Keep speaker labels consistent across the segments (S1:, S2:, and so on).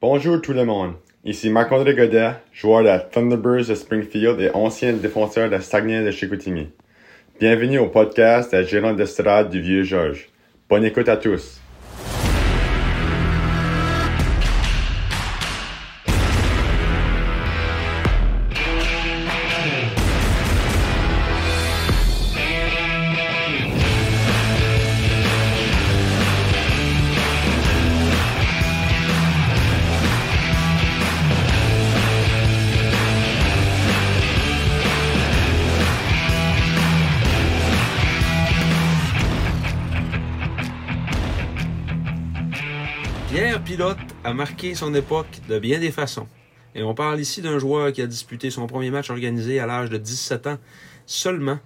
S1: Bonjour tout le monde. Ici Marc-André Godet, joueur de la Thunderbirds de Springfield et ancien défenseur de Saguenay de Chicoutimi. Bienvenue au podcast de Gérant d'Estrade du Vieux Georges. Bonne écoute à tous.
S2: Pierre Pilote a marqué son époque de bien des façons. Et on parle ici d'un joueur qui a disputé son premier match organisé à l'âge de 17 ans seulement.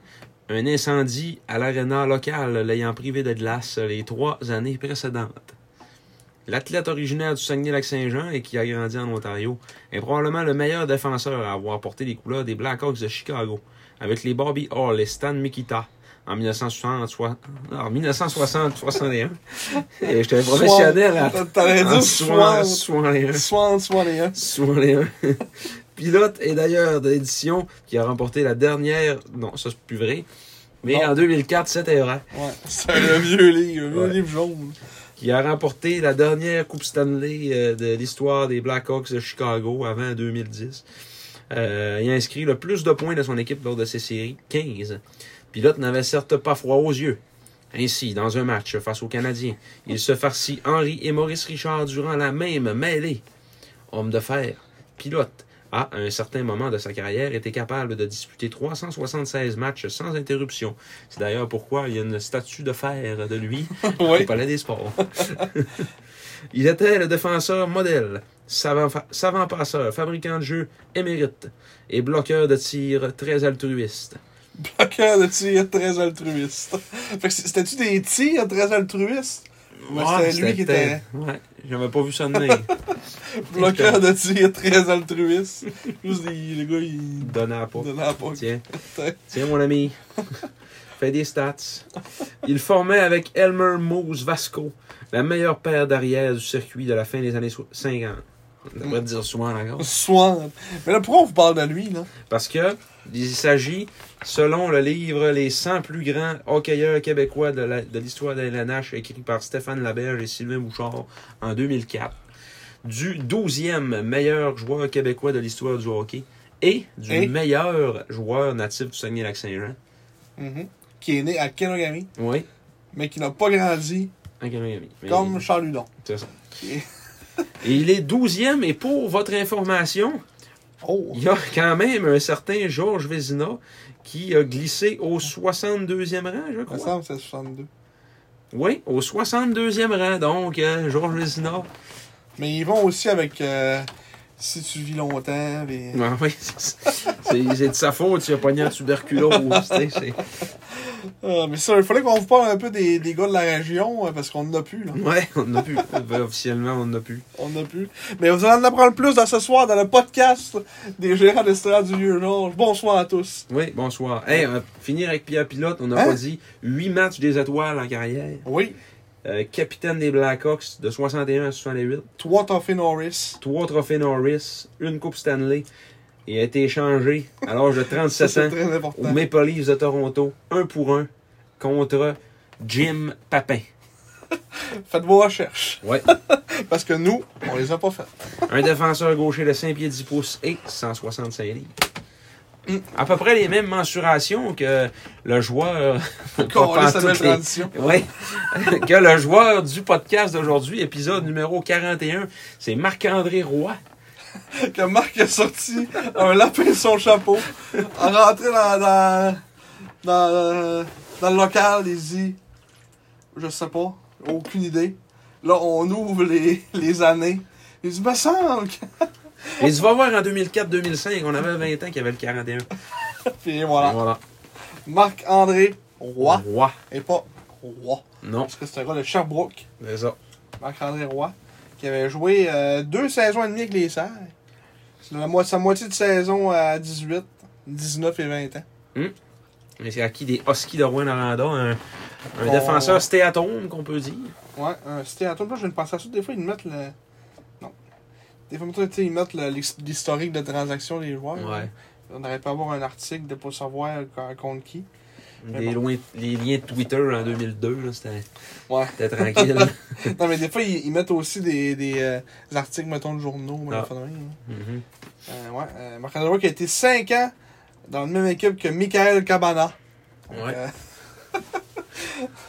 S2: Un incendie à l'aréna locale l'ayant privé de glace les trois années précédentes. L'athlète originaire du Saguenay-Lac-Saint-Jean et qui a grandi en Ontario est probablement le meilleur défenseur à avoir porté les couleurs des Blackhawks de Chicago, avec les Bobby Hall et Stan Mikita en 1960, soit- en 1960-61. Et j'étais professionnel à
S3: T'aurais
S2: en
S3: dit
S2: soin,
S3: soin,
S2: soin les uns.
S3: soin, soin, les uns.
S2: Soin les uns. Pilote est d'ailleurs de l'édition qui a remporté la dernière. Non, ça c'est plus vrai. Mais
S3: Non.
S2: en 2004, c'était vrai.
S3: Ouais. C'est un vieux livre, un vieux
S2: Ouais.
S3: livre jaune.
S2: Qui a remporté la dernière Coupe Stanley euh, de l'histoire des Blackhawks de Chicago avant 2010. Euh, il a inscrit le plus de points de son équipe lors de ses séries 15. Pilote n'avait certes pas froid aux yeux. Ainsi, dans un match face aux Canadiens, il se farcit Henry et Maurice Richard durant la même mêlée. Homme de fer, pilote, a, à un certain moment de sa carrière, été capable de disputer 376 matchs sans interruption. C'est d'ailleurs pourquoi il y a une statue de fer de lui au
S3: Oui.
S2: Palais des Sports. il était le défenseur modèle, savant, fa- savant passeur, fabricant de jeux émérite et bloqueur de tir très altruiste.
S3: Bloqueur de tir très altruiste. Fait que c'est- c'était-tu des tirs très altruistes? Ouais, c'était lui qui était-
S2: Ouais, j'avais pas vu ça de nez.
S3: Bloqueur de tir très altruiste. Juste des, les gars, ils
S2: Donnant pas.
S3: donnaient la poque.
S2: Tiens. Tiens, mon ami. Fais des stats. Il formait avec Elmer Moose Vasco la meilleure paire d'arrière du circuit de la fin des années so- 50. On devrait dire souvent encore.
S3: Soin. Mais là, pourquoi on vous parle de lui, là?
S2: Parce que il s'agit, selon le livre Les 100 plus grands hockeyeurs québécois de la- de l'histoire de, la LNH, écrit par Stéphane Laberge et Sylvain Bouchard en 2004, du 12e meilleur joueur québécois de l'histoire du hockey et du
S3: Et?
S2: meilleur joueur natif du Saguenay-Lac-Saint-Jean. Mm-hmm.
S3: Mhm. Qui est né à Kenogami,
S2: Oui,
S3: mais qui n'a pas grandi
S2: en Canogamie. Mais-
S3: comme Charles Hudon.
S2: c'est ça. Et il est 12e, et pour votre information,
S3: Oh!
S2: Il y a quand même un certain Georges Vézina qui a glissé au 62e rang, je
S3: Il me
S2: crois.
S3: semble que c'est 62.
S2: Oui, au 62e rang, donc, euh, Georges Vézina.
S3: Mais ils vont aussi avec euh, Si tu vis longtemps. les-
S2: Ah oui, c'est c'est- c'est de sa faute s'il a pogné en tuberculose. tu sais, c'est-
S3: Ah, mais ça, il fallait qu'on vous parle un peu des, des gars de la région, euh, parce qu'on n'en a plus, là.
S2: Ouais, on n'a plus. Ben, officiellement, on n'a plus.
S3: On n'a plus. Mais vous allez en apprendre plus dans ce soir dans le podcast des gérants d'estrade du vieux Georges. Bonsoir à tous.
S2: Oui, bonsoir. Hey, on va finir avec Pierre Pilote, on n'a
S3: Hein?
S2: pas dit 8 matchs des étoiles en carrière.
S3: Oui.
S2: Euh, capitaine des Blackhawks de 61 à 68.
S3: Toi, Toffee Norris.
S2: trois trophées Norris, une Coupe Stanley et a été échangé à l'âge de
S3: Ça,
S2: 37
S3: c'est
S2: ans
S3: très
S2: aux
S3: important.
S2: Maple Leafs de Toronto, un pour un, contre Jim Papin.
S3: Faites vos recherches.
S2: Ouais.
S3: Parce que nous, on les a pas faites.
S2: Un défenseur gaucher de 5 pieds 10 pouces et 165 livres. Hum, À peu près les mêmes mensurations que le joueur. euh,
S3: Encore
S2: Pas
S3: cette belle
S2: toutes les-
S3: tradition.
S2: Ouais. que le joueur du podcast d'aujourd'hui, épisode numéro 41, c'est Marc-André Roy.
S3: Que Marc a sorti un lapin de son chapeau, en rentré dans, dans, dans, euh, dans le local, il dit Je sais pas, aucune idée. Là, on ouvre les, les années. Il dit Ben, semble que-
S2: Et tu vas voir en 2004-2005, on avait 20 ans qu'il y avait le 41.
S3: Puis voilà.
S2: Voilà.
S3: Marc-André Ah, Roy,
S2: Roy.
S3: et pas Roy,
S2: Non,
S3: parce que c'est un gars de Sherbrooke,
S2: c'est ça.
S3: Marc-André Roy, qui avait joué euh, deux saisons et demie avec les Serres. C'est la mo- sa moitié de saison à 18, 19 et 20 ans.
S2: Mais c'est acquis des Huskies de Rouen-Noranda, un, un
S3: Bon.
S2: défenseur stéatome, qu'on peut dire.
S3: euh, Ouais, un c'était à toi. Là, je ne pensais à ça. Des fois, ils nous mettent le. Non. Des fois, mettons, tu sais, ils mettent le- l'his- l'historique de transaction des joueurs.
S2: Ouais.
S3: On n'aurait pas à avoir un article de pas savoir co- contre qui. Mais
S2: Les, loin- les liens de Twitter en 2002, là, c'était
S3: Ouais.
S2: c'était tranquille.
S3: Non, mais des fois, ils, ils mettent aussi des, des, euh, des articles, mettons, de journaux. mais
S2: Ah.
S3: la fin de rien, hein.
S2: Mhm.
S3: Euh, ouais, euh, Marc-André qui a été 5 ans dans la même équipe que Michael Cabana. Donc,
S2: Ouais.
S3: euh,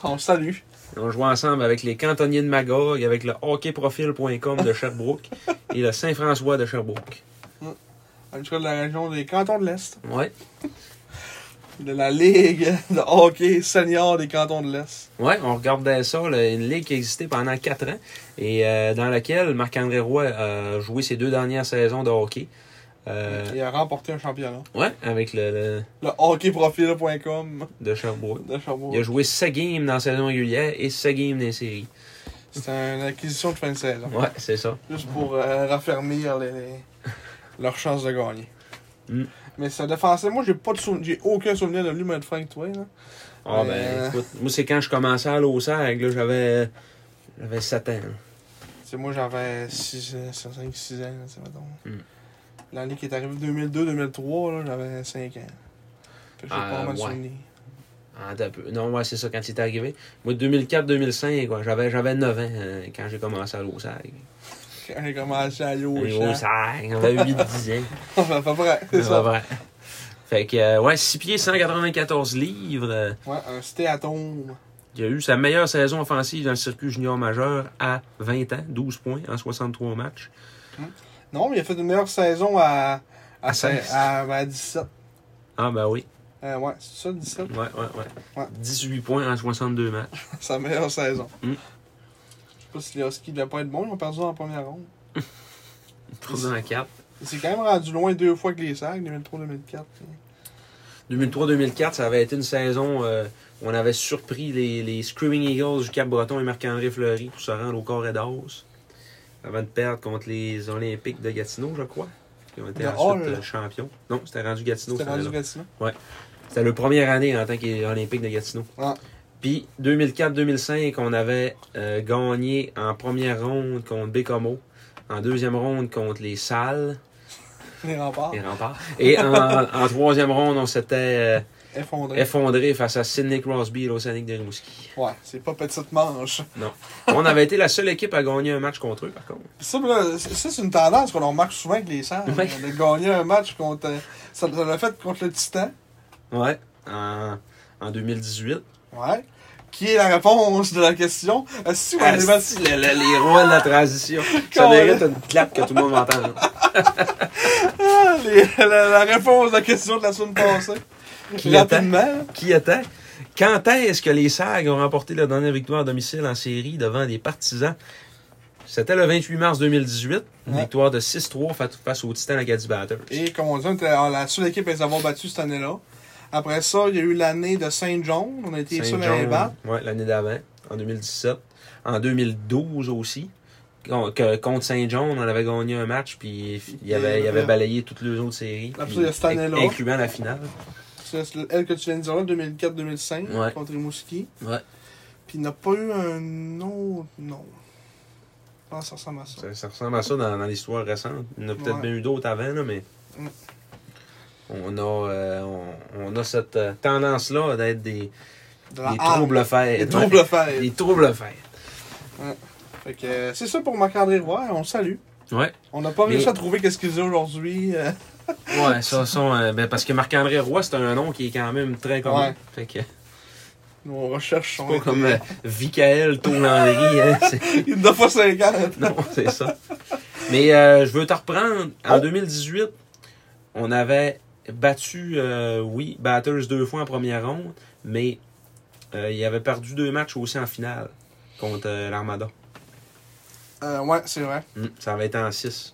S3: on salue.
S2: On jouait ensemble avec les cantonniers de Magog, avec le hockeyprofil.com de Sherbrooke et le Saint-François de Sherbrooke.
S3: En tout cas, de la région des cantons de l'Est.
S2: Ouais.
S3: De la Ligue de hockey senior des cantons de l'Est.
S2: Ouais, on regardait ça, là, une ligue qui existait pendant quatre ans et euh, dans laquelle Marc-André Roy a joué ses deux dernières saisons de hockey. Euh,
S3: Il a remporté un championnat.
S2: Ouais, avec le, le-
S3: Le hockeyprofil.com
S2: de Sherbrooke.
S3: de
S2: Il a
S3: Sherbrooke.
S2: joué 7 games dans la saison régulière et 7 games dans les séries.
S3: C'était une acquisition de fin de saison.
S2: Ouais, c'est ça.
S3: Juste pour euh, raffermir les, les- leurs chances de gagner.
S2: Mm.
S3: Mais ça défensait. Moi, j'ai pas de souvenir. J'ai aucun souvenir de lui, mais de Frank Twain. là.
S2: Ah
S3: Mais,
S2: ben
S3: euh,
S2: écoute, moi c'est quand je commençais à aller au cercle, là, j'avais j'avais 7 ans. là.
S3: Tu sais, moi, j'avais 6 ans, 5, 6 ans, là, tu sais, mettons.
S2: Mm.
S3: L'année qui est arrivée 2002-2003, là, j'avais 5 ans. Fait que j'ai
S2: Ah,
S3: pas vraiment de
S2: ouais.
S3: souvenirs.
S2: Ah, t'as peu. Non, ouais, c'est ça quand il est arrivé. Moi 2004-2005, quoi, j'avais j'avais 9 ans euh, quand j'ai commencé à aller au cercle.
S3: Quand j'ai commencé à aller au
S2: Aller
S3: champ.
S2: au cercle, j'avais 8 10 ans.
S3: On va pas vrai, c'est
S2: Ouais,
S3: ça.
S2: ouais. Fait que euh, ouais, 6 pieds 194 livres. euh,
S3: Ouais, un stéatome.
S2: Il a eu sa meilleure saison offensive dans le circuit junior majeur à 20 ans, 12 points en 63 matchs.
S3: Non, mais il a fait une meilleure saison à, à,
S2: À seize.
S3: à, à 17.
S2: Ah ben oui.
S3: Euh, ouais, c'est ça, 17.
S2: Ouais, ouais, ouais.
S3: Ouais.
S2: 18 points en 62 matchs.
S3: Sa meilleure saison.
S2: Mm.
S3: Je sais pas si les Huskies devaient pas être bons, ils ont perdu en première ronde.
S2: Trois en 4.
S3: Il s'est quand même rendu loin deux fois que les Sags, 2003-2004.
S2: 2003-2004, ça avait été une saison euh, où on avait surpris les, les Screaming Eagles du Cap-Breton et Marc-André Fleury pour se rendre au Corridors avant de perdre contre les Olympiques de Gatineau, je crois, qui ont été
S3: De
S2: ensuite
S3: Hall.
S2: euh, champions. Non, c'était rendu Gatineau.
S3: C'était
S2: cette
S3: rendu
S2: année-là.
S3: Gatineau.
S2: C'était la première année en tant qu'Olympique de Gatineau.
S3: Ouais.
S2: Puis 2004-2005, on avait euh, gagné en première ronde contre Bécomo, en deuxième ronde contre les Salles,
S3: Les remparts.
S2: les remparts, et en, en troisième ronde, on s'était euh,
S3: Effondrés.
S2: effondré face à Sidney Crosby et l'Océanique de Rimouski.
S3: Ouais, c'est pas petite manche.
S2: On avait été la seule équipe à gagner un match contre eux, par contre.
S3: Ça, mais là, c- ça, c'est une tendance qu'on remarque souvent avec les Sags.
S2: Ouais.
S3: De gagner un match contre. euh, Ça ça l'a fait contre le Titan.
S2: Ouais. En, en 2018.
S3: Ouais. Qui est la réponse de la question? Est-ce que vous avez battu-
S2: Asti, le- le- les rois de la transition. Ça mérite une clap que tout le monde entende.
S3: Ah, les- la, la réponse à la question de la semaine passée.
S2: Qui
S3: Rapidement.
S2: qui était quand est-ce que les SAG ont remporté leur dernière victoire à domicile en série devant des partisans? C'était le 28 mars 2018, une
S3: Ouais.
S2: victoire de 6-3 fa- face aux Titans Acadie Batters.
S3: Et comme on dit, on était la seule équipe à les avoir battus cette année-là. Après ça, il y a eu l'année de Saint-John. On a été
S2: Saint
S3: sur les
S2: John,
S3: battre.
S2: ouais, l'année d'avant, en 2017. En 2012 aussi, con- que- contre Saint John, on avait gagné un match, puis il avait, il avait balayé toutes les autres séries,
S3: Après,
S2: puis
S3: il y a cette année-là.
S2: in- incluant la finale.
S3: C'est c'est elle que tu viens de dire là, 2004-2005,
S2: Ouais.
S3: contre Rimouski.
S2: Ouais.
S3: Puis il n'a pas eu un autre nom. Ah, ça ressemble à ça.
S2: Ça, ça ressemble à ça dans, dans l'histoire récente. Il y en a peut-être
S3: Ouais.
S2: bien eu d'autres avant, là, mais.
S3: Mm.
S2: On a, euh, on, on a cette euh, tendance-là d'être des,
S3: De la
S2: des
S3: harpe.
S2: troubles fêtes.
S3: Des troubles fêtes.
S2: Des troubles fêtes.
S3: Fait que euh, c'est ça pour Marc-André Roy. On le salue.
S2: Ouais.
S3: On n'a pas
S2: Mais-
S3: réussi à trouver qu'est-ce qu'il faisait aujourd'hui. euh,
S2: Ouais, ça, ça, euh, ben, parce que Marc-André Roy, c'est un nom qui est quand même très commun.
S3: Ouais.
S2: Fait que,
S3: nos recherches sont.
S2: pas comme euh, Vicael Tourlandry, hein, c'est-
S3: Il n'a pas 50.
S2: Non, c'est ça. Mais euh, je veux te reprendre. En
S3: Oh.
S2: 2018, on avait battu, euh, oui, Batters deux fois en première ronde, mais euh, il avait perdu deux matchs aussi en finale contre euh, l'Armada.
S3: Euh, ouais, c'est vrai.
S2: Mm, Ça avait été en 6.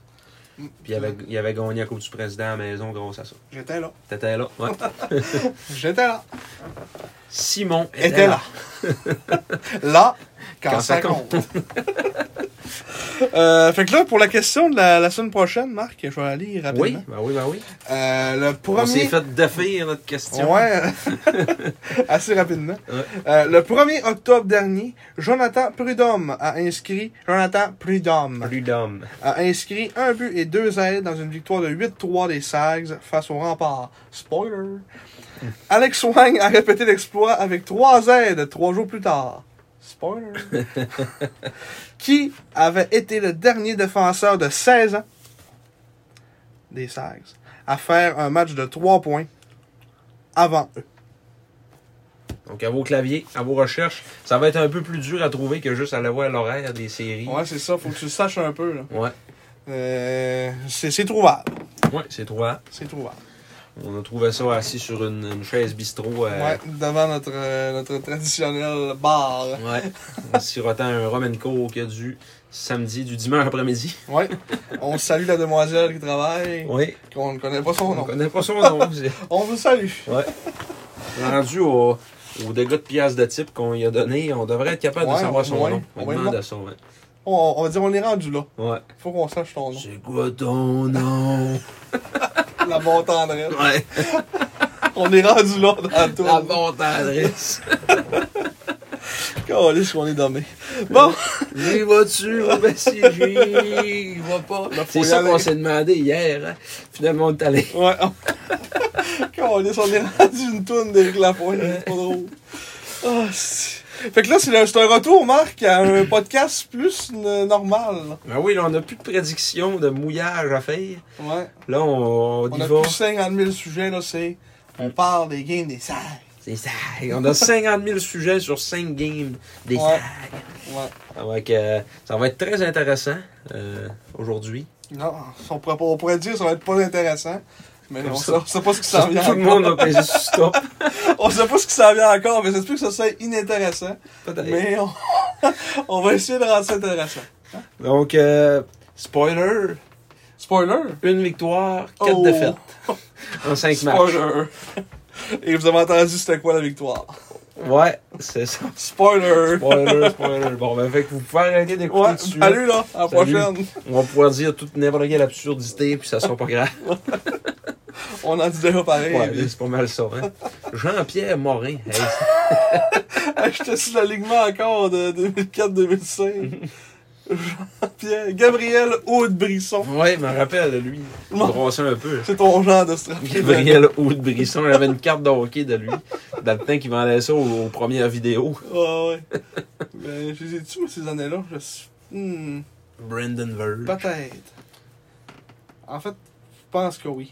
S3: Mm.
S2: Puis il avait, il avait gagné à Coupe du Président à la maison grâce à ça.
S3: J'étais là.
S2: T'étais là, ouais.
S3: J'étais là.
S2: Simon était,
S3: Était là.
S2: là.
S3: Là, quand,
S2: Quand
S3: ça
S2: ça
S3: compte. Euh, fait que là, pour la question de la, la semaine prochaine, Marc, je vais la lire
S2: Oui,
S3: rapidement.
S2: ben oui, ben oui.
S3: Euh, le
S2: On s'est
S3: premier...
S2: fait défaire notre question.
S3: Ouais, assez rapidement.
S2: Ouais.
S3: Euh, le 1er octobre dernier, Jonathan Prudhomme a inscrit Jonathan Prudhomme
S2: Plus d'hommes.
S3: a inscrit un but et deux aides dans une victoire de 8-3 des Sags face au rempart. Spoiler. Alex Wang a répété l'exploit avec trois aides trois jours plus tard. Spoiler. Qui avait été le dernier défenseur de 16 ans des Sags à faire un match de 3 points avant eux.
S2: Donc, à vos claviers, à vos recherches, ça va être un peu plus dur à trouver que juste aller voir l'horaire des séries.
S3: Ouais, c'est ça, faut que tu le saches un peu. là.
S2: Ouais,
S3: Euh, c'est c'est trouvable.
S2: ouais, c'est toi.
S3: C'est trouvable.
S2: On a trouvé ça assis sur une, une chaise bistrot. euh,
S3: Ouais, devant notre, euh, notre traditionnel bar.
S2: ouais. En sirotant un Romanco qui a du samedi, du dimanche après-midi.
S3: Ouais. On salue la demoiselle qui travaille,
S2: Oui.
S3: qu'on ne connaît pas
S2: On
S3: son nom.
S2: connaît pas son nom. c'est-
S3: On vous salue.
S2: Ouais. Rendu au, au dégât de pièces de type qu'on lui a donné, on devrait être capable
S3: Ouais,
S2: de savoir son
S3: ouais,
S2: nom. On
S3: on va
S2: demande
S3: le voir.
S2: à son nom.
S3: On, on va dire, on est rendu là.
S2: Ouais.
S3: Faut qu'on sache ton nom.
S2: C'est quoi ton nom?
S3: La bonne tendresse.
S2: Ouais.
S3: On est rendu là dans tout.
S2: La bonne adresse.
S3: Calisse qu'on est dommé. Bon.
S2: J'y vas-tu, Robespierre? Il va pas.
S3: Là, faut
S2: C'est
S3: y
S2: ça
S3: aller.
S2: qu'on s'est demandé hier. hein. Finalement, on est allé.
S3: Ouais. Calisse, on est rendu une toune d'Éric Lapointe. C'est pas drôle. Ah, c'est- fait que là, c'est le- c'est un retour, Marc, à un podcast plus n- normal.
S2: Ben oui, là, on n'a plus de prédiction de mouillage à faire.
S3: Ouais.
S2: Là, on, on
S3: On
S2: y
S3: a
S2: va.
S3: plus 50 000 sujets, là, c'est... On parle des games des salles.
S2: C'est ça. On a 50 000 sujets sur 5 games des
S3: Ouais.
S2: sacs.
S3: Ouais.
S2: Donc, euh, ça va être très intéressant euh, aujourd'hui.
S3: Non, on pourrait, pas- on pourrait dire que ça va être pas intéressant. Mais
S2: Comme
S3: on
S2: ça.
S3: sait, on sait pas ce qui s'en vient
S2: Tout le
S3: encore.
S2: monde a pesé sur stop.
S3: On sait pas ce qui s'en vient encore, mais c'est plus que ça soit inintéressant.
S2: Peut-être.
S3: Mais on, on va essayer de rendre ça intéressant.
S2: Donc, euh, spoiler,
S3: Spoiler!
S2: une victoire, quatre
S3: Oh.
S2: défaites en 5 matchs.
S3: Spoiler! Et vous avez entendu c'était quoi la victoire?
S2: Ouais, c'est ça.
S3: Spoiler!
S2: Spoiler, spoiler. Bon, ben, fait que vous pouvez arrêter d'écouter
S3: Ouais,
S2: dessus.
S3: salut là, à la
S2: Salut.
S3: prochaine!
S2: On va pouvoir dire toute n'importe quelle absurdité, puis ça sera pas grave.
S3: On en dit déjà pareil.
S2: Ouais,
S3: mais-
S2: c'est pas mal ça, hein. Jean-Pierre Morin. Hey,
S3: Hey, J'étais sur l'alignement encore de 2004-2005. Jean-Pierre, Gabriel Aude-Brisson.
S2: ouais, je me rappelle, lui.
S3: Non.
S2: Brossait un peu.
S3: C'est ton genre de strap.
S2: Gabriel Haute-Brisson, j'avais une carte de hockey de lui. Dans le temps qu'il vendait ça aux, aux premières vidéos.
S3: Ouais, ouais. ben, je les ai-tu, moi, ces années-là? Je suis... Hmm,
S2: Brandon Verge.
S3: peut-être. En fait, je pense que oui.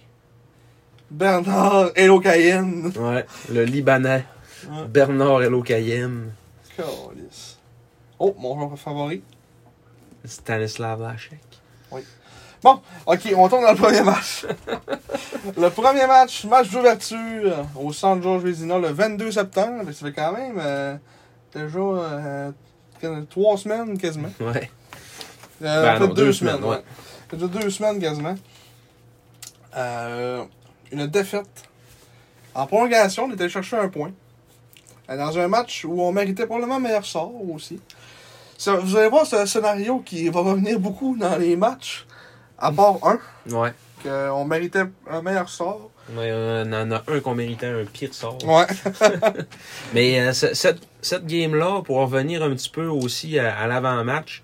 S3: Bernard Elocaïen.
S2: Ouais, le Libanais.
S3: Ouais.
S2: Bernard Elokayem.
S3: Câlisse. Oh, mon joueur favori.
S2: Stanislav Lachek.
S3: Ok, on tombe dans le premier match. le premier match, match d'ouverture au centre Georges Vézina le 22 septembre. Ça fait quand même euh, déjà euh, trois semaines quasiment.
S2: Ouais.
S3: Euh,
S2: Ben
S3: en fait,
S2: non,
S3: deux,
S2: deux
S3: semaines,
S2: semaines,
S3: ouais. Ça fait deux semaines quasiment. Euh, une défaite. En prolongation, on était chercher un point. Euh, Dans un match où on méritait probablement meilleur sort aussi. Ça- vous allez voir, c'est un scénario qui va revenir beaucoup dans les matchs, à part un,
S2: Ouais.
S3: qu'on méritait un meilleur sort.
S2: Ouais, on en a un qu'on méritait un pire sort.
S3: Ouais.
S2: Mais euh, ce- cette, cette game-là, pour revenir un petit peu aussi à, à l'avant-match,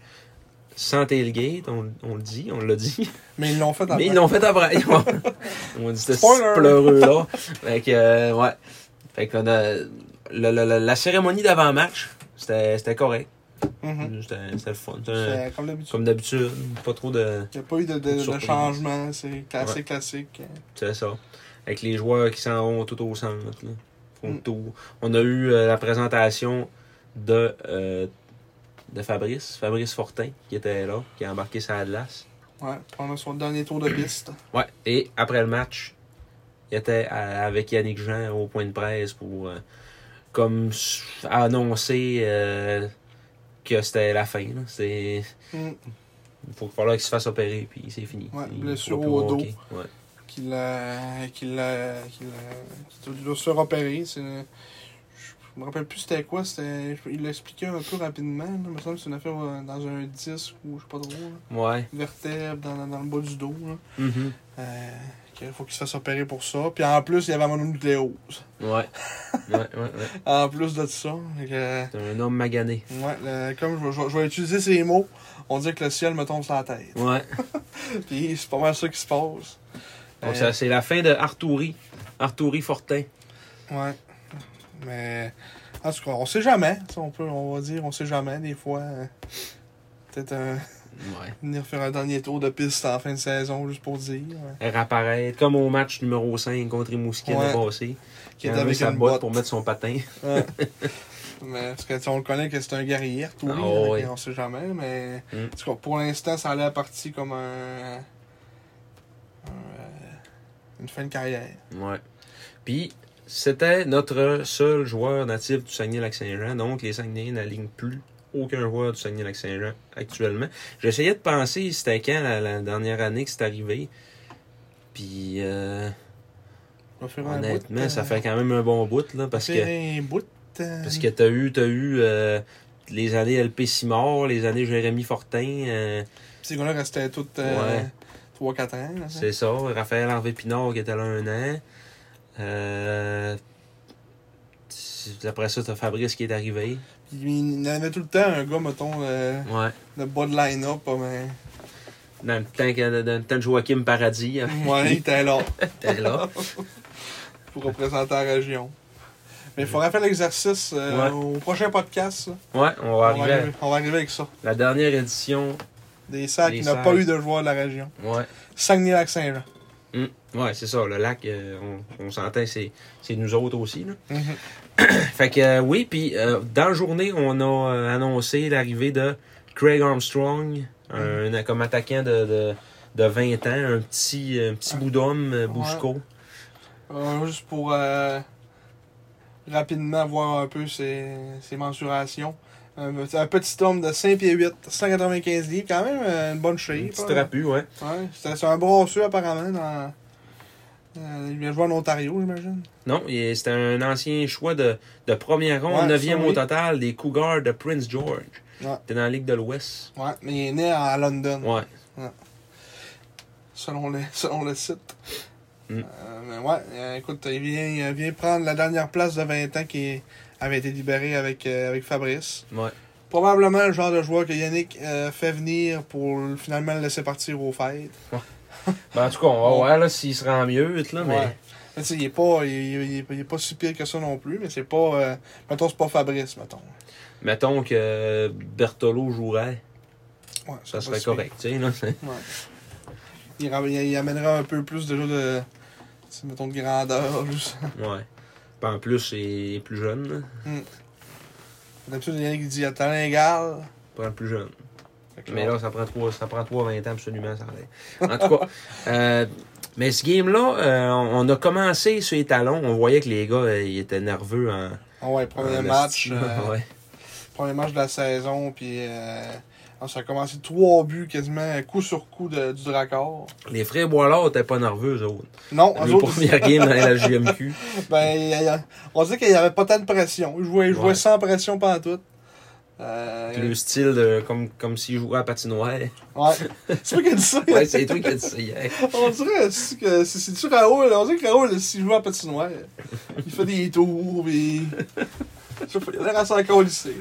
S2: sans tailgate, on, on le dit, on l'a dit.
S3: Mais ils l'ont fait
S2: Mais
S3: après.
S2: ils l'ont fait après. on dit c'était
S3: Ah, Spoiler.
S2: pleureux là. Fait que, euh, ouais. Fait qu'on a. le- le- le- la cérémonie d'avant-match, c'était c'était correct.
S3: Mhm.
S2: C'était c'était le fun. C'était un-
S3: C'est Comme d'habitude.
S2: Comme d'habitude, pas trop de.
S3: Il n'y a pas eu de, de- de
S2: Surprise.
S3: changement. C'est classique, classique.
S2: C'est ça. Avec les joueurs qui s'en vont tout au centre. là. Font
S3: Mm.
S2: tout. On a eu euh, la présentation de, euh, de Fabrice, Fabrice Fortin, qui était là, qui a embarqué sa glace.
S3: Ouais, pendant son dernier tour de piste.
S2: Ouais. Et après le match, il était à- avec Yannick Jean au point de presse pour euh, comme s- annoncer euh, que c'était la fin. là. C'était.
S3: Mm.
S2: Il faut falloir qu'il se fasse opérer, puis c'est fini.
S3: Ouais,
S2: Il
S3: blessure
S2: pourra plus
S3: au dos.
S2: hockey. Ouais.
S3: qu'il euh, qu'il euh, qu'il, euh, qu'il doit se repérer. C'est- Je Je me rappelle plus c'était quoi, c'était. je- Il l'expliquait un peu rapidement. là. Il me semble que c'est une affaire euh, dans un disque ou je sais pas trop. là.
S2: Ouais.
S3: Vertèbre dans, dans- dans le bas du dos. Là. Euh, qu'il faut qu'il se fasse opérer pour ça. Puis en plus, il y avait mononucléose.
S2: Ouais. ouais, ouais, ouais.
S3: En plus de ça. fait que,
S2: T'es un homme magané.
S3: ouais, le- comme je, vais- je vais utiliser ces mots, on dit que le ciel me tombe sur la tête.
S2: Ouais.
S3: Puis c'est pas mal ça qui se passe.
S2: Donc,
S3: Euh,
S2: ça, c'est la fin de Arturi. Arturi Fortin.
S3: Ouais. Mais en tout cas, on sait jamais. Tu sais, On, peut, on va dire, on sait jamais. Des fois, euh, peut-être un-
S2: Ouais.
S3: venir faire un dernier tour de piste en fin de saison, juste pour dire. euh, ouais.
S2: Réapparaître, comme au match numéro 5 contre Rimouski
S3: Ouais.
S2: l'année passée.
S3: Qui
S2: Il
S3: est
S2: a enlevé
S3: avec
S2: sa
S3: une
S2: botte
S3: botte.
S2: pour mettre son patin.
S3: Ouais. mais parce que tu sais, on le connaît que c'est un guerrier, tout.
S2: Ah,
S3: oui,
S2: ouais,
S3: fait
S2: ouais.
S3: que On sait jamais. Mais
S2: Mm.
S3: en tout cas, pour l'instant, ça a l'air parti comme un. un, euh, une fin de carrière.
S2: Ouais. Puis, c'était notre seul joueur natif du Saguenay-Lac-Saint-Jean. Donc, les Saguenayens n'alignent plus aucun joueur du Saguenay-Lac-Saint-Jean actuellement. J'essayais de penser, c'était quand la, la dernière année que c'est arrivé. Puis, euh,
S3: On va faire un bout,
S2: honnêtement,
S3: euh,
S2: ça fait quand même un bon bout, là, parce que,
S3: faire un bout. euh,
S2: parce que t'as eu, t'as eu euh, les années LP Simard, les années Jérémy Fortin, euh,
S3: Ces gars-là restaient tous euh,
S2: Ouais.
S3: 3-4 ans. là, ça.
S2: C'est ça. Raphaël Harvey Pinard qui était là un an. Euh, tu- après ça, t'as Fabrice qui est arrivé.
S3: Puis, il y en avait tout le temps un gars, mettons, euh,
S2: Ouais.
S3: de bas de line-up. euh, ben,
S2: Dans le temps, que- dans le temps de Joachim Paradis, euh,
S3: ouais, il était là
S2: t'es là.
S3: pour représenter la région. Mais il faudrait faire l'exercice euh,
S2: Ouais.
S3: au prochain podcast. ça.
S2: Ouais, on va
S3: on, va
S2: arriver à
S3: arriver, on va arriver avec ça.
S2: la dernière édition.
S3: Des sacs
S2: Des
S3: qui n'ont
S2: sacs.
S3: pas eu de joueurs de la région.
S2: Ouais.
S3: Saguenay-Lac-Saint-Jean.
S2: Hum. Ouais, c'est ça. Le lac, euh, on, on s'entend, c'est c'est nous autres aussi. Là.
S3: Mhm.
S2: Fait que euh, oui, puis euh, dans la journée, on a euh, annoncé l'arrivée de Craig Armstrong,
S3: Mm-hmm.
S2: un, un- comme attaquant de, de, de 20 ans, un petit, un petit bout d'homme, euh, Bouchko.
S3: Euh, juste pour euh, rapidement voir un peu ses, ses mensurations. Un, un petit homme de 5 pieds 8, 195 livres, quand même euh, une bonne
S2: Un
S3: shape.
S2: petit
S3: hein.
S2: trapu, ouais.
S3: Ouais, c'était c'est un brosseux apparemment dans. euh, il vient jouer en Ontario, j'imagine.
S2: Non, il- c'était un ancien choix de, de première ronde,
S3: Ouais,
S2: neuvième
S3: ça,
S2: au
S3: oui.
S2: total, des Cougars de Prince George.
S3: Ouais. Mm.
S2: T'es dans la Ligue de l'Ouest.
S3: Ouais, mais il est né à London,
S2: Ouais.
S3: selon, le, selon le site.
S2: Mm.
S3: Euh, mais ouais, euh, écoute, il vient, il vient prendre la dernière place de 20 ans qui avait été libérée avec, euh, avec Fabrice.
S2: Ouais.
S3: Probablement le genre de joueur que Yannick euh, fait venir pour finalement le laisser partir aux fêtes.
S2: Ben, en tout cas, on va voir là, s'il se rend mieux, là,
S3: Ouais. Mais tu sais, il est pas, il, il- il est- il est pas si pire que ça non plus, mais c'est pas. euh, mettons, c'est pas Fabrice, mettons.
S2: mais mettons que euh, Bertolo jouerait,
S3: Ouais, c'est
S2: ça
S3: pas
S2: serait
S3: si pire.
S2: correct, tu sais, là.
S3: Il, ram- il, il amènera un peu plus de, de, tu sais, mettons, de grandeur. juste.
S2: Ouais. Puis en plus, il est plus jeune, là.
S3: D'habitude, il y en a qui dit à talent égal.
S2: Prends le plus jeune.
S3: Fait que
S2: Mais là, ça prend trois, ça prend trois 20 ans absolument, ça enlève. En tout cas, euh, mais ce game-là, euh, on on a commencé sur les talons. On voyait que les gars, euh, ils étaient nerveux en.
S3: ah ouais, premier
S2: en
S3: match.
S2: esti,
S3: euh,
S2: ouais.
S3: Premier match de la saison, puis euh, on s'est commencé trois buts quasiment coup sur coup de- du Dracor.
S2: Les frères Boilard n'étaient pas nerveux, eux autres.
S3: Non, eux
S2: Le
S3: autres,
S2: premier game dans la JMQ.
S3: ben, il y a- on disait qu'il n'y avait pas tant de pression. Ils jouaient, ils jouaient
S2: Ouais.
S3: sans pression pendant tout. Euh,
S2: Puis Le style, de, comme, comme s'ils jouaient à patinoire.
S3: ouais. C'est toi qui as dit ça.
S2: Ouais, c'est toi qui as dit ça hier.
S3: On dirait aussi que c'est c'est-tu Raoul? On dirait que Raoul, s'il joue à patinoire, il fait des tours, mais. Je sais pas, il a l'air à s'en colisser.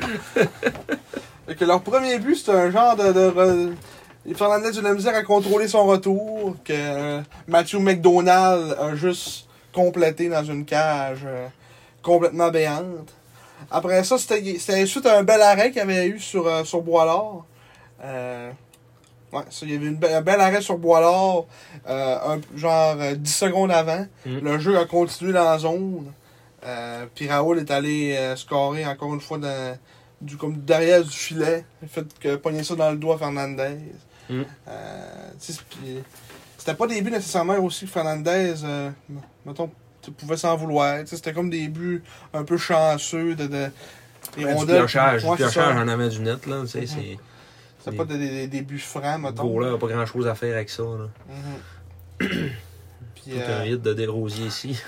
S3: Fait que leur premier but, c'est un genre de. de re- Fernandez a de la misère à contrôler son retour, que euh, Matthew McDonald a juste complété dans une cage euh, complètement béante. Après ça, c'était c'était suite à un bel arrêt qu'il y avait eu sur, euh, sur Boilard. Euh, ouais, ça, il y avait une be- un bel arrêt sur Boilard euh, un- genre euh, 10 secondes avant.
S2: Mm.
S3: Le jeu a continué dans la zone. Euh, puis Raoul est allé euh, scorer encore une fois dans, du, comme derrière du filet. Il fait que pogner ça dans le doigt à Fernandez.
S2: Mm.
S3: Euh, tu sais, puis c'était pas des buts nécessairement aussi que Fernandez, euh, m- mettons, tu pouvais s'en vouloir. Tu sais, C'était comme des buts un peu chanceux de. de des
S2: Du
S3: rondelles-
S2: piochage,
S3: Ouais,
S2: du
S3: c'est ça.
S2: piochage hein. en avant du net, là. Tu sais, c'est.
S3: C'était pas des, des, des buts francs,
S2: Le
S3: mettons.
S2: goaler n'a pas grand-chose à faire avec ça, là.
S3: Mhm. puis,
S2: Tout
S3: euh,
S2: un hit de Desrosiers ici.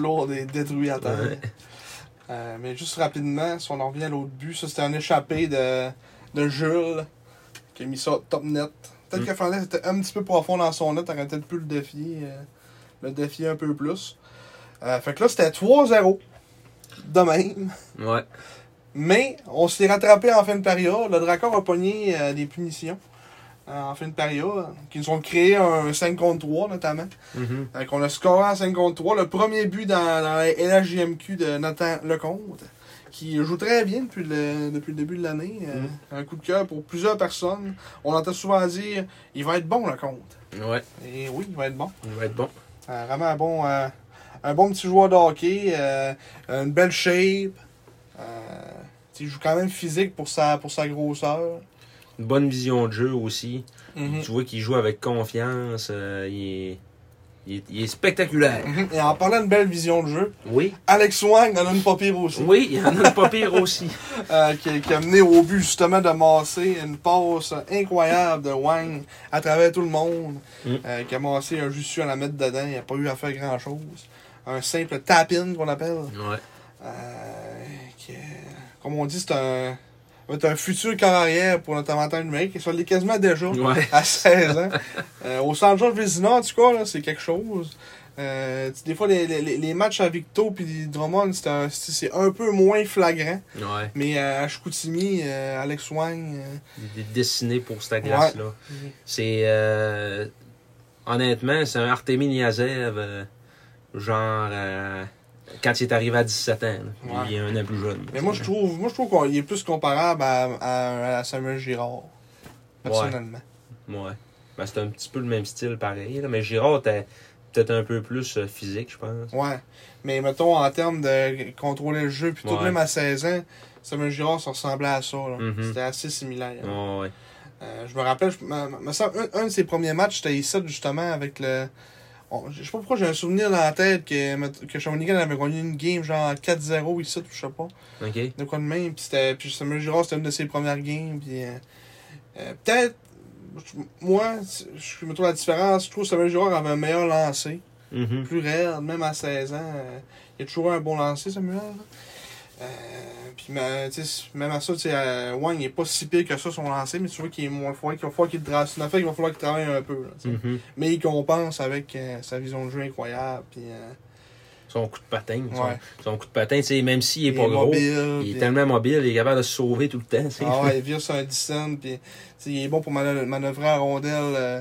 S3: L'eau des détruits à terre.
S2: Ouais.
S3: Euh, mais juste rapidement, si on en revient à l'autre but, ça c'était un échappé de, de Jules qui a mis ça top net. Peut-être
S2: Mm.
S3: que Fernandez était un petit peu profond dans son net, aurait peut-être pu le défier, euh, le défier un peu plus. Euh, fait que là c'était 3-0 de même.
S2: Ouais.
S3: Mais on s'est rattrapé en fin de période. Le Dracor a pogné euh, des punitions euh, en fin de période qui nous ont créé un 5 contre 3 notamment.
S2: Mhm.
S3: Fait qu'on a scoré à 5 contre 3. Le premier but dans, dans la LHJMQ de Nathan Lecomte, qui joue très bien depuis le, depuis le début de l'année. Euh, Un coup de cœur pour plusieurs personnes. On entend souvent dire il va être bon, Lecomte.
S2: Ouais.
S3: Et oui, il va être bon.
S2: Il va être bon.
S3: Euh, vraiment un bon, euh, un bon petit joueur de hockey. euh, une belle shape. Euh, tu sais, il joue quand même physique pour sa, pour sa grosseur.
S2: Une bonne vision de jeu aussi.
S3: Mhm.
S2: Tu vois qu'il joue avec confiance. euh, il, est, il, est, il est spectaculaire.
S3: Mhm. Et en parlant de belle vision de jeu,
S2: Oui.
S3: Alex Wang en a une pas pire aussi.
S2: Oui, il y en a de pas pire aussi.
S3: Euh, qui, qui a mené au but justement de masser une passe incroyable de Wang à travers tout le monde,
S2: Mm.
S3: euh, qui a massé un juste à la mettre dedans, il n'a pas eu à faire grand chose. Un simple tap-in qu'on appelle.
S2: Ouais.
S3: euh, qui est- comme on dit, c'est un, va être un futur carrière pour notre avantage numérique. Ça l'est quasiment déjà
S2: Ouais.
S3: à 16 ans. Euh, au San Georges Vézina, en tout cas, là, c'est quelque chose. Euh, tu sais, des fois, les, les, les matchs à Victo puis Drummond, c'est un, c'est c'est un peu moins flagrant.
S2: Ouais.
S3: Mais euh, à Chicoutimi, euh, Alex
S2: Ah,
S3: Wang, euh,
S2: Il est dessiné pour cette glace-là. C'est. euh, honnêtement, c'est un Artemi Niazev, euh, genre. euh, quand il est arrivé à 17 ans. là. Puis
S3: Ouais.
S2: Il est un an plus jeune.
S3: mais moi je trouve moi je trouve qu'il est plus comparable à, à, à Samuel Girard. Personnellement.
S2: Ouais. Ben, c'est un petit peu le même style pareil. là. Mais Girard était peut-être un peu plus euh, physique, je pense.
S3: Ouais. Mais mettons en termes de contrôler le jeu, puis tout de
S2: Ouais.
S3: même à 16 ans, Samuel Girard se ressemblait à ça. là.
S2: Mhm.
S3: C'était assez similaire.
S2: Ouais, ouais.
S3: Euh, je me rappelle, je- ma- ma- me semble, un, un de ses premiers matchs, c'était ici justement avec le. on- je sais pas pourquoi j'ai un souvenir dans la tête que, met- que Shawinigan avait gagné une game genre 4-0 ici, ou je sais pas.
S2: OK.
S3: de quoi de même. Puis c'était, puis Samuel Girard, c'était une de ses premières games. Puis euh, euh, peut-être, je- moi, je me trouve la différence. Je trouve que Samuel Girard avait un meilleur lancer,
S2: Mhm.
S3: plus raide, même à 16 ans. euh, il a toujours eu un bon lancer, Samuel. là. Euh, puis ma- tu sais, même à ça, tu sais, euh, Wang il est pas si pire que ça son lancer, mais tu vois qu'il est moins fort, qu'il va falloir qu'il travaille. C'est une affaire qu'il va falloir qu'il travaille un peu. là, tu sais.
S2: Mhm.
S3: Mais il compense avec euh, sa vision de jeu incroyable. Puis, euh,
S2: Son coup de patin. Son,
S3: Ouais.
S2: son coup de patin, tu sais, même s'il est pas gros,
S3: mobile,
S2: il est
S3: puis-
S2: tellement mobile, il est capable de se sauver tout le temps. tu sais.
S3: Ah ouais, il vire sur un 10 cents, puis tu sais, il est bon pour manœuvrer, manœuvrer à rondelle, euh,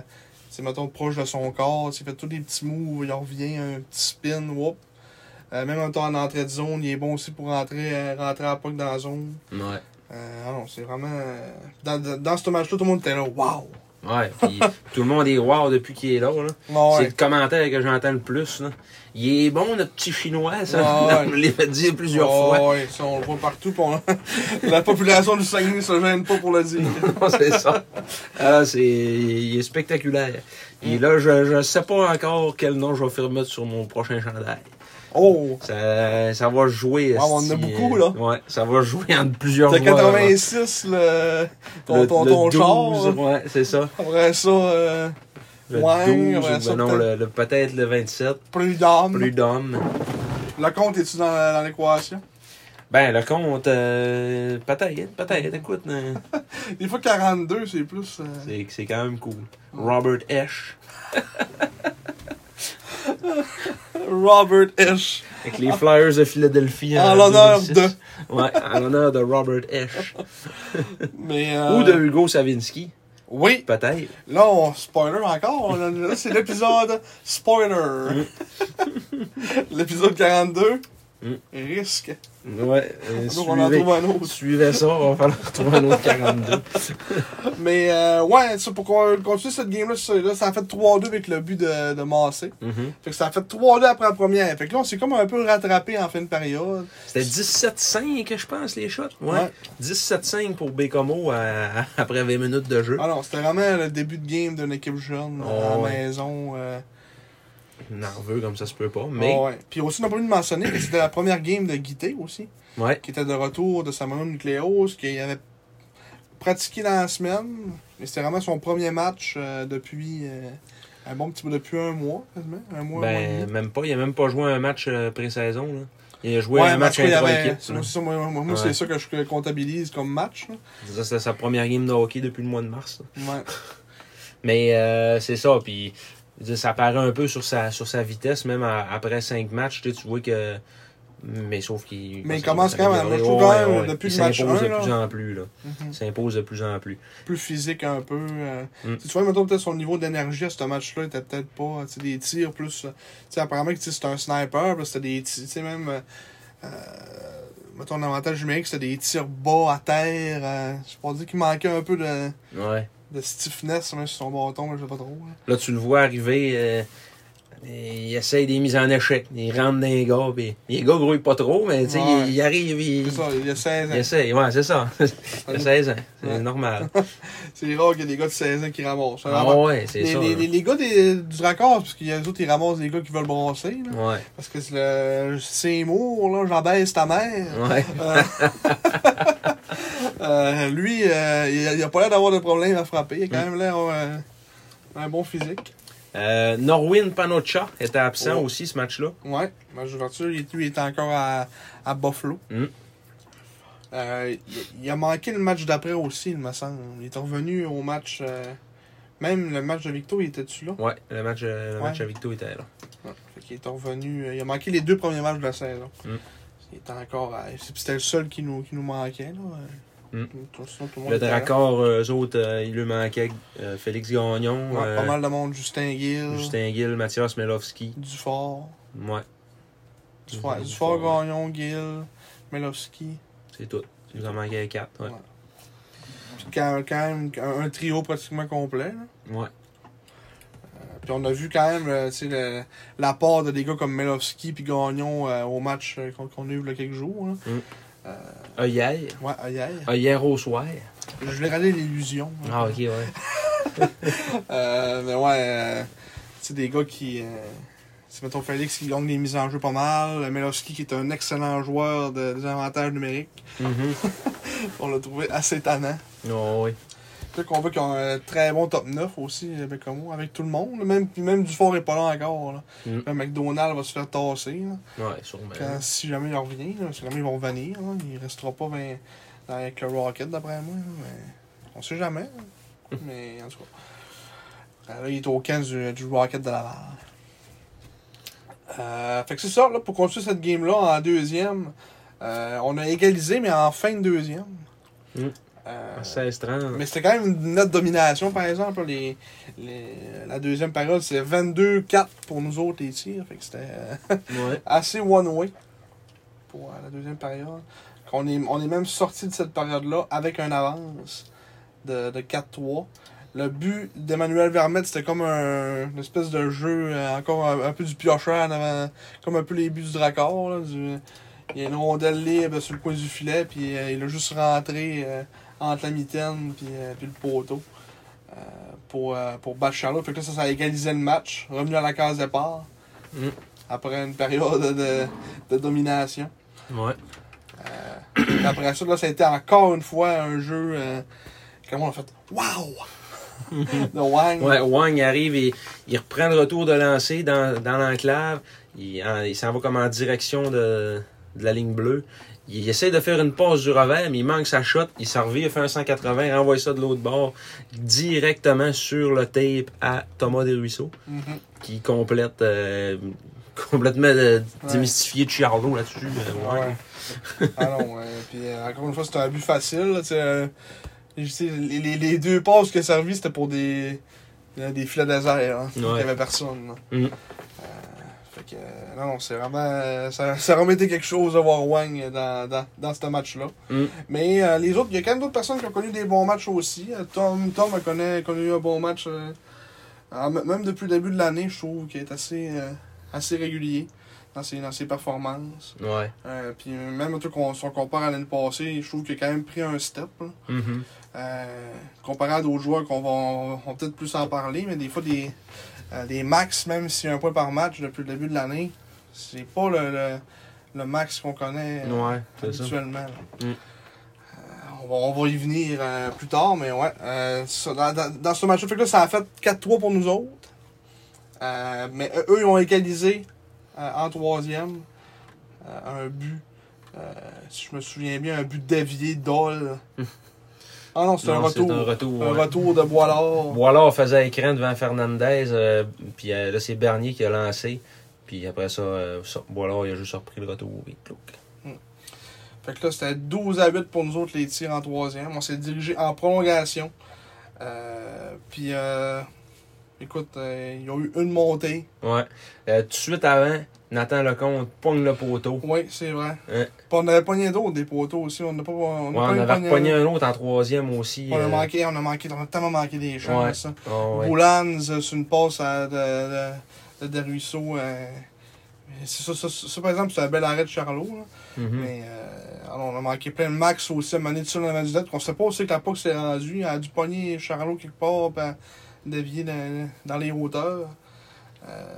S3: tu sais, mettons, proche de son corps. tu sais, Il fait tous des petits moves, il revient, un petit spin, whoop. Euh, même en temps en entrée de zone, il est bon aussi pour rentrer, euh, rentrer à la puck dans la zone.
S2: Ouais.
S3: Euh, ah non, c'est vraiment. euh, dans, dans, dans ce match-là, tout le monde était là, waouh!
S2: Ouais, puis tout le monde est wow depuis qu'il est là. là. C'est
S3: Ah Ouais,
S2: le commentaire que j'entends le plus. Là. Il est bon, notre petit chinois, ça.
S3: Ah Ouais. Ah
S2: on me l'a fait dire plusieurs
S3: Ouais, ouais, ça, on le voit partout. puis on- La population du Saguenay se gêne pas pour le dire.
S2: fois. c'est ça. Ah, c'est... Il est spectaculaire. Et là, je ne sais pas encore quel nom je vais faire mettre sur mon prochain chandail.
S3: Oh!
S2: Ça, ça va jouer.
S3: Ouais, Ah, on en a
S2: esti.
S3: beaucoup, là.
S2: Ouais, ça va jouer entre plusieurs
S3: T'as
S2: joueurs, là.
S3: 86, le, ton,
S2: Le-
S3: ton,
S2: le
S3: ton
S2: 12,
S3: char.
S2: Ouais, c'est ça.
S3: Après ça, euh,
S2: Le
S3: Ouais,
S2: 12,
S3: ouais,
S2: ou
S3: ça,
S2: ben non,
S3: peut-être. Mhm.
S2: le, le- peut-être le 27,
S3: plus d'âme.
S2: plus d'hommes.
S3: Le compte, est tu dans, dans l'équation?
S2: Ben, le compte, euh, peut-être, peut-être, écoute, euh,
S3: Des fois, 42, c'est plus. euh,
S2: c'est, c'est quand même cool. Robert Esch,
S3: Robert Esch.
S2: avec les Flyers de Philadelphie.
S3: En l'honneur
S2: 2006. Ouais, en l'honneur de Robert Esch.
S3: Mais, euh,
S2: Ou de Hugo Savinski,
S3: Oui,
S2: peut-être.
S3: là, on spoiler encore. on a- Là, c'est l'épisode spoiler. l'épisode 42.
S2: Mm.
S3: Risque.
S2: Ouais, euh,
S3: Donc, on en
S2: suivez-
S3: trouve un autre.
S2: suivez ça, on va falloir trouver un autre 42.
S3: Mais, euh, ouais, ça, pour qu'on continue cette game-là, ça, là, ça a fait 3-2 avec le but de, de Massé.
S2: Mhm.
S3: Fait que ça a fait 3-2 après la première. Fait que là, on s'est comme un peu rattrapé en fin de période.
S2: C'était 17-5, je pense, les shots. Ouais.
S3: Ouais.
S2: 17-5 pour Bécomo à- après 20 minutes de jeu.
S3: Alors, Ah c'était vraiment le début de game d'une équipe jeune,
S2: Oh,
S3: à la
S2: ouais.
S3: maison. euh,
S2: Nerveux comme ça se peut pas, mais.
S3: Ah ouais. Puis aussi, on n'a pas oublié de mentionner que c'était la première game de Guité aussi,
S2: Ouais.
S3: qui était de retour de Samuel Nucleos, qu'il avait pratiqué dans la semaine. Mais c'était vraiment son premier match euh, depuis euh, un bon petit peu, depuis un mois, quasiment. Un mois, un mois et
S2: Ben,
S3: demi.
S2: même pas. Il a même pas joué un match euh, pré-saison. là. Il a joué un match
S3: en tout cas,
S2: contre
S3: il y avait-
S2: l'équipe.
S3: Moi, c'est ça, moi, moi, moi, c'est
S2: Ouais.
S3: ça que je comptabilise comme match. là.
S2: C'était sa première game de hockey depuis le mois de mars. là.
S3: Ouais.
S2: Mais euh, c'est ça, puis je veux dire, ça paraît un peu sur sa, sur sa vitesse, même à- après cinq matchs, tu sais, tu vois que... Mais sauf qu'il...
S3: Mais il
S2: ça-
S3: commence
S2: ça
S3: quand même,
S2: amélioré.
S3: moi, je trouve quand même, depuis
S2: Il
S3: le match
S2: s'impose
S3: un,
S2: de plus
S3: là.
S2: en plus, là.
S3: Mhm.
S2: Il s'impose de plus en plus.
S3: Plus physique un peu. euh.
S2: Mm.
S3: Tu vois, mettons, peut-être son niveau d'énergie à ce match-là était peut-être pas. Tu sais, des tirs plus. euh, Tu sais, apparemment que tu sais, c'était un sniper, puis c'était des tirs. Tu sais, même. euh, euh, mettons, un avantage numérique, c'était des tirs bas à terre. euh, je pourrais dire qu'il manquait un peu de,
S2: Ouais.
S3: de stiffness même, sur son bâton, mais je sais pas trop. là.
S2: Là, tu le vois arriver, euh, il essaye des mises en échec. Il rentre dans les gars, puis les gars grouillent pas trop, mais tu sais,
S3: Ouais.
S2: il, il arrive, il...
S3: C'est ça, il y a 16 ans.
S2: Il essaye, ouais, c'est ça. Il a 16 ans, c'est
S3: Ouais.
S2: normal.
S3: C'est rare qu'il y ait des gars de 16 ans qui ramassent.
S2: Ah
S3: Vraiment,
S2: ouais, c'est
S3: les,
S2: ça.
S3: les,
S2: là.
S3: les- les gars des- du raccord, parce qu'il y a les autres, ils ramassent des gars qui veulent brasser. Là,
S2: Ouais,
S3: parce que c'est le Seymour, là, j'en baisse ta mère.
S2: ouais.
S3: Euh, euh, lui, euh, il, a, il a pas l'air d'avoir de problème à frapper. Il a quand même l'air euh, un bon physique.
S2: Euh, Norwin Panocha était absent
S3: Oh.
S2: aussi ce match-là.
S3: Ouais, Ben, ma ouverture, il, lui, il est encore à, à Buffalo.
S2: Mm.
S3: Euh, il, il a manqué le match d'après aussi, il me semble. Il est revenu au match. euh, même le match de Victo, il était-tu là?
S2: Ouais, le match, euh, le
S3: Ouais.
S2: match à Victo était là.
S3: il est revenu. euh, il a manqué les deux premiers matchs de la saison.
S2: Mm.
S3: Il était encore. à- c'est- C'était le seul qui nous, qui nous manquait. Là.
S2: Mm.
S3: Tout- sinon, tout le monde
S2: Le
S3: était là.
S2: Dracor, eux autres, euh, il lui manquait euh, Félix Gagnon,
S3: Ouais,
S2: euh,
S3: Pas mal de monde. Justin Gill,
S2: Justin Gill, Mathias Melowski.
S3: Dufort.
S2: Ouais,
S3: Dufort,
S2: Mhm,
S3: Dufort,
S2: Dufort,
S3: Gagnon, Gill, Melowski.
S2: c'est tout. Il nous en manquait quatre. Ouais.
S3: Puis Quand, quand même un un trio pratiquement complet. là.
S2: ouais.
S3: Puis on a vu quand même euh, tu sais, le- l'apport de des gars comme Melowski puis Gagnon euh, au match euh, qu'on qu'on a eu il y a quelques jours. là.
S2: Ah, Hier.
S3: Ouais, euh, hier.
S2: Ah, Hier au soir.
S3: Je l'ai regardé l'illusion. là.
S2: Ah, ok, ouais.
S3: Euh, mais ouais, euh, c'est des gars qui. Euh, c'est mettons Félix qui gagne des mises en jeu pas mal. Melowski qui est un excellent joueur de, des avantages numériques.
S2: Mhm.
S3: On l'a trouvé assez tannant.
S2: Oh, oui.
S3: Puis qu'on voit qu'ils ont un très bon top 9 aussi, avec, comme, avec tout le monde. Même, puis même Dufort est pas là encore. Là.
S2: Mm.
S3: Là, McDonald va se faire tasser. là,
S2: Ouais, sûrement.
S3: quand- si jamais il revient, là, si jamais ils vont venir, là, il restera pas vingt- dans- avec le Rocket d'après moi. là, mais on sait jamais. hein. mais en tout cas. Euh, Là, il est au camp du, du Rocket de Laval. Euh, fait que c'est ça, là, pour continuer cette game-là en deuxième. euh, on a égalisé, mais en fin de deuxième.
S2: Mm.
S3: Euh,
S2: À 16-30.
S3: mais c'était quand même une nette domination, par exemple. là, Les, les- la deuxième période, c'est 22-4 pour nous autres, les tirs. Fait que c'était euh,
S2: Ouais.
S3: assez one-way pour euh, la deuxième période. On est, on est même sorti de cette période-là avec une avance de, de 4-3. Le but d'Emmanuel Vermette, c'était comme un, une espèce de jeu, euh, encore un, un peu du piocheur en avant, comme un peu les buts du Dracor. là, du- il y a une rondelle libre sur le coin du filet, puis euh, il a juste rentré euh, entre la mitaine puis, euh, puis le poteau euh, pour, euh, pour battre Charlotte. Fait que là, ça, ça a égalisé le match, revenu à la case départ
S2: Mm.
S3: après une période de, de domination.
S2: Ouais.
S3: Puis après ça, là, ça a été encore une fois un jeu. euh, comment on a fait Waouh De Wang.
S2: Ouais, Wang arrive et il reprend le retour de lancer dans, dans l'enclave. Il, en- il s'en va comme en direction de, de la ligne bleue. Il, essaie de faire une passe du revers, mais il manque sa shot. Il s'en revient, il fait un 180, il renvoie ça de l'autre bord directement sur le tape à Thomas Desruisseaux,
S3: Mhm.
S2: qui complète euh, complètement euh,
S3: Ouais.
S2: démystifié Chiarlo là-dessus. euh, Wang.
S3: Ouais. ah non, ouais. Puis euh, encore une fois, c'était un but facile. là, tu sais, euh, je sais, les, les- les deux passes qui a servi, c'était pour des, euh, des filets désert. Hein. Il n'y
S2: Ouais.
S3: avait personne. là.
S2: Mhm.
S3: Euh, fait que, euh, non, non, c'est vraiment. euh, ça, ça remettait quelque chose de voir Wang dans, dans, dans ce match-là.
S2: Mhm.
S3: Mais euh, les autres, il y a quand même d'autres personnes qui ont connu des bons matchs aussi. Euh, Tom, Tom a connu, connu un bon match. euh, en- même depuis le début de l'année, je trouve qu'il est assez, euh, assez régulier dans ses, dans ses performances.
S2: Ouais.
S3: Euh, puis même tout qu'on- si on compare à l'année passée, je trouve qu'il a quand même pris un step. là.
S2: Mhm.
S3: Euh, comparé à d'autres joueurs qu'on va, on va peut-être plus en parler, mais des fois, des, euh, des max, même si un point par match depuis le début de l'année, c'est pas le, le, le max qu'on connaît euh,
S2: Ouais, c'est ça.
S3: habituellement. là.
S2: Mm.
S3: Euh, on, va, on va y venir euh, plus tard, mais ouais. euh, ça, dans, dans- dans ce match-là, fait que là, ça a fait 4-3 pour nous autres. Euh, mais eux, ils ont égalisé euh, en euh, troisième. euh, un but, euh, si je me souviens bien, un but d'avier d'Ol. Ah non, c'est un
S2: Mm. Non,
S3: retour.
S2: un retour.
S3: Un
S2: ouais.
S3: retour de Boilard.
S2: Boilard faisait écran devant Fernandez, euh, puis euh, là, c'est Bernier qui a lancé. Puis après ça, euh, ça- Boilard, il a juste repris le retour. Et clouc.
S3: Fait que là, c'était 12 à 8 pour nous autres, les tirs en troisième. On s'est dirigé en prolongation. Euh, puis, euh, écoute, euh, il y a eu une montée.
S2: Ouais. Euh, tout de suite avant, Nathan Lecomte pogne le poteau.
S3: Oui, c'est vrai.
S2: Ouais.
S3: Puis on avait pogné d'autres des poteaux aussi. On n'a pas. On,
S2: Ouais,
S3: n'a
S2: on
S3: pas eu
S2: avait
S3: pogné-
S2: repogné un autre en troisième aussi.
S3: On a
S2: euh,
S3: manqué, on a manqué, on a tellement manqué des chances. hein.
S2: oh, ouais.
S3: Boulans, euh, sur une passe à, de, de, de, Desruisseaux, euh, c'est ça, ça, ça, ça, par exemple, c'est un bel arrêt de Charlot. là.
S2: Mhm.
S3: Mais euh, alors, on a manqué plein de max aussi à Mané de la main du net. On sait pas où c'est que la POC s'est rendue. Elle a dû pogner Charlot quelque part, puis elle a dévié dans, dans les hauteurs. Euh,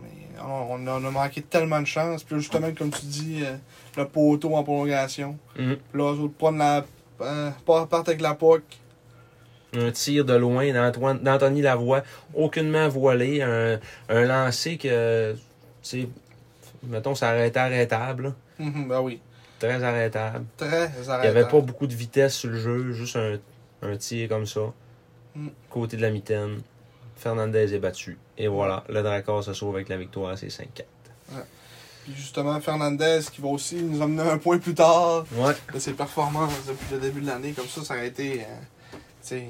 S3: mais alors, on, a, on a manqué tellement de chance. Puis là, justement, comme tu dis, euh, le poteau en prolongation.
S2: Mhm.
S3: Puis là, eux autres prennent la. euh, part- partent avec la POC.
S2: Un tir de loin d'Antoine- d'Anthony Lavoie, aucunement voilé, un, un lancer que, tu sais, mettons, ça aurait été arrêtable, là.
S3: Mhm, ben oui,
S2: très arrêtable.
S3: très arrêtant.
S2: Il n'y avait pas beaucoup de vitesse sur le jeu, juste un, un tir comme ça,
S3: Mm.
S2: côté de la mitaine. Fernandez est battu. Et voilà, le Dracor se sauve avec la victoire, c'est 5-4.
S3: Puis justement, Fernandez qui va aussi nous emmener un point plus tard.
S2: Ouais,
S3: de ses performances depuis le début de l'année, comme ça, ça aurait été euh, tu sais,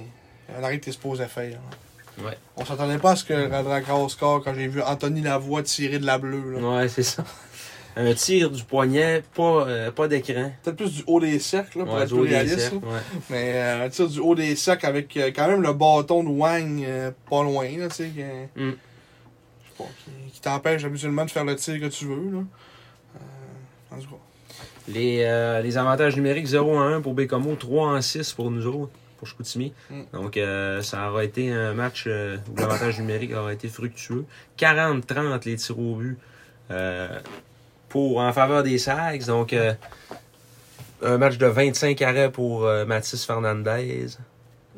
S3: un arrêt que t'es supposé faire. là.
S2: Ouais.
S3: On s'attendait pas à ce que Radrakar score quand j'ai vu Anthony Lavoie tirer de la bleue. là.
S2: ouais c'est ça. Un tir du poignet, pas, euh, pas d'écran.
S3: Peut-être plus du haut des cercles là, pour
S2: Ouais,
S3: être
S2: du
S3: plus
S2: haut des
S3: réaliste. hein.
S2: cercles,
S3: là.
S2: ouais.
S3: Mais euh, un tir du haut des cercles avec euh, quand même le bâton de Wang euh, pas loin, là, tu sais, que-
S2: Mm.
S3: je sais pas, qui, qui t'empêche habituellement de faire le tir que tu veux. Là. Euh, en tout cas.
S2: Les, euh, les avantages numériques 0 à 1 pour Bécamo, 3 en 6 pour nous autres, pour Chicoutimi.
S3: Mm.
S2: Donc, euh, ça aura été un match euh, où l'avantage numérique aura été fructueux. 40-30 les tirs au but euh, pour, en faveur des Sags. Donc, euh, un match de 25 arrêts pour euh, Mathis Fernandez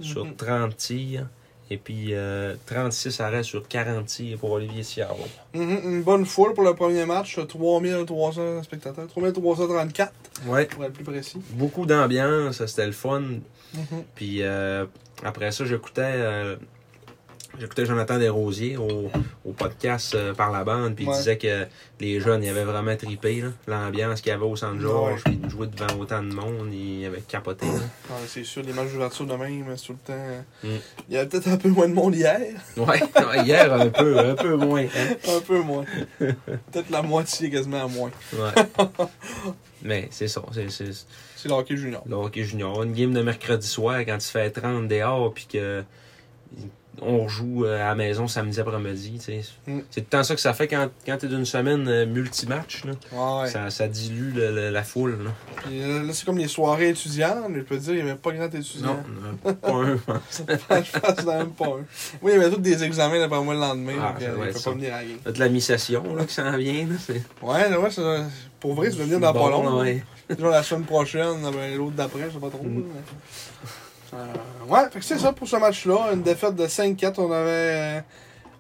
S2: sur
S3: Mhm.
S2: 30 tirs. Et puis, euh, 36 arrêts sur 40 tirs pour Olivier Sierra.
S3: Mhm, une bonne foule pour le premier match, 3300 spectateurs, 3334
S2: Ouais.
S3: pour être plus précis.
S2: Beaucoup d'ambiance, c'était le fun.
S3: Mhm.
S2: Puis euh, après ça, j'écoutais euh, j'écoutais Jonathan Desrosiers au, au podcast euh, par la bande, puis
S3: Ouais.
S2: il disait que les jeunes, ils avaient vraiment tripé l'ambiance qu'il y avait au San
S3: Ouais.
S2: Georges, puis de jouer devant autant de monde, ils avaient capoté. là.
S3: Ah, c'est sûr, les matchs d'ouverture de même, c'est tout le temps. hein.
S2: Mm.
S3: Il y avait peut-être un peu moins de monde hier.
S2: Ouais, ouais, hier un peu, un peu moins. hein.
S3: un peu moins. peut-être la moitié quasiment à moins.
S2: Ouais. Mais c'est ça, c'est c'est
S3: C'est le hockey junior.
S2: le hockey junior. Une game de mercredi soir quand il se fait 30 dehors, puis que on joue euh, à la maison samedi après-midi. tu sais.
S3: Mm.
S2: C'est tout le temps ça que ça fait quand, quand t'es d'une semaine euh, multi-match. là.
S3: Ouais.
S2: Ça, ça dilue le- le- la foule. Là.
S3: Puis là, là, c'est comme les soirées étudiantes, mais je peux te dire, il n'y avait pas grand étudiant.
S2: euh, pas un.
S3: je pense qu'il n'y en avait pas un. Oui, il y avait tous des examens d'après moi le lendemain,
S2: Ah,
S3: donc
S2: ça
S3: euh,
S2: doit
S3: il ne
S2: être
S3: peut
S2: ça.
S3: pas venir à la game.
S2: T'as de la mi-session là, qui s'en vient. Là, c'est
S3: Ouais, là, ouais, ça- pour vrai, tu vas venir dans pas
S2: Bon,
S3: long.
S2: ouais.
S3: Genre la semaine prochaine, ben, l'autre d'après, je sais pas trop. mais- Euh, ouais, fait que c'est ça pour ce match-là. Une défaite de 5-4. On avait. euh,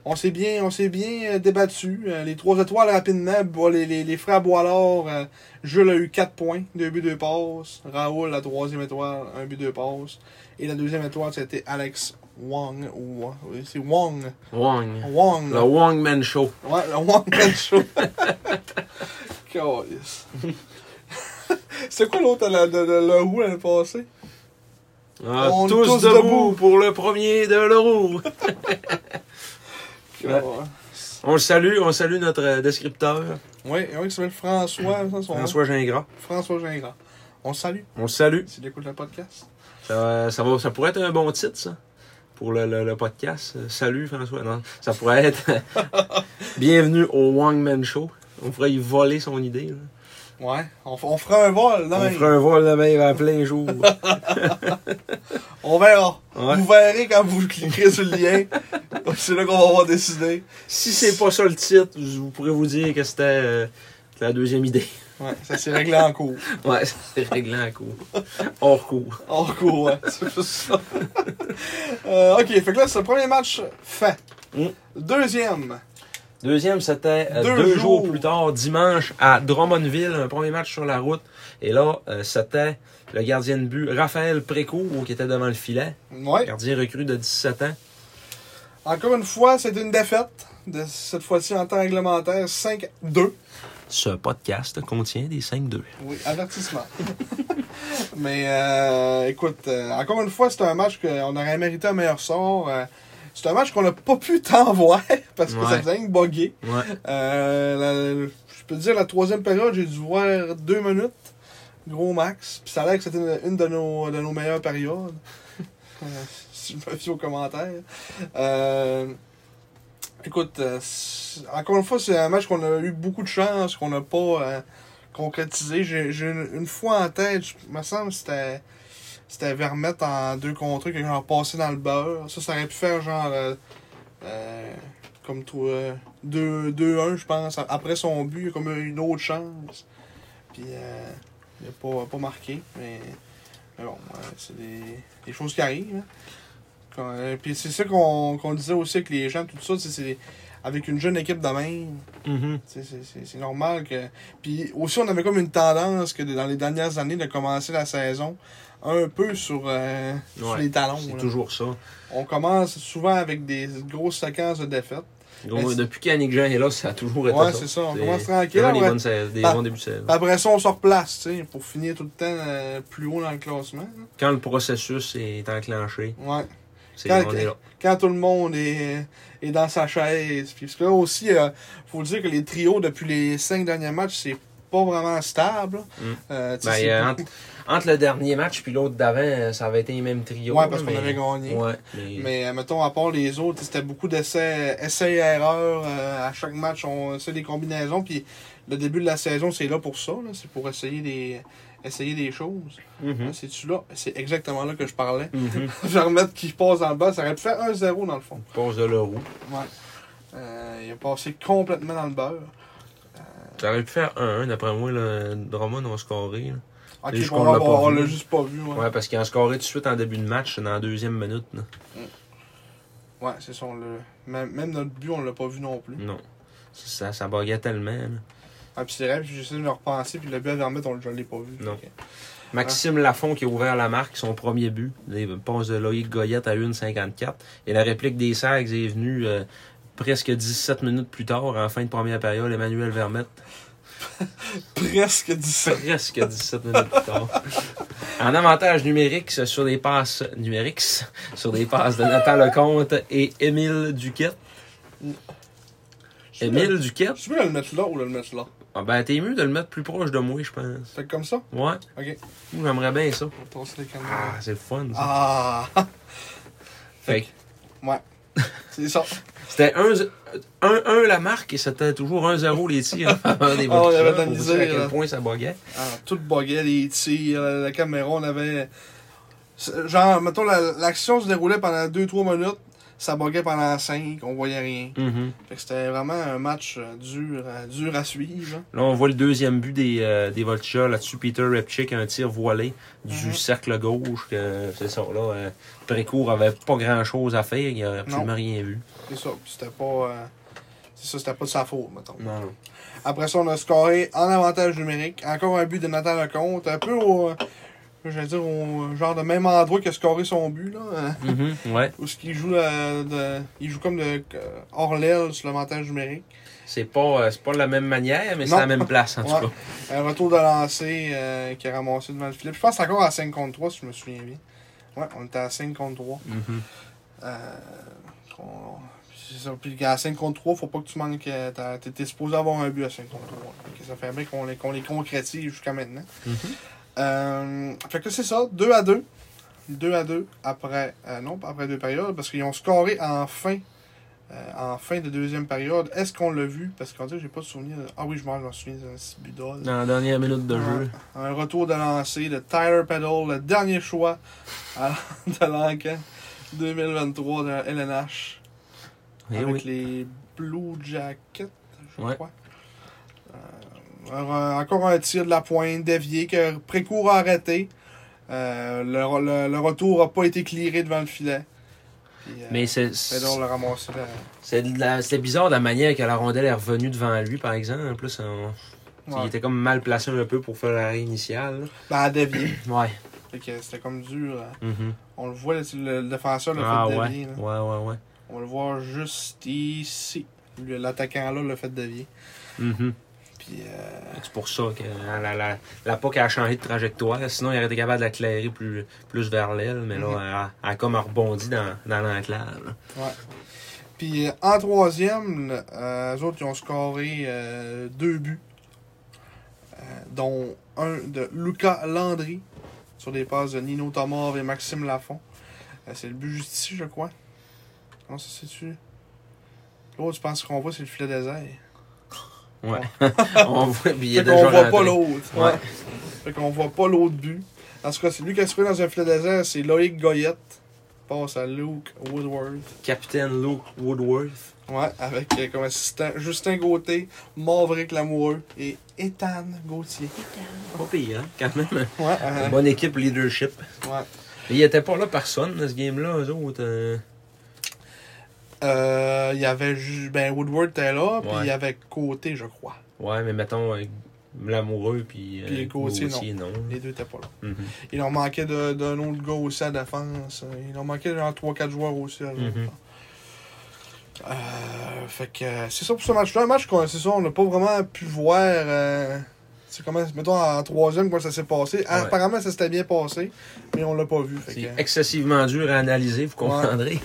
S3: on s'est bien, on s'est bien euh, débattu. Euh, les trois étoiles rapidement. Bo- les, les, les frères Boilard, euh, Jules a eu 4 points, 2 buts, 2 passes. Raoul, la troisième étoile, 1 but, 2 passes. Et la deuxième étoile, c'était Alex Wong. Ou, oui, c'est Wong.
S2: Wong.
S3: Wong.
S2: Le Wong Man Show.
S3: Ouais, le One Man Show. Calisse. C'est quoi l'autre, le, le, le, le Who l'année passée?
S2: Ah,
S3: On est
S2: tous,
S3: tous
S2: debout,
S3: debout.
S2: pour le premier de l'euro.
S3: Ouais,
S2: on le salue, on salue notre euh, descripteur,
S3: ouais, il y en a qui s'appelle François, ça, son nom.
S2: François Gingras.
S3: François Gingras. On le salue,
S2: On le salue.
S3: s'il écoute le podcast.
S2: Ça, va- ça, va, ça pourrait être un bon titre, ça, pour le, le- le podcast. Euh, Salut François. Non, ça pourrait être Bienvenue au Wang Man Show. On pourrait y voler son idée. là.
S3: Ouais, on, f- on fera un vol, là, hein.
S2: On
S3: même.
S2: fera un vol de même à plein jour.
S3: On verra.
S2: Ouais.
S3: Vous verrez quand vous cliquerez sur le lien. C'est là qu'on va avoir décidé.
S2: Si c'est pas ça le titre, je vous pourrais vous dire que c'était euh, la deuxième idée.
S3: Ouais, ça s'est réglé en cours.
S2: Ouais, c'était réglant à court. Hors cours.
S3: En cours, ouais. C'est juste ça. Euh, ok, fait que là, c'est le premier match fait.
S2: Mm.
S3: Deuxième.
S2: Deuxième, c'était euh,
S3: Deux
S2: deux, jours.
S3: jours.
S2: plus tard, dimanche, à Drummondville, un premier match sur la route. Et là, euh, c'était le gardien de but Raphaël Précourt qui était devant le filet,
S3: Ouais.
S2: gardien recru de 17 ans.
S3: Encore une fois, c'est une défaite. De, cette fois-ci en temps réglementaire, 5-2.
S2: Ce podcast contient des 5-2.
S3: Oui, avertissement. Mais euh, écoute, euh, encore une fois, c'est un match qu'on aurait mérité un meilleur sort. Euh, c'est un match qu'on n'a pas pu tant voir parce que ça
S2: Ouais.
S3: faisait une bugger.
S2: Ouais.
S3: Euh, la- je peux te dire, la troisième période, j'ai dû voir deux minutes, gros max. Puis ça a l'air que c'était une, une de, nos, de nos meilleures périodes. Euh, si je me fie aux commentaires. Euh, écoute, euh, c'est- encore une fois, c'est un match qu'on a eu beaucoup de chance, qu'on n'a pas euh, concrétisé. J'ai j'ai une, une fois en tête, je- me semble que c'était. C'était Vermette en deux contre un, que genre passé dans le beurre. Ça, ça aurait pu faire genre. euh, euh, comme toi. euh, 2 2-1, je pense. Après son but, il y a comme eu une autre chance. Puis, euh, il n'a pas, pas marqué. Mais, mais bon, euh, c'est des, des choses qui arrivent. hein. Quand- euh, puis, c'est ça qu'on qu'on disait aussi avec les gens, tout ça. c'est- C'est avec une jeune équipe de même.
S2: Mhm.
S3: Tu sais, C'est c'est- c'est normal que. Puis aussi, on avait comme une tendance que de- dans les dernières années de commencer la saison un peu sur, euh, sur
S2: Ouais,
S3: les talons.
S2: C'est
S3: là.
S2: toujours ça.
S3: On commence souvent avec des grosses séquences de défaites.
S2: Gros,
S3: Mais c'est-
S2: depuis qu'Annick Jean est là, ça a toujours été
S3: Ouais,
S2: ça.
S3: c'est ça. On
S2: C'est
S3: commence
S2: vraiment
S3: tranquille.
S2: des,
S3: on-
S2: bonnes saisons- des
S3: Bah-
S2: bons débuts de saison.
S3: Puis Après ça, on se replace, tu sais, pour finir tout le temps euh, plus haut dans le classement. hein.
S2: Quand le processus est enclenché,
S3: Ouais.
S2: c'est
S3: Quand-
S2: on est là.
S3: Quand tout le monde est, est dans sa chaise. Puis parce que là aussi, euh, faut dire que les trios depuis les cinq derniers matchs, c'est pas vraiment stable. là.
S2: Mm.
S3: Euh, tu sais,
S2: Ben,
S3: c'est
S2: euh,
S3: beaucoup-
S2: entre, entre le dernier match puis l'autre d'avant, euh, ça avait été les mêmes trios.
S3: Ouais, parce
S2: là,
S3: qu'on
S2: mais-
S3: avait gagné.
S2: Ouais, mais-
S3: Mais euh, mettons, à part les autres, c'était beaucoup d'essais, essais et erreurs. euh, à chaque match, on essaie des combinaisons. Puis le début de la saison, c'est là pour ça. là. C'est pour essayer des, essayer des choses.
S2: Mhm.
S3: C'est-tu là? C'est exactement là que je parlais.
S2: Mhm.
S3: Vermette qui passe dans le bas, ça aurait pu faire 1-0 dans le fond.
S2: Pause de l'euro.
S3: Ouais. Euh, il a passé complètement dans le beurre.
S2: Ça aurait pu faire 1-1, d'après moi, le Drummond a scoré. là.
S3: Ok,
S2: Et je
S3: on
S2: qu'on l'a
S3: l'a
S2: pas
S3: on
S2: vu.
S3: l'a juste pas vu. Ouais,
S2: Ouais, parce qu'il a scoré tout de suite en début de match, dans la deuxième minute. là.
S3: ouais c'est ça. on l'a- Même, même notre but, on l'a pas vu non plus.
S2: Non. Ça, ça baguait tellement. là.
S3: Ah, puis c'est vrai, puis j'essaie de le repenser, puis le but à Vermette, on, je l'ai pas vu.
S2: Non.
S3: Fait que-
S2: Maxime Lafont qui a ouvert la marque, son premier but. Les passes de Loïc Goyette à 1,54. Et la réplique des Sags est venue euh, presque 17 minutes plus tard, en fin de première période, Emmanuel Vermette.
S3: Presque 17.
S2: Presque 17 minutes plus tard. En avantage numérique c'est sur des passes numériques, sur des passes de Nathan Lecomte et Émile Duquette. Émile Duquette?
S3: Je suis mieux de le mettre là ou de le mettre là.
S2: Ah ben, t'es mieux de le mettre plus proche de moi, je pense.
S3: Fait que comme ça,
S2: Ouais.
S3: Ok.
S2: Moi, J'aimerais bien ça.
S3: on tourne les caméras.
S2: Ah, c'est le fun, ça.
S3: Ah!
S2: Fait que
S3: C'est ça.
S2: C'était 1-1 la marque et c'était toujours 1-0 les tirs. Ah, des
S3: Ah, il y avait de
S2: Pour
S3: la
S2: vous
S3: misère,
S2: dire à quel
S3: là.
S2: point ça boguait.
S3: Alors, Ah, tout buguait, les tirs, la, la caméra, on avait. c'est- Genre, mettons, la- l'action se déroulait pendant 2-3 minutes, ça buguait pendant 5, on voyait rien. Fait que c'était vraiment un match euh, dur, euh, dur à suivre. hein.
S2: Là, on voit le deuxième but des, euh, des Voltigeurs là-dessus. Peter Repchick, un tir voilé du
S3: Mhm.
S2: cercle gauche. que C'est ça, là. euh, Précourt avait pas grand-chose à faire. Il a absolument rien vu.
S3: C'est ça, puis c'était pas. euh, c'est ça, c'était pas de sa faute, mettons.
S2: Non.
S3: Après ça, on a scoré en avantage numérique. Encore un but de Nathan Lecomte. Un peu au. euh, Je vais dire au euh, genre de même endroit qu'il a scoré son but, là. euh,
S2: Mm-hmm. Ouais.
S3: Où ce qu'il joue la- de- il joue comme de, euh, hors l'aile sur l'avantage numérique.
S2: C'est pas, euh, c'est pas la même manière, mais c'est
S3: Non.
S2: la même place, en
S3: Ouais.
S2: tout cas.
S3: Un retour de lancer euh, qui a ramassé devant le filet. Puis Je pense encore à 5 contre 3, si je me souviens bien. Ouais, on était à 5 contre 3.
S2: Mhm.
S3: Euh, on- puis c'est ça. Puis à 5 contre 3, faut pas que tu manques. euh, t'as- T'es t'es supposé avoir un but à 5 contre 3. Fait que ça fait bien qu'on les, qu'on les concrétise jusqu'à maintenant.
S2: Mhm.
S3: Euh, fait que c'est ça, 2 à 2. 2 à 2 après. euh, non, pas après deux périodes, parce qu'ils ont scoré en fin. euh, en fin de deuxième période. Est-ce qu'on l'a vu Parce qu'on dirait que j'ai pas de souvenir. de- Ah oui, je m'en je m'en souviens d'un petit but d'or, là.
S2: Dans la dernière minute de jeu.
S3: Un retour de lancer de Tyler Peddle, le dernier choix à- de l'encan 2023 de LNH.
S2: Eh
S3: avec
S2: oui.
S3: les Blue Jackets, je
S2: Ouais.
S3: crois. Euh, un- encore un tir de la pointe dévié que Précourt a arrêté. Euh, le, le- le retour n'a pas été clearé devant le filet. Puis, euh,
S2: Mais c'est
S3: Mais là, on l'a ramassé là.
S2: c'est de la- c'est bizarre de la manière que la rondelle est revenue devant lui, par exemple. En plus, on- il
S3: Ouais.
S2: était comme mal placé un peu pour faire l'arrêt initial.
S3: Ben, à dévier.
S2: là. Ouais.
S3: Fait que c'était comme dur. hein.
S2: Mhm.
S3: On le voit, là, c'est le, le défenseur l'a
S2: Ah
S3: fait
S2: ouais.
S3: dévier. là.
S2: Ouais, ouais, ouais.
S3: On le voit juste ici. Lui, L'attaquant là l'a fait dévier.
S2: Mhm.
S3: Mm-hmm. Puis, euh,
S2: C'est pour ça que hein, la, la, la POC a changé de trajectoire. Sinon, il aurait été capable de l'éclairer plus, plus vers l'aile. Mais là,
S3: Mhm.
S2: elle, elle a comme rebondi dans, dans l'enclave. là.
S3: puis euh, en troisième, là, euh, eux autres, ils ont scoré euh, deux buts. Euh, dont un de Luca Landry sur des passes de Nino Tomov et Maxime Lafont. Euh, c'est le but juste ici, je crois. Non, ça c'est-tu? L'autre, je pense qu'on voit, c'est le filet désert.
S2: Ouais. on voit, puis il est
S3: Ah. Fait
S2: déjà
S3: qu'on voit pas
S2: rentré.
S3: l'autre.
S2: Ouais.
S3: Fait qu'on voit pas l'autre but. En tout cas, c'est lui qui a trouvé dans un filet désert, c'est Loïc Goyette. Passe à Luke Woodward.
S2: Capitaine Luke Woodworth.
S3: Ouais, avec euh, comme assistant Justin Gauthier, Maverick Lamoureux et Ethan Gauthier.
S2: Pas pire, hein, quand même.
S3: Ouais, euh,
S2: Bonne équipe leadership.
S3: ouais.
S2: Mais il était pas là personne dans ce game-là, eux autres. euh.
S3: Euh, Il y avait ju- ben Woodward était là, puis
S2: Ouais.
S3: il y avait Côté, je crois.
S2: Ouais, mais mettons euh, l'amoureux puis, euh,
S3: Puis Gauthier, non.
S2: non.
S3: Les deux étaient pas là.
S2: Mhm.
S3: Il en manquait de- d'un autre gars aussi à défense. Il en manquait genre 3-4 joueurs aussi. à la
S2: Mhm.
S3: Euh, fait que euh, c'est ça pour ce match-là. Un match qu'on c'est ça, on n'a pas vraiment pu voir. euh, c'est comment, mettons en troisième, comment ça s'est passé. Ah,
S2: Ouais.
S3: Apparemment, ça s'était bien passé, mais on l'a pas vu. Fait que,
S2: C'est excessivement dur à analyser, vous comprendrez.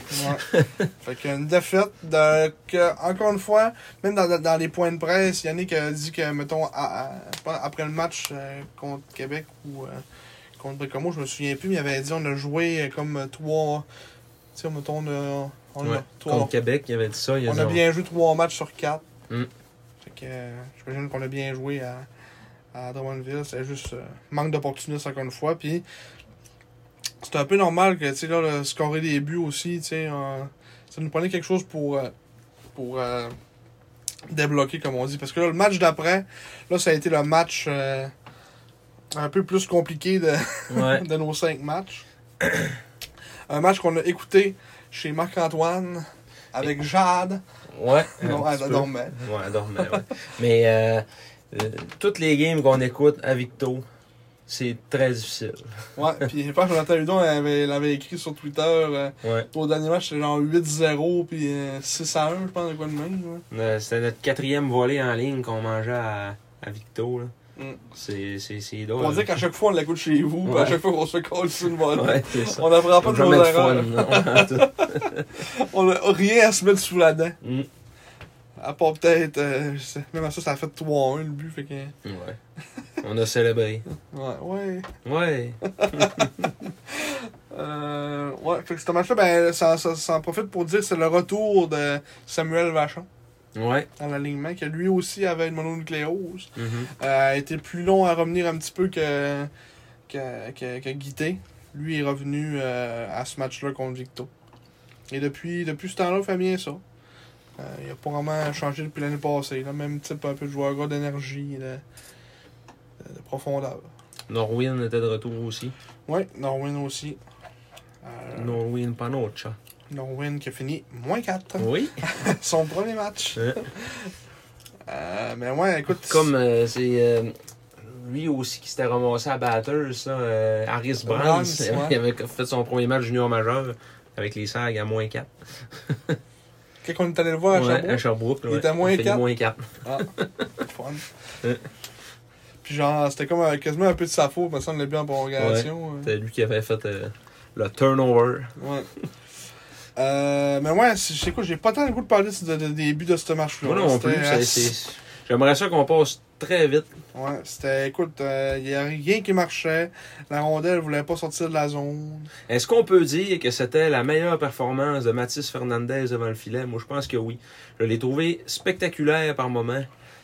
S3: ouais. fait qu'une défaite. de- que, encore une fois, même dans, dans les points de presse, Yannick a dit que, mettons, à- à- après le match euh, contre Québec ou euh, contre Bécamo, je me souviens plus, mais il avait dit on a joué euh, comme trois. Tu sais, mettons, on a. On a
S2: Ouais.
S3: trois-
S2: Contre Québec, il avait dit ça. il
S3: on a
S2: dit,
S3: bien joué trois matchs sur quatre.
S2: Mm.
S3: Fait que euh, j'imagine qu'on a bien joué à, à Drummondville. C'est juste euh, manque d'opportunistes encore une fois. Puis c'est un peu normal que tu sais là le scorer des buts aussi, tu sais, euh, ça nous prenait quelque chose pour euh, pour euh, débloquer comme on dit. Parce que là le match d'après, là ça a été le match euh, un peu plus compliqué de
S2: Ouais.
S3: de nos cinq matchs. Un match qu'on a écouté chez Marc-Antoine avec Jade.
S2: Ouais.
S3: Non,
S2: un
S3: elle
S2: petit peu.
S3: dormait.
S2: Ouais, elle dormait, ouais. Mais euh, euh, toutes les games qu'on écoute à Victo, c'est très difficile.
S3: Ouais, puis je pense que Jonathan Hudon elle avait, elle avait écrit sur Twitter euh,
S2: Ouais.
S3: au dernier match, c'était genre 8-0 puis euh, 6 à 1, je pense, de quoi de même. ouais.
S2: Euh, C'était notre quatrième volet en ligne qu'on mangeait à, à Victo. là.
S3: Mm.
S2: C'est- C'est c'est drôle.
S3: On dit qu'à chaque fois on l'écoute chez vous, puis
S2: Ouais.
S3: à chaque fois qu'on se fait coller sur une volée.
S2: Ouais, c'est ça.
S3: On n'apprend pas de nos
S2: Jamais de fun.
S3: erreurs.
S2: non.
S3: On a rien à se mettre sous la dent.
S2: Mm.
S3: À part peut-être, euh, je sais, même à ça, ça a fait 3-1 le but, fait que.
S2: Ouais. On a célébré.
S3: Ouais, ouais.
S2: Ouais.
S3: Euh, ouais, fait que ce match-là, ben, ça, ça, ça en profite pour dire que c'est le retour de Samuel Vachon
S2: Ouais.
S3: dans l'alignement, que lui aussi avait une mononucléose.
S2: Mhm.
S3: Euh, a été plus long à revenir un petit peu que, que, que, que Guité. Lui est revenu euh, à ce match-là contre Victo. Et depuis, depuis ce temps-là, Fabien, ça. Euh, il a pas vraiment changé depuis l'année passée. Là. Même type un peu de joueur, gars d'énergie, de, de- de profondeur.
S2: Norwin était de retour aussi.
S3: Ouais, Norwin aussi. Euh,
S2: Norwin Panocha.
S3: Norwin qui a fini moins 4.
S2: Oui.
S3: Son premier match.
S2: Ouais.
S3: Euh, mais ouais, écoute.
S2: Comme euh, c'est euh, lui aussi qui s'était ramassé à Batters, là, euh, Harris Brands,
S3: Brands, ouais.
S2: il avait fait son premier match junior majeur avec les SAG à moins 4.
S3: Quand on est allé le voir à
S2: Ouais,
S3: Sherbrooke.
S2: à Sherbrooke.
S3: Il était à moins
S2: Il a fini
S3: quatre.
S2: moins 4.
S3: Ah, fun. Puis genre, c'était comme euh, quasiment un peu de sa faute, me semble, le but en prolongation. euh.
S2: C'était lui qui avait fait euh, le turnover.
S3: Ouais. Euh, mais ouais, c'est- je sais quoi, j'ai pas tant le goût de parler de- de- des buts de ce match-là.
S2: Moi non
S3: C'était
S2: plus. c'est-
S3: assez-
S2: c'est- J'aimerais ça qu'on passe très vite.
S3: Ouais, c'était, écoute, il y a rien qui marchait. La rondelle voulait pas sortir de la zone.
S2: Est-ce qu'on peut dire que c'était la meilleure performance de Mathis Fernandez devant le filet? Moi, je pense que oui. Je l'ai trouvé spectaculaire par moment.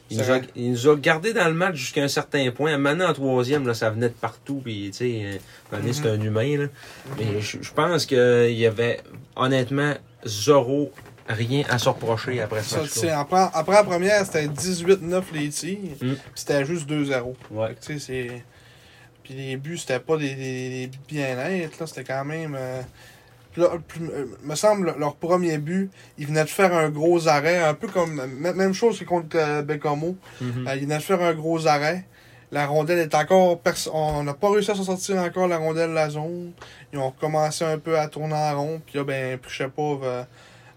S2: Il
S3: C'est
S2: nous, a,
S3: vrai.
S2: il nous a gardé dans le match jusqu'à un certain point. Maintenant, en troisième, là, ça venait de partout. Puis, tu sais, euh, à un moment
S3: Mm-hmm.
S2: donné, c'est un humain. Là. Mais je, je pense qu'il y avait, honnêtement, zéro, rien à se reprocher après ce
S3: Ça, tu sais,
S2: match-là.
S3: après, après la première, c'était 18-9 les tirs.
S2: Mm.
S3: Puis c'était juste 2-0.
S2: Ouais.
S3: Tu sais, c'est. Puis les buts, c'était pas des, des, des bien-être, là. C'était quand même. euh, Leur- puis, euh, me semble, leur premier but, ils venaient de faire un gros arrêt, un peu comme. m- Même chose que contre euh, Bécamo.
S2: Mhm.
S3: Euh, ils venaient de faire un gros arrêt. La rondelle est encore. pers- On n'a pas réussi à s'en sortir encore, la rondelle de la zone. Ils ont recommencé un peu à tourner en rond. Puis là, ben, Prichepov euh,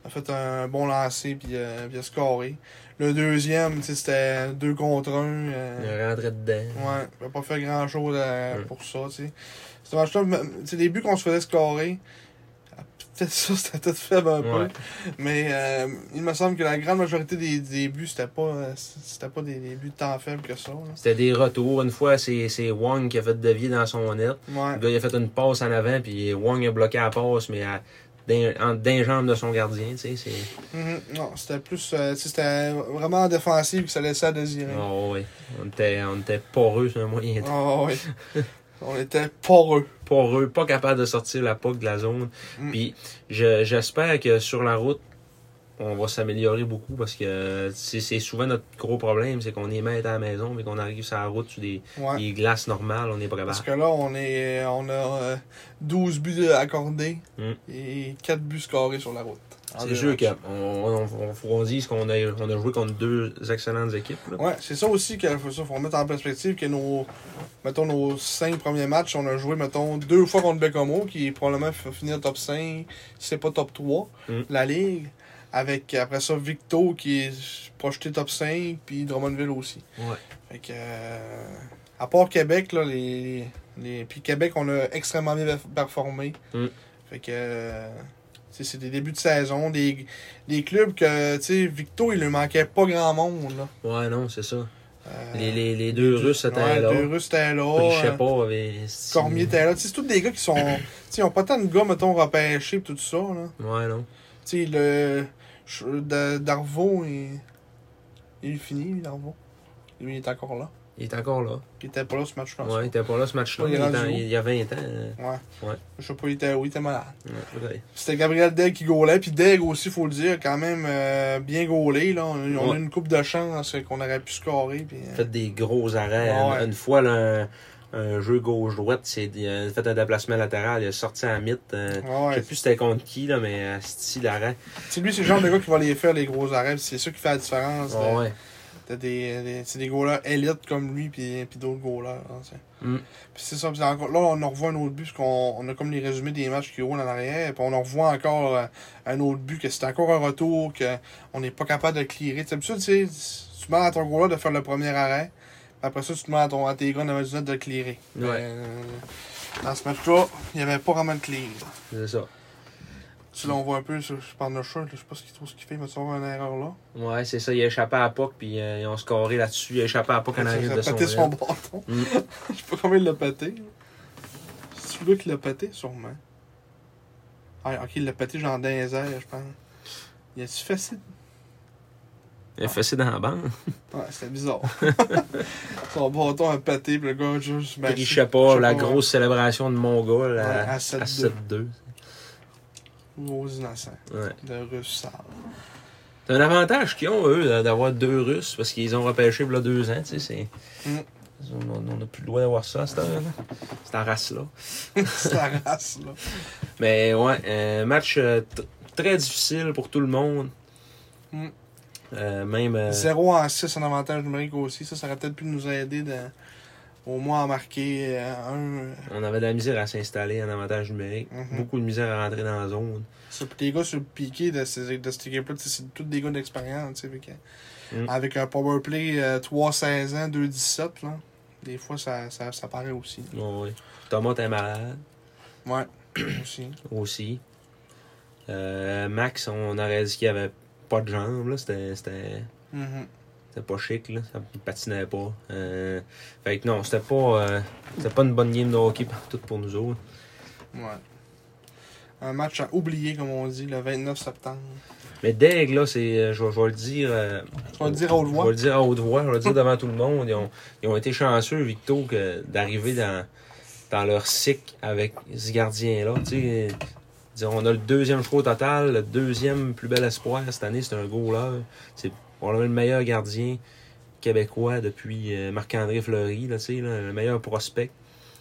S3: a fait un bon lancer, puis euh, puis a scoré. Le deuxième, tu sais, c'était deux contre un. euh,
S2: Il rentrait dedans.
S3: Ouais, il a pas fait grand chose
S2: Ouais.
S3: pour ça, tu sais. C'était un match-là, m- tu sais, les buts qu'on se faisait scorer, ah, peut-être ça, c'était peut-être faible un
S2: Ouais.
S3: peu. Mais euh, il me semble que la grande majorité des, des buts, c'était pas, euh, c'était pas des, des buts de temps faible que ça. là.
S2: C'était des retours. Une fois, c'est c'est Wong qui a fait dévier dans son net. Le
S3: Ouais.
S2: gars, il a fait une passe en avant, puis Wong a bloqué la passe, mais à, d'un- en- d'un jambe de son gardien, tu sais. c'est-
S3: Mhm. Non, c'était plus. euh, tu sais, c'était vraiment en défensive que ça laissait à désirer.
S2: Oh, oui. On était, on était poreux sur un moyen temps.
S3: Ah oui. On était poreux.
S2: Poreux, pas capable de sortir la POC de la zone.
S3: Mm.
S2: Puis je- j'espère que sur la route, on va s'améliorer beaucoup parce que c'est c'est souvent notre gros problème, c'est qu'on est maître à la maison, mais qu'on arrive sur la route sur des,
S3: Ouais.
S2: des glaces normales, on n'est pas
S3: Parce
S2: capable.
S3: que là, on, est, on a euh, 12 buts accordés
S2: Mm.
S3: et 4 buts scorés sur la route. En
S2: C'est
S3: deux
S2: sûr
S3: Ah, matchs.
S2: qu'on on, on, on dise qu'on a, on a joué contre deux excellentes équipes. là.
S3: Ouais, c'est ça aussi qu'il faut, ça, faut mettre en perspective que nos, mettons, nos cinq premiers matchs, on a joué, mettons, deux fois contre Bécomo, qui est probablement va finir top 5, si c'est pas top 3
S2: Mm.
S3: de la Ligue. Avec, après ça, Victo, qui est projeté top 5, puis Drummondville aussi.
S2: Ouais.
S3: Fait que, euh, à part Québec, là, les, les, puis Québec, on a extrêmement bien performé.
S2: Mm.
S3: Fait que, euh, tu sais, c'est des débuts de saison, des, des clubs que, tu sais, Victo, il ne manquait pas grand monde, là.
S2: Ouais, non, c'est ça.
S3: Euh,
S2: Les, les, les deux Russes étaient
S3: ouais,
S2: là.
S3: deux Russes étaient là.
S2: Je sais
S3: euh,
S2: pas, mais. c'est-
S3: Cormier était là. Tu sais, C'est tous des gars qui sont. tu sais, ils ont pas tant de gars, mettons, repêchés pis tout ça. Là.
S2: Ouais, non.
S3: Tu sais, le. Ch- Da- Darvaux, il. Il est fini, lui, Darvaux. Lui, il est encore là.
S2: Il est encore là.
S3: Il était pas là ce match-là. en
S2: Ouais, il
S3: tout
S2: était pas là ce match-là.
S3: Ouais,
S2: Il,
S3: Ah, il est
S2: était en-
S3: rendu où?
S2: il y a 20 ans. euh,
S3: cas. Ouais.
S2: Ouais.
S3: Je sais pas, il était, oui, il était malade.
S2: ouais, ouais.
S3: C'était Gabriel Degg qui gaulait, puis Degg aussi, faut le dire, quand même euh, bien gaulé. Là. On, on a
S2: Ouais.
S3: eu une coupe de chance qu'on aurait pu scorer. Puis, euh,
S2: Fait des gros arrêts.
S3: Ouais, Ah, ouais.
S2: Une fois, là, un, un jeu gauche-droite, c'est euh, il a fait un déplacement latéral, il a sorti à mythe. euh, Je
S3: ouais,
S2: sais plus c'était contre qui, là, mais euh, c'est l'arrêt.
S3: C'est lui, c'est le genre de gars qui va les faire, les gros arrêts. puis C'est ça qui fait la différence. de-
S2: Ouais, ouais.
S3: T'as des, des, c'est des goalers élites comme lui puis, puis d'autres goalers. hein, tu sais.
S2: Mm.
S3: Puis c'est ça. Puis encore, là, on en revoit un autre but, parce qu'on on a comme les résumés des matchs qui roulent en arrière. Puis on en revoit encore euh, un autre but, que c'est encore un retour, qu'on n'est pas capable de clearer. C'est habitude, tu sais, tu demandes à ton goaler de faire le premier arrêt. puis après ça, tu demandes à, ton, à tes gars dans la zone de clearer.
S2: Ouais.
S3: Euh, dans ce match-là, il n'y avait pas vraiment de clear.
S2: C'est ça.
S3: Tu l'en vois un peu sur, par nos shirts, je sais pas ce qu'il trouve ce qu'il fait, mais tu vas avoir une erreur là.
S2: Ouais, c'est ça. Il a échappé à la POC, puis euh, ils ont scoré là-dessus. Il a échappé à la POC en
S3: Ça,
S2: arrière
S3: ça
S2: de
S3: a
S2: son.
S3: pété son
S2: net.
S3: bâton.
S2: Mm.
S3: Je sais pas comment il l'a pété. là. C'est celui-là qui l'a pété, sûrement. Ah, ok, il l'a pété genre dans les airs, je pense. Il a-tu fait ça?
S2: Il a fessé dans la bande.
S3: Ouais, c'était bizarre. son bâton a pété, puis le gars a juste... ben,
S2: Richet
S3: je
S2: pas,
S3: sais
S2: la
S3: pas,
S2: grosse célébration de Mongol euh,
S3: Ouais,
S2: à,
S3: à
S2: à
S3: 7-2.
S2: 7-2.
S3: ouais, Aux innocents,
S2: Ouais.
S3: de Russes sales.
S2: C'est un avantage qu'ils ont, eux, d'a- d'avoir deux Russes, parce qu'ils ont repêché il y a deux ans, tu sais. c'est-
S3: Mm.
S2: On on n'a plus le droit d'avoir ça, cette, cette race-là.
S3: C'est la race, là.
S2: Mais ouais, euh, match euh, t- très difficile pour tout le monde.
S3: Mm.
S2: Euh, même. euh,
S3: 0 en 6 en avantage numérique aussi, ça, ça aurait peut-être pu nous aider de, au moins à marquer euh, un...
S2: on avait de la misère à s'installer en avantage numérique.
S3: Mhm.
S2: Beaucoup de misère à rentrer dans la zone.
S3: Ça, pis les gars sur le piqué de, ces, de cette équipe-là, tu sais, c'est tous des gars d'expérience. tu sais, fait que-
S2: Mm.
S3: Avec un euh, powerplay 3-16 ans, 2-17, là, des fois ça, ça, ça paraît aussi.
S2: Ouais, ouais. Thomas, t'es malade.
S3: Ouais, aussi.
S2: aussi. Euh, Max, on aurait dit qu'il avait pas de jambes, là. C'était, c'était,
S3: Mhm.
S2: c'était pas chic, là. Ça patinait pas. Euh, fait que non, c'était pas, euh, c'était pas une bonne game de hockey partout pour nous autres.
S3: Ouais. Un match à oublier, comme on dit, le 29 septembre.
S2: Mais Deg, là, c'est, euh, je, vais- je vais le dire. euh,
S3: Tu vas le dire à haute
S2: Je vais
S3: voix.
S2: le dire à haute voix, je vais le dire devant tout le monde. Ils ont, ils ont été chanceux, Victo, que d'arriver dans, dans leur cycle avec ce gardien-là. Tu sais, dire, on a le deuxième choix au total, le deuxième plus bel espoir cette année, c'est un goaler. C'est probablement le meilleur gardien québécois depuis euh, Marc-André Fleury, là, tu sais, là, le meilleur prospect.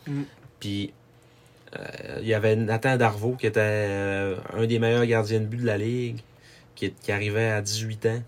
S3: Mm.
S2: Puis Euh, il y avait Nathan Darvaux, qui était euh, un des meilleurs gardiens de but de la Ligue, qui, est- qui arrivait à 18 ans.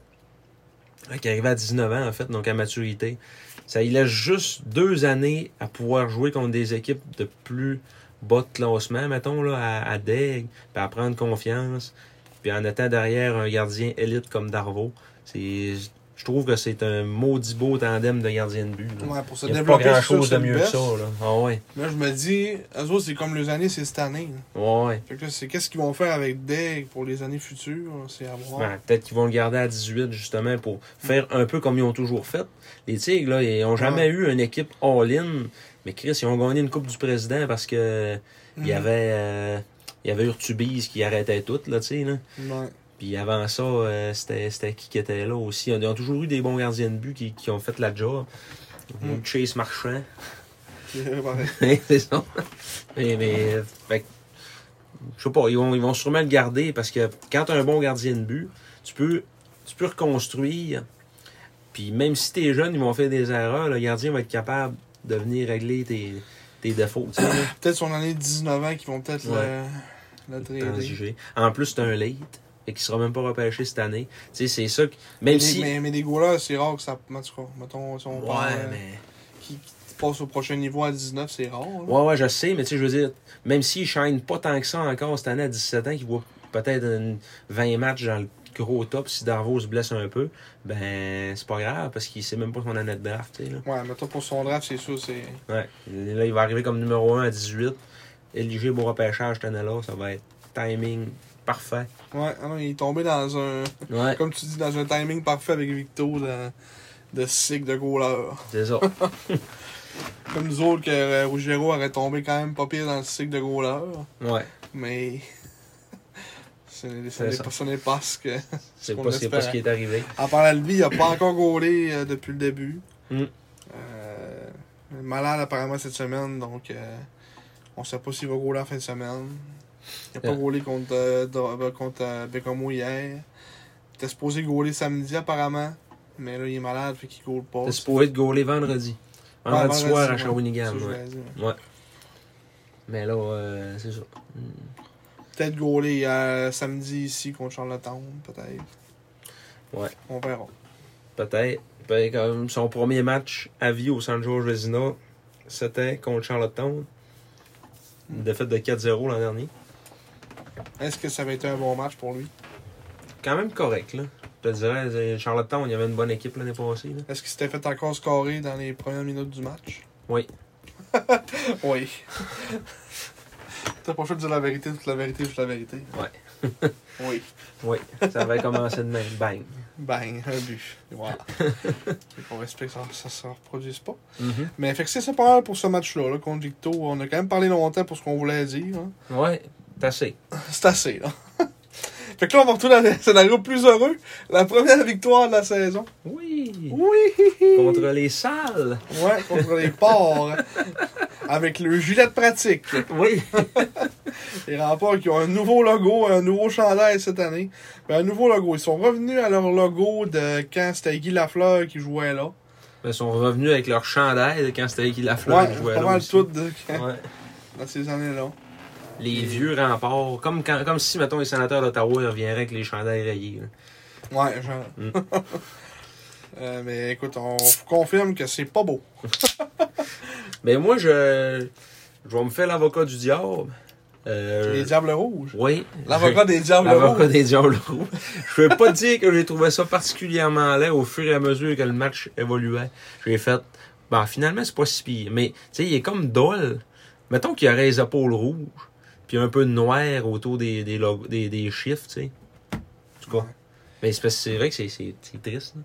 S2: Euh, Qui arrivait à 19 ans, en fait, donc à maturité. Ça, il a juste deux années à pouvoir jouer contre des équipes de plus bas de classement, mettons, là, à, à Deg, puis à prendre confiance. Puis en étant derrière un gardien élite comme Darvaux, c'est. Je trouve que c'est un maudit beau tandem de gardien de but. là.
S3: Ouais, pour se
S2: Mm. Il n'y a pas
S3: développer,
S2: grand
S3: c'est sûr,
S2: chose de
S3: c'est le
S2: mieux que
S3: best.
S2: ça, là. Ah ouais.
S3: Là, je me dis, eux autres, c'est comme les années, c'est cette année. là.
S2: Ouais.
S3: Fait que là, c'est qu'est-ce qu'ils vont faire avec Deg pour les années futures, hein, c'est à voir.
S2: Ben, Peut-être qu'ils vont le garder à 18 justement pour faire un peu comme ils ont toujours fait. Les Tigres, là, ils n'ont jamais eu une équipe all-in, mais Chris, ils ont gagné une Coupe du Président parce que il y
S3: Mhm.
S2: avait euh, il y avait Urtubise qui arrêtait tout, là, tu sais, là.
S3: Ouais.
S2: Puis avant ça, euh, c'était c'était qui qui était là aussi. Ils ont toujours eu des bons gardiens de but qui, qui ont fait la job.
S3: Mhm.
S2: Chase Marchand.
S3: Pareil.
S2: c'est ça. Mais, mais euh, fait que, je sais pas, ils vont, ils vont sûrement le garder parce que quand tu as un bon gardien de but, tu peux, tu peux reconstruire. Puis même si t'es jeune, ils vont faire des erreurs, le gardien va être capable de venir régler tes, tes défauts. tu sais, là,
S3: peut-être son année de 19 ans qu'ils vont peut-être le-
S2: Ouais.
S3: le, trader.
S2: transiger. En plus, t'as un late et qui sera même pas repêché cette année. Tu sais, c'est ça que. Même si.
S3: Mais, mais des goalers, c'est rare que ça. En tout cas, mettons, si on
S2: Ouais,
S3: parle, euh,
S2: mais.
S3: qui, qui passe au prochain niveau à 19, c'est rare. là.
S2: Ouais, ouais, je sais, mais tu sais, je veux dire, même s'il shine pas tant que ça encore cette année à 17 ans, qu'il voit peut-être une- 20 matchs dans le gros top, si Darvaux se blesse un peu, ben, c'est pas grave, parce qu'il sait même pas son année de draft, tu sais, là.
S3: Ouais, mettons pour son draft, c'est sûr, c'est.
S2: Ouais. Là, il va arriver comme numéro 1 à 18, éligible au repêchage cette année-là, ça va être timing parfait.
S3: Ouais, ah non, il est tombé dans un.
S2: Ouais,
S3: Comme tu dis, dans un timing parfait avec Victo de, de cycle de goalers.
S2: c'est ça.
S3: Comme nous autres, que euh, Ruggiero aurait tombé quand même pas pire dans le cycle de goalers.
S2: Ouais,
S3: Mais. ce n'est- ce
S2: C'est
S3: n'est
S2: ça.
S3: pas, ce n'est pas ce que.
S2: c'est
S3: qu'on
S2: pas, c'est pas
S3: espérait.
S2: ce qui est arrivé.
S3: À part la Levy, il n'a pas encore gaulé euh, depuis le début.
S2: Mm.
S3: Euh, malade apparemment cette semaine, donc euh, on ne sait pas s'il va gauler en fin de semaine. Il n'a pas
S2: Yeah.
S3: gaulé contre, euh, Dor- euh, contre euh, Bécamo hier. Il était supposé gauler samedi apparemment, mais là il est malade, fait qu'il ne pas.
S2: T'es supposé de gauler vendredi.
S3: Ouais,
S2: Vendredi
S3: vendredi,
S2: soir à
S3: ouais.
S2: Shawinigan,
S3: Ça, je
S2: ouais.
S3: l'ai dit, ouais.
S2: Mais là, euh, c'est ça.
S3: Peut-être gauler hier, samedi ici contre Charlottetown, peut-être.
S2: Ouais.
S3: On verra.
S2: Peut-être. Ben, quand même, son premier match à vie au San Jorge Vezina, c'était contre Charlottetown. Une défaite de 4-0 l'an dernier.
S3: Est-ce que ça va être un bon match pour lui?
S2: Quand même correct, là. Je te dirais, euh, Charlottetown, il y avait une bonne équipe l'année passée. Là.
S3: Est-ce qu'il s'était fait encore scorer dans les premières minutes du match?
S2: Oui.
S3: oui. T'as pas fait de dire la vérité, toute la vérité, toute la vérité.
S2: Ouais.
S3: oui.
S2: Oui, ça avait commencé de même. Bang.
S3: Bang, un but. Voilà. on espère que ça, ça se reproduise pas. Mais fait que c'est ça pas mal pour ce match-là, là, contre Victo. On a quand même parlé longtemps pour ce qu'on voulait dire. hein.
S2: Ouais, t'as assez.
S3: C'est assez, là. fait que là, on va retourner à des scénarios plus heureux. La première victoire de la saison.
S2: Oui.
S3: Oui!
S2: Contre les salles.
S3: Ouais, contre les porcs. hein. Avec le gilet de pratique.
S2: Oui.
S3: Les remparts qui ont un nouveau logo, un nouveau chandail cette année. Ben, un nouveau logo. Ils sont revenus à leur logo de quand c'était Guy Lafleur qui jouait là.
S2: Ils sont revenus avec leur chandail de quand c'était qui la fleur
S3: ouais, pas mal tout de,
S2: Ouais.
S3: dans ces années-là.
S2: Les vieux remparts. Comme, quand, comme si, mettons, les sénateurs d'Ottawa reviendraient avec les chandails rayés. là.
S3: Ouais, genre.
S2: Mm.
S3: Euh, mais écoute, on vous confirme que c'est pas beau.
S2: Ben moi, je, je vais me faire l'avocat du diable. Euh,
S3: Les Diables Rouges.
S2: Oui.
S3: L'avocat des
S2: Je-
S3: Diables
S2: l'avocat
S3: Rouges.
S2: des diables roux. Je veux pas dire que j'ai trouvé ça particulièrement laid au fur et à mesure que le match évoluait. J'ai fait, ben finalement, c'est pas si pire. Mais, tu sais, il est comme dol. Mettons qu'il aurait les épaules rouges, puis un peu de noir autour des, des, logos- des, des chiffres, tu sais. En tout cas. Mais c'est parce que c'est vrai que c'est- c'est c'est triste. là.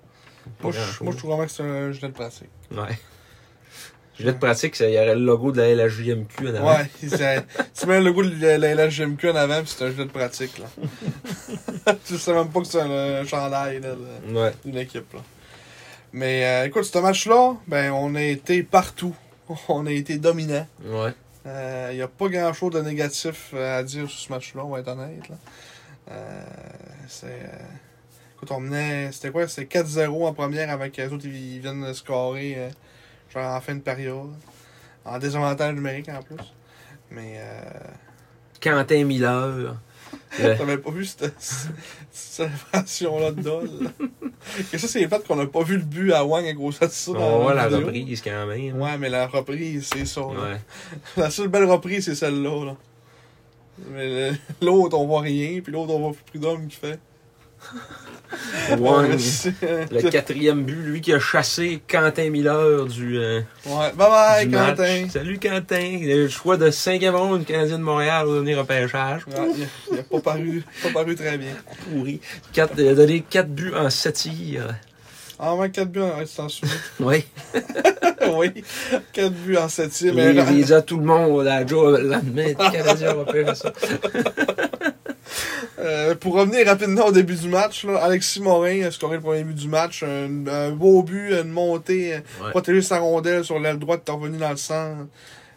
S3: Moi, je-
S2: grand-chose.
S3: moi, je trouve vraiment que c'est un gilet de pratique.
S2: Ouais. Je vais te pratique, ça, il y aurait le logo de la LHJMQ en avant.
S3: Ouais, c'est c'est même le logo de la la LHJMQ en avant, puis c'est un gilet de pratique. là. je sais même pas que c'est un, un chandail. Là, de-
S2: Ouais.
S3: d'une équipe. Là. Mais euh, écoute, ce match-là, ben, on a été partout. On a été dominant.
S2: Ouais.
S3: Il n'y a pas grand-chose de négatif euh, à dire sur ce match-là, on va être honnête. là. Euh, c'est, euh, écoute, on menait. C'était quoi C'était 4-0 en première avec les autres, ils ils viennent de euh, scorer euh, genre en fin de période. En désavantage numérique en plus. Mais euh,
S2: Quentin Miller. Le-
S3: t'avais pas vu cette, cette célébration-là de Dole. Et ça, c'est le fait qu'on n'a pas vu le but à Wang et Grossat ça
S2: on voit la
S3: vidéo.
S2: reprise quand même.
S3: Ouais, mais la reprise, c'est ça. là.
S2: Ouais.
S3: La seule belle reprise, c'est celle-là. Là. Mais le- l'autre, on voit rien, puis l'autre, on voit Prudhomme qui fait.
S2: Wang.
S3: Ouais, c'est-
S2: Le quatrième but, lui qui a chassé Quentin Miller du, euh,
S3: Ouais, bye bye,
S2: du match.
S3: Quentin.
S2: Salut Quentin. Il a eu le choix de 5e ronde du Canadien de Montréal au dernier repêchage.
S3: Ouais, il, a, il a pas paru, pas paru très bien.
S2: Pourri. Quatre- il a donné 4 buts en 7 tirs.
S3: En moins 4 Ah, buts en extension.
S2: Oui.
S3: oui, 4 buts en 7
S2: Il
S3: mais
S2: il les a tout le monde à Joe le lendemain. Le Canadien repêche ça.
S3: euh, pour revenir rapidement au début du match, là, Alexis Morin a scoré le premier but du match. Un, un beau but, une montée,
S2: Ouais.
S3: protéger sa rondelle sur l'aile droite, revenu dans le centre.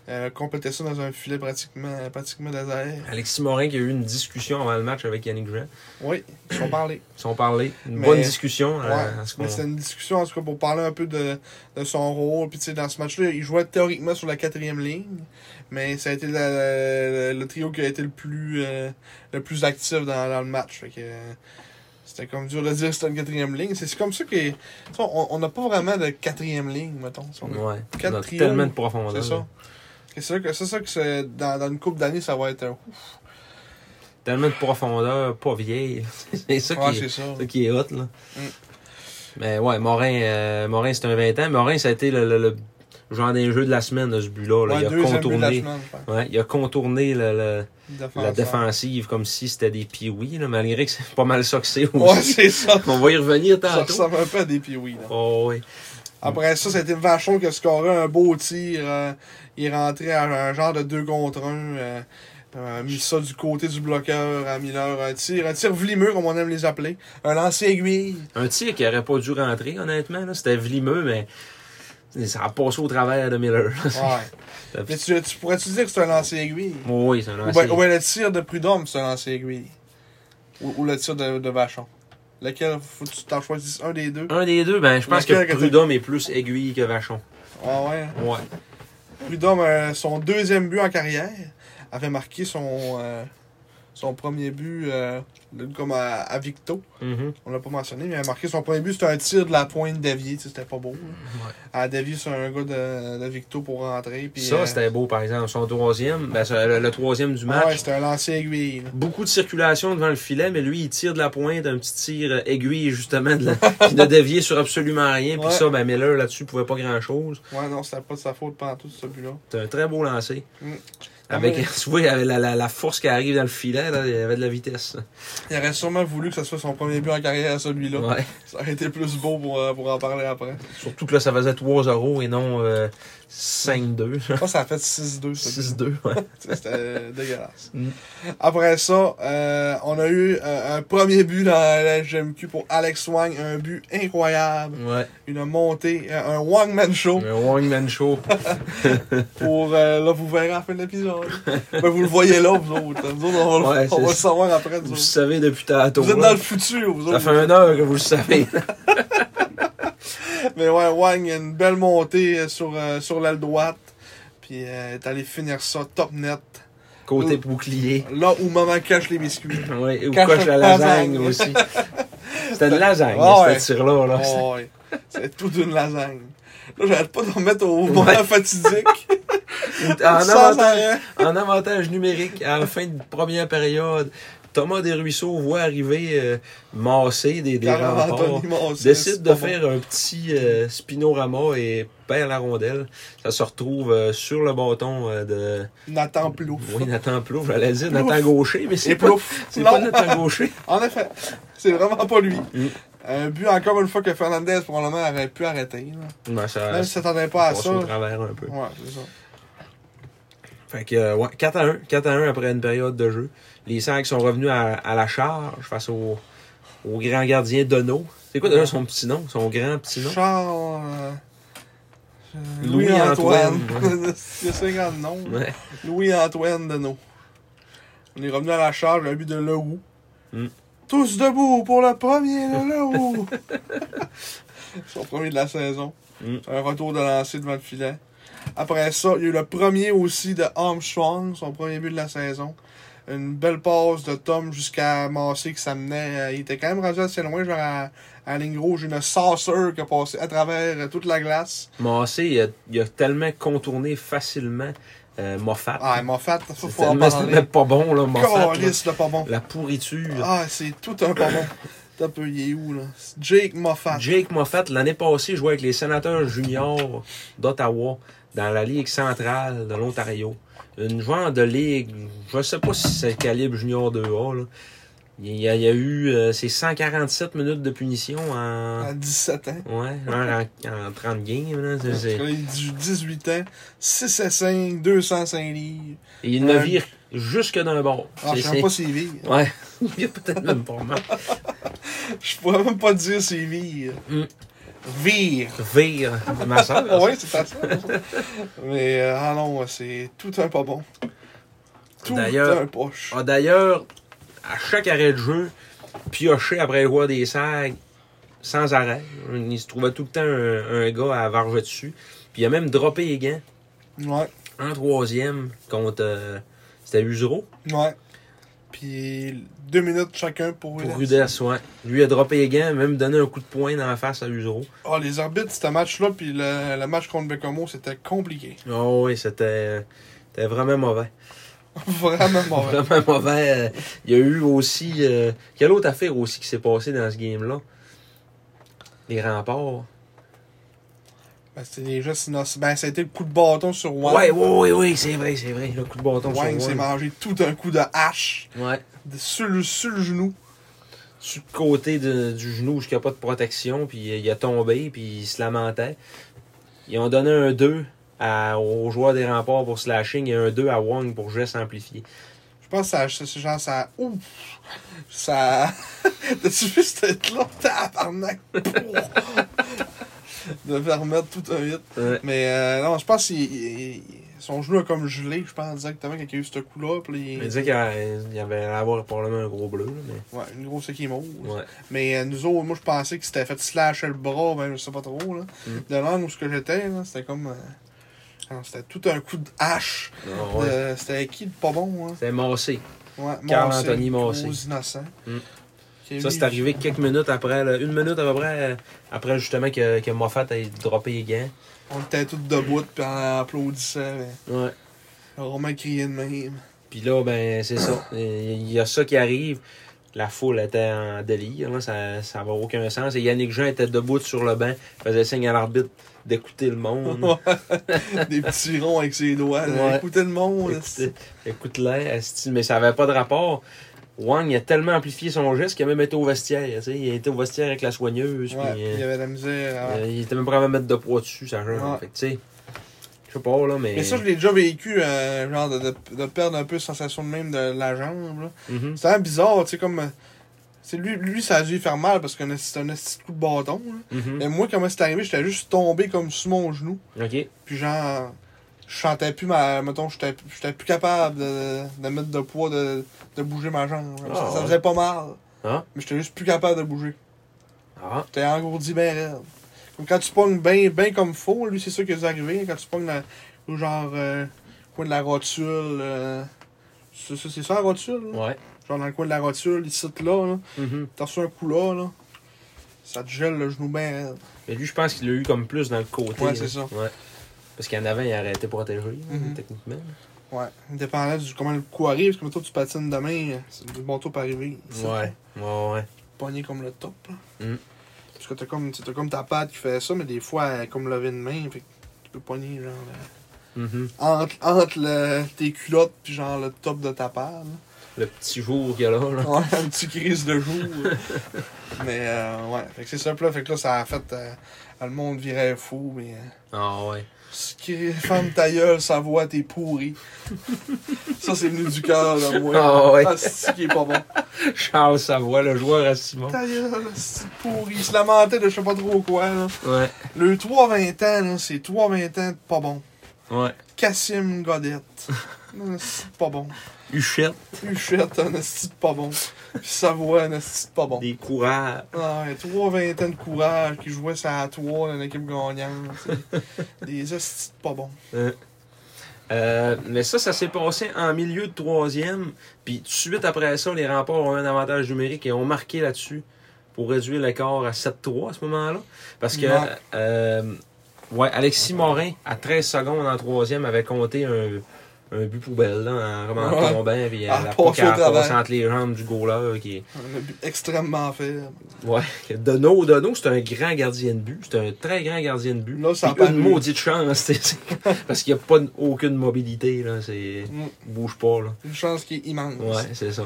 S3: Euh, compléter ça dans un filet pratiquement, pratiquement désert.
S2: Alexis Morin qui a eu une discussion avant le match avec Yannick Jean.
S3: Oui, ils sont parlés.
S2: Ils se sont parlé. Une
S3: Mais-
S2: bonne discussion.
S3: Ouais,
S2: euh, à ce
S3: mais
S2: qu'on-
S3: c'était une discussion en tout cas pour parler un peu de, de son rôle. Puis tu sais, dans ce match-là, il jouait théoriquement sur la quatrième ligne, mais ça a été la- la- le trio qui a été le plus euh, le plus actif dans, dans le match. Fait que, euh, c'était comme dur de dire que c'était une quatrième ligne. C'est c'est comme ça que tu sais, on on n'a pas vraiment de quatrième ligne, mettons. Si on a-
S2: Ouais.
S3: quatre
S2: On a
S3: trios,
S2: tellement de profondeur.
S3: C'est ça. Et C'est ça que c'est ça que c'est- dans, dans une couple d'années, ça va être euh, un ouf.
S2: Tellement de profondeur, pas vieille. c'est ça
S3: Ouais,
S2: qui est-
S3: c'est ça.
S2: C'est ça qui est hot, là.
S3: Mm.
S2: Mais ouais, Morin, euh, Morin c'est un 20 ans. Morin, ça a été le, le- le genre d'un jeu de la semaine, de ce but-là. là.
S3: Ouais,
S2: il a
S3: deuxième but de la
S2: contourné.
S3: semaine, je pense.
S2: Ouais, il a contourné le- le- la
S3: Défenseur.
S2: défensive comme si c'était des piouis, là, malgré que c'est pas mal ça que c'est
S3: Ouais,
S2: aussi.
S3: c'est ça.
S2: On va y revenir
S3: Ça
S2: tantôt.
S3: ressemble un peu à des piouis, là.
S2: Oh, ouais.
S3: Après ça, c'était Vachon qui a scoré un beau tir. euh, il est rentré à un genre de 2 contre 1. a mis ça du côté du bloqueur à Miller. Un tir, un tir vlimeux, comme on aime les appeler. Un lancer aiguille.
S2: Un tir qui aurait pas dû rentrer, honnêtement. là. C'était vlimeux, mais ça a passé au travers de Miller. là.
S3: Ouais. Mais tu, tu pourrais-tu dire que c'est un lancer aiguille?
S2: Oh, oui, c'est un
S3: Ou
S2: lancer.
S3: ben, ouais, le tir de Prud'homme, c'est un lancer aiguille. Ou, ou le tir de, de Vachon. Lequel, faut que tu t'en choisisses un des deux.
S2: Un des deux, ben, je pense que
S3: Laquelle que t'as-
S2: Prudhomme est plus aiguille que Vachon.
S3: Ah ouais.
S2: Ouais.
S3: Prud'homme, euh, son deuxième but en carrière, avait marqué son, euh, son premier but euh, comme à, à Victo.
S2: Mhm.
S3: On l'a pas mentionné, mais il a marqué son premier but. C'était un tir de la pointe d'avier. tu sais, C'était pas beau. hein.
S2: Ouais.
S3: À A dévié sur un gars de, de Victo pour rentrer. Puis,
S2: Ça,
S3: euh,
S2: c'était beau, par exemple. Son troisième, ben, ça, le, le troisième du match.
S3: ouais, c'était un lancer aiguille. là.
S2: Beaucoup de circulation devant le filet, mais lui, il tire de la pointe, un petit tir euh, aiguille, justement, de la, qui ne dévié sur absolument rien. Puis
S3: Ouais.
S2: ça, ben, Miller, là-dessus, pouvait pas grand-chose.
S3: Ouais, non, c'était pas de sa faute pendant tout ce but-là.
S2: C'est un très beau lancer.
S3: Mm.
S2: Avec,
S3: Ah
S2: tu vois, avec la, la- la force qui arrive dans le filet, là, il y avait de la vitesse.
S3: Il aurait sûrement voulu que ce soit son premier but en carrière à celui-là.
S2: Ouais.
S3: Ça aurait été plus beau pour, euh, pour en parler après.
S2: Surtout que là, ça faisait 3 euros et non euh, 5-2.
S3: Je pense que ça a fait 6-2. ce but-là.
S2: 6-2, ouais.
S3: C'était dégueulasse.
S2: Mm.
S3: Après ça, euh, on a eu euh, un premier but dans la GMQ pour Alex Wang, un but incroyable,
S2: Ouais.
S3: une montée, euh, un Wang Man Show
S2: Un one-man show.
S3: pour euh, là vous verrez à la fin de l'épisode. ben, vous le voyez là, vous autres. Nous autres, on, va
S2: Ouais,
S3: le- on
S2: c'est
S3: va
S2: ça.
S3: le savoir après. Vous,
S2: Vous
S3: autres.
S2: savez depuis tantôt.
S3: Vous êtes
S2: là.
S3: dans le futur, vous
S2: Ça
S3: autres.
S2: fait un heure que vous le savez.
S3: Mais ouais, Wang, il y a une belle montée euh, sur, euh, sur l'aile droite. Puis euh, est allé finir ça top net.
S2: Côté
S3: Ouh.
S2: bouclier.
S3: Là où maman cache les biscuits.
S2: Ouais, et ou
S3: Cache
S2: coche la
S3: la
S2: lasagne
S3: lasagne.
S2: aussi. C'était de la lasagne,
S3: Ah
S2: ce
S3: ouais.
S2: tir-là. Là.
S3: Oh, ouais. C'est toute une lasagne. Là, j'arrête pas de remettre au moment fatidique.
S2: Ou- En,
S3: sans
S2: avantage,
S3: arrêt.
S2: en avantage numérique, à la fin de première période, Thomas Desruisseaux voit arriver euh, Massé des, des
S3: Carl
S2: remparts.
S3: Anthony Massé, c'est
S2: Décide de
S3: pas
S2: faire un petit euh, spinorama et perd la rondelle. Ça se retrouve euh, sur le bâton euh, de
S3: bon. Nathan Plouf.
S2: oui, Nathan Plouf, j'allais dire
S3: Plouf.
S2: Nathan Gaucher, mais
S3: Et
S2: c'est pas,
S3: Plouf.
S2: c'est pas
S3: Non,
S2: Nathan Gaucher.
S3: en effet, c'est vraiment pas lui.
S2: Mm.
S3: Un but encore une fois que Fernandez probablement aurait pu arrêter. là.
S2: Non, Ben, ça,
S3: Même si s'attendait Ben, pas à
S2: passe
S3: ça.
S2: au
S3: Ouais,
S2: travers un peu.
S3: c'est ça.
S2: Fait que, euh, ouais, 4 à 1. 4 à 1 après une période de jeu. Les Sags sont revenus à, à la charge face au, au grand gardien Dono. C'est quoi déjà son petit nom? Son grand petit nom?
S3: Charles. euh, euh,
S2: Louis-Antoine.
S3: Louis-Antoine. c'est ça grand nom.
S2: Ouais.
S3: Louis-Antoine Deneau. On est revenu à la charge, un but de Lehoux.
S2: Mm.
S3: Tous debout pour le premier de Lehoux! Son premier de la saison.
S2: Mm.
S3: Un retour de lancer devant le filet. Après ça, il y a eu le premier aussi de Armstrong, son premier but de la saison. Une belle passe de Tom jusqu'à Massé qui s'amenait. euh, Il était quand même rendu assez loin, genre à, à la ligne rouge, une saucer qui a passé à travers euh, toute la glace.
S2: Massé, il a, il a tellement contourné facilement euh, Moffat.
S3: Ah, Moffat, ça, faut
S2: c'est
S3: en
S2: tellement, c'est
S3: parler.
S2: tellement pas bon, là, Moffat. là.
S3: Calisse, le pas bon.
S2: La pourriture.
S3: Ah, c'est tout un pas bon. T'as un peu, il est où, là? C'est Jake Moffat.
S2: Jake Moffat, l'année passée, jouait avec les sénateurs juniors d'Ottawa dans la Ligue centrale de l'Ontario. Une genre de ligue, je sais pas si c'est le calibre junior 2A. Là. Il, y a, il y a eu euh, ses 147 minutes de punition en,
S3: À 17 ans.
S2: ouais, en, en- en 30 games. Là, C'est- c'est-
S3: Il a 18 ans, 6 à 5, 205 livres.
S2: et il ne vire jusque d'un bord.
S3: euh, Ah, je
S2: C'est-
S3: sais même pas s'il vit.
S2: c'est- Ouais, il y a peut-être même pas mal.
S3: Je pourrais même pas dire s'il vit.
S2: Mm.
S3: Vire. Ah
S2: Vire, ma soeur.
S3: Oui, c'est ça. Mais, euh, ah non, c'est tout un pas bon. Tout
S2: D'ailleurs-
S3: un poche.
S2: a d'ailleurs, à chaque arrêt de jeu, pioché après le roi des sacs, sans arrêt. Il se trouvait tout le temps un, un gars à varger dessus. Puis il a même droppé les gants
S3: Ouais,
S2: en troisième contre. euh, c'était Usereau
S3: ouais. Puis, deux minutes chacun pour...
S2: pour Rudess, ouais. Lui a droppé les gants, même donné un coup de poing dans la face à Usereau.
S3: Ah, les arbitres, c'était match-là, puis le, le match contre Bécomo, c'était compliqué.
S2: Oh oui, c'était. C'était vraiment mauvais.
S3: Vraiment mauvais.
S2: Vraiment mauvais. Euh, Il y a eu aussi. euh, quelle autre affaire aussi qui s'est passée dans ce game-là? Les remparts.
S3: Ben, c'était des gestes innocents. Ben, c'était le coup de bâton sur Wang.
S2: Ouais, ouais, ouais, ouais, c'est vrai, c'est vrai. Le coup de bâton sur
S3: Wang s'est
S2: Wang.
S3: mangé tout un coup de hache
S2: Ouais.
S3: de- sur le, sur le genou.
S2: Sur le côté de- du genou où il n'y a pas de protection, puis euh, il a tombé, puis il se lamentait. Ils ont donné un 2 à, aux joueurs des remparts pour slashing et un 2 à Wang pour geste amplifié.
S3: Je pense que ça, c'est c'est genre ça. Ouf! Ça. T'as-tu vu cette tête-là? Tabarnak! Pouh! de permettre tout un hit.
S2: Ouais.
S3: Mais euh, non, je pense que son genou a comme gelé, je pense, exactement, quand il y a eu ce coup-là. Puis il-
S2: Il disait qu'il y avait- il y avait à avoir probablement un gros bleu, là, mais.
S3: Ouais, une grosse équimauve.
S2: Ouais.
S3: Mais euh, nous autres, moi, je pensais que c'était fait slasher le bras, ben, je sais pas trop, là.
S2: Mm.
S3: De l'angle où ce que j'étais, là, c'était comme... euh, alors, C'était tout un coup de hache.
S2: Non, Ah ouais.
S3: Euh, c'était qui de pas bon, hein?
S2: C'était massé.
S3: Ouais,
S2: Carl
S3: Massé,
S2: Anthony Massé.
S3: gros innocent.
S2: Mm.
S3: Qui a
S2: Ça,
S3: mis-
S2: c'est arrivé quelques minutes après, là, une minute à peu près, euh, après justement que, que Moffat ait droppé les gants.
S3: On était tous debout, puis on applaudissait. mais
S2: Ouais.
S3: Romain criait de même.
S2: Puis là, ben, c'est ça. Il y a ça qui arrive. La foule était en délire, là, ça ça va aucun sens. Et Yannick Jean était debout sur le banc, faisait signe à l'arbitre d'écouter le monde.
S3: Des petits ronds avec ses doigts. là.
S2: Ouais.
S3: Écoutez le monde.
S2: Écoutez- Écoute-les, esti. mais ça avait pas de rapport. Wang il a tellement amplifié son geste qu'il a même été au vestiaire. tu sais. Il a été au vestiaire avec la soigneuse.
S3: Ouais,
S2: puis,
S3: puis il y
S2: euh,
S3: avait de la misère. hein. ouais.
S2: euh, il était même prêt à mettre de poids dessus, ça genre.
S3: Ouais.
S2: Fait que, tu sais, je sais pas, là, mais.
S3: Mais ça, je l'ai déjà vécu, euh, genre, de, de- de perdre un peu la sensation de même de la jambe. là.
S2: Mhm.
S3: C'est vraiment bizarre, tu sais, comme. euh, c'est lui, lui, ça a dû lui faire mal parce que c'est un petit coup de bâton. là.
S2: Mhm.
S3: Mais moi, comment c'est arrivé, j'étais juste tombé comme sur mon genou.
S2: Ok.
S3: Puis genre, je sentais plus ma. Mettons, j'étais j'étais plus capable de, de mettre de poids, de, de bouger ma jambe.
S2: Ah,
S3: ça, ça
S2: ouais.
S3: faisait pas mal.
S2: Ah.
S3: Mais j'étais juste plus capable de bouger.
S2: Ah,
S3: J'étais engourdi bien raide. Comme quand tu pognes bien ben comme faut, lui, c'est ça qui est arrivé. hein, Quand tu pognes la- ou genre, euh, coin de la rotule. euh, c'est ça, c'est ça la rotule? là?
S2: ouais.
S3: Genre dans le coin de la rotule, ici, là. là.
S2: Mhm.
S3: T'as reçu un coup là, là. Ça te gèle le genou bien hein. raide.
S2: Mais lui, je pense qu'il l'a eu comme plus dans le côté.
S3: Ouais,
S2: là.
S3: c'est ça.
S2: Ouais. Parce qu'en avant, il aurait été protégé, là,
S3: Mhm.
S2: hein, techniquement.
S3: Ouais, dépendant du comment le coup arrive, parce que mettons, tu patines demain, c'est le bon tour pour arriver. C'est
S2: Ouais. Ouais, ouais.
S3: Pogné comme le top, là.
S2: Mm.
S3: Parce que t'as comme, t'as comme ta patte qui fait ça, mais des fois, elle est comme levée de main, fait que tu peux pogner, genre, euh,
S2: Mhm.
S3: entre, entre le- tes culottes puis genre le top de ta patte, là.
S2: Le petit jour qu'il y a là. là.
S3: Ouais, un petit crise de jour. mais, euh, ouais, fait que c'est ça, puis là, fait que là, ça a fait, euh, le monde virait fou, mais... euh,
S2: Ah, ouais.
S3: Ce qui est- Ferme ta gueule, sa voix, t'es pourri. ça, c'est venu du cœur, là, moi.
S2: Ah ouais.
S3: Ah, c'est qui est pas bon.
S2: Charles Savoie, le joueur à Simon.
S3: Ta gueule, c'est pourri. Il se lamentait de je sais pas trop quoi, là.
S2: Ouais.
S3: Le 3-20 ans, là, c'est 3-20 ans de pas bon.
S2: Ouais.
S3: Cassim Godette. Un esti de pas bon.
S2: Huchette,
S3: Huchette, un esti de pas bon. Puis Savoie, un esti de pas bon.
S2: des courants.
S3: Ah, ouais, trois vingtaines de courage qui jouaient ça à trois dans l'équipe gagnante. c'est Des hosties de pas bons.
S2: Euh, mais ça, ça s'est passé en milieu de troisième. Puis tout de suite après ça, les remparts ont eu un avantage numérique et ont marqué là-dessus pour réduire l'écart à 7-3 à ce moment-là. Parce que
S3: Ouais.
S2: euh, ouais, Alexis Morin, à 13 secondes en troisième, avait compté un, un but poubelle là, en vraiment
S3: Ouais.
S2: tombant. Puis euh,
S3: Ah,
S2: la
S3: passé au
S2: poque à la passe
S3: travers.
S2: entre les jambes du goaler qui est
S3: Un but extrêmement faible.
S2: Ouais, Dono, Dono, c'est un grand gardien de but. C'est un très grand gardien de but.
S3: Là, ça
S2: Puis
S3: a pas
S2: une
S3: de but.
S2: maudite chance, t'sais, c'est- parce qu'il n'y a pas de- aucune mobilité, là. C'est...
S3: Mm.
S2: Il bouge pas, là.
S3: Une chance qui est immense.
S2: Ouais, c'est ça.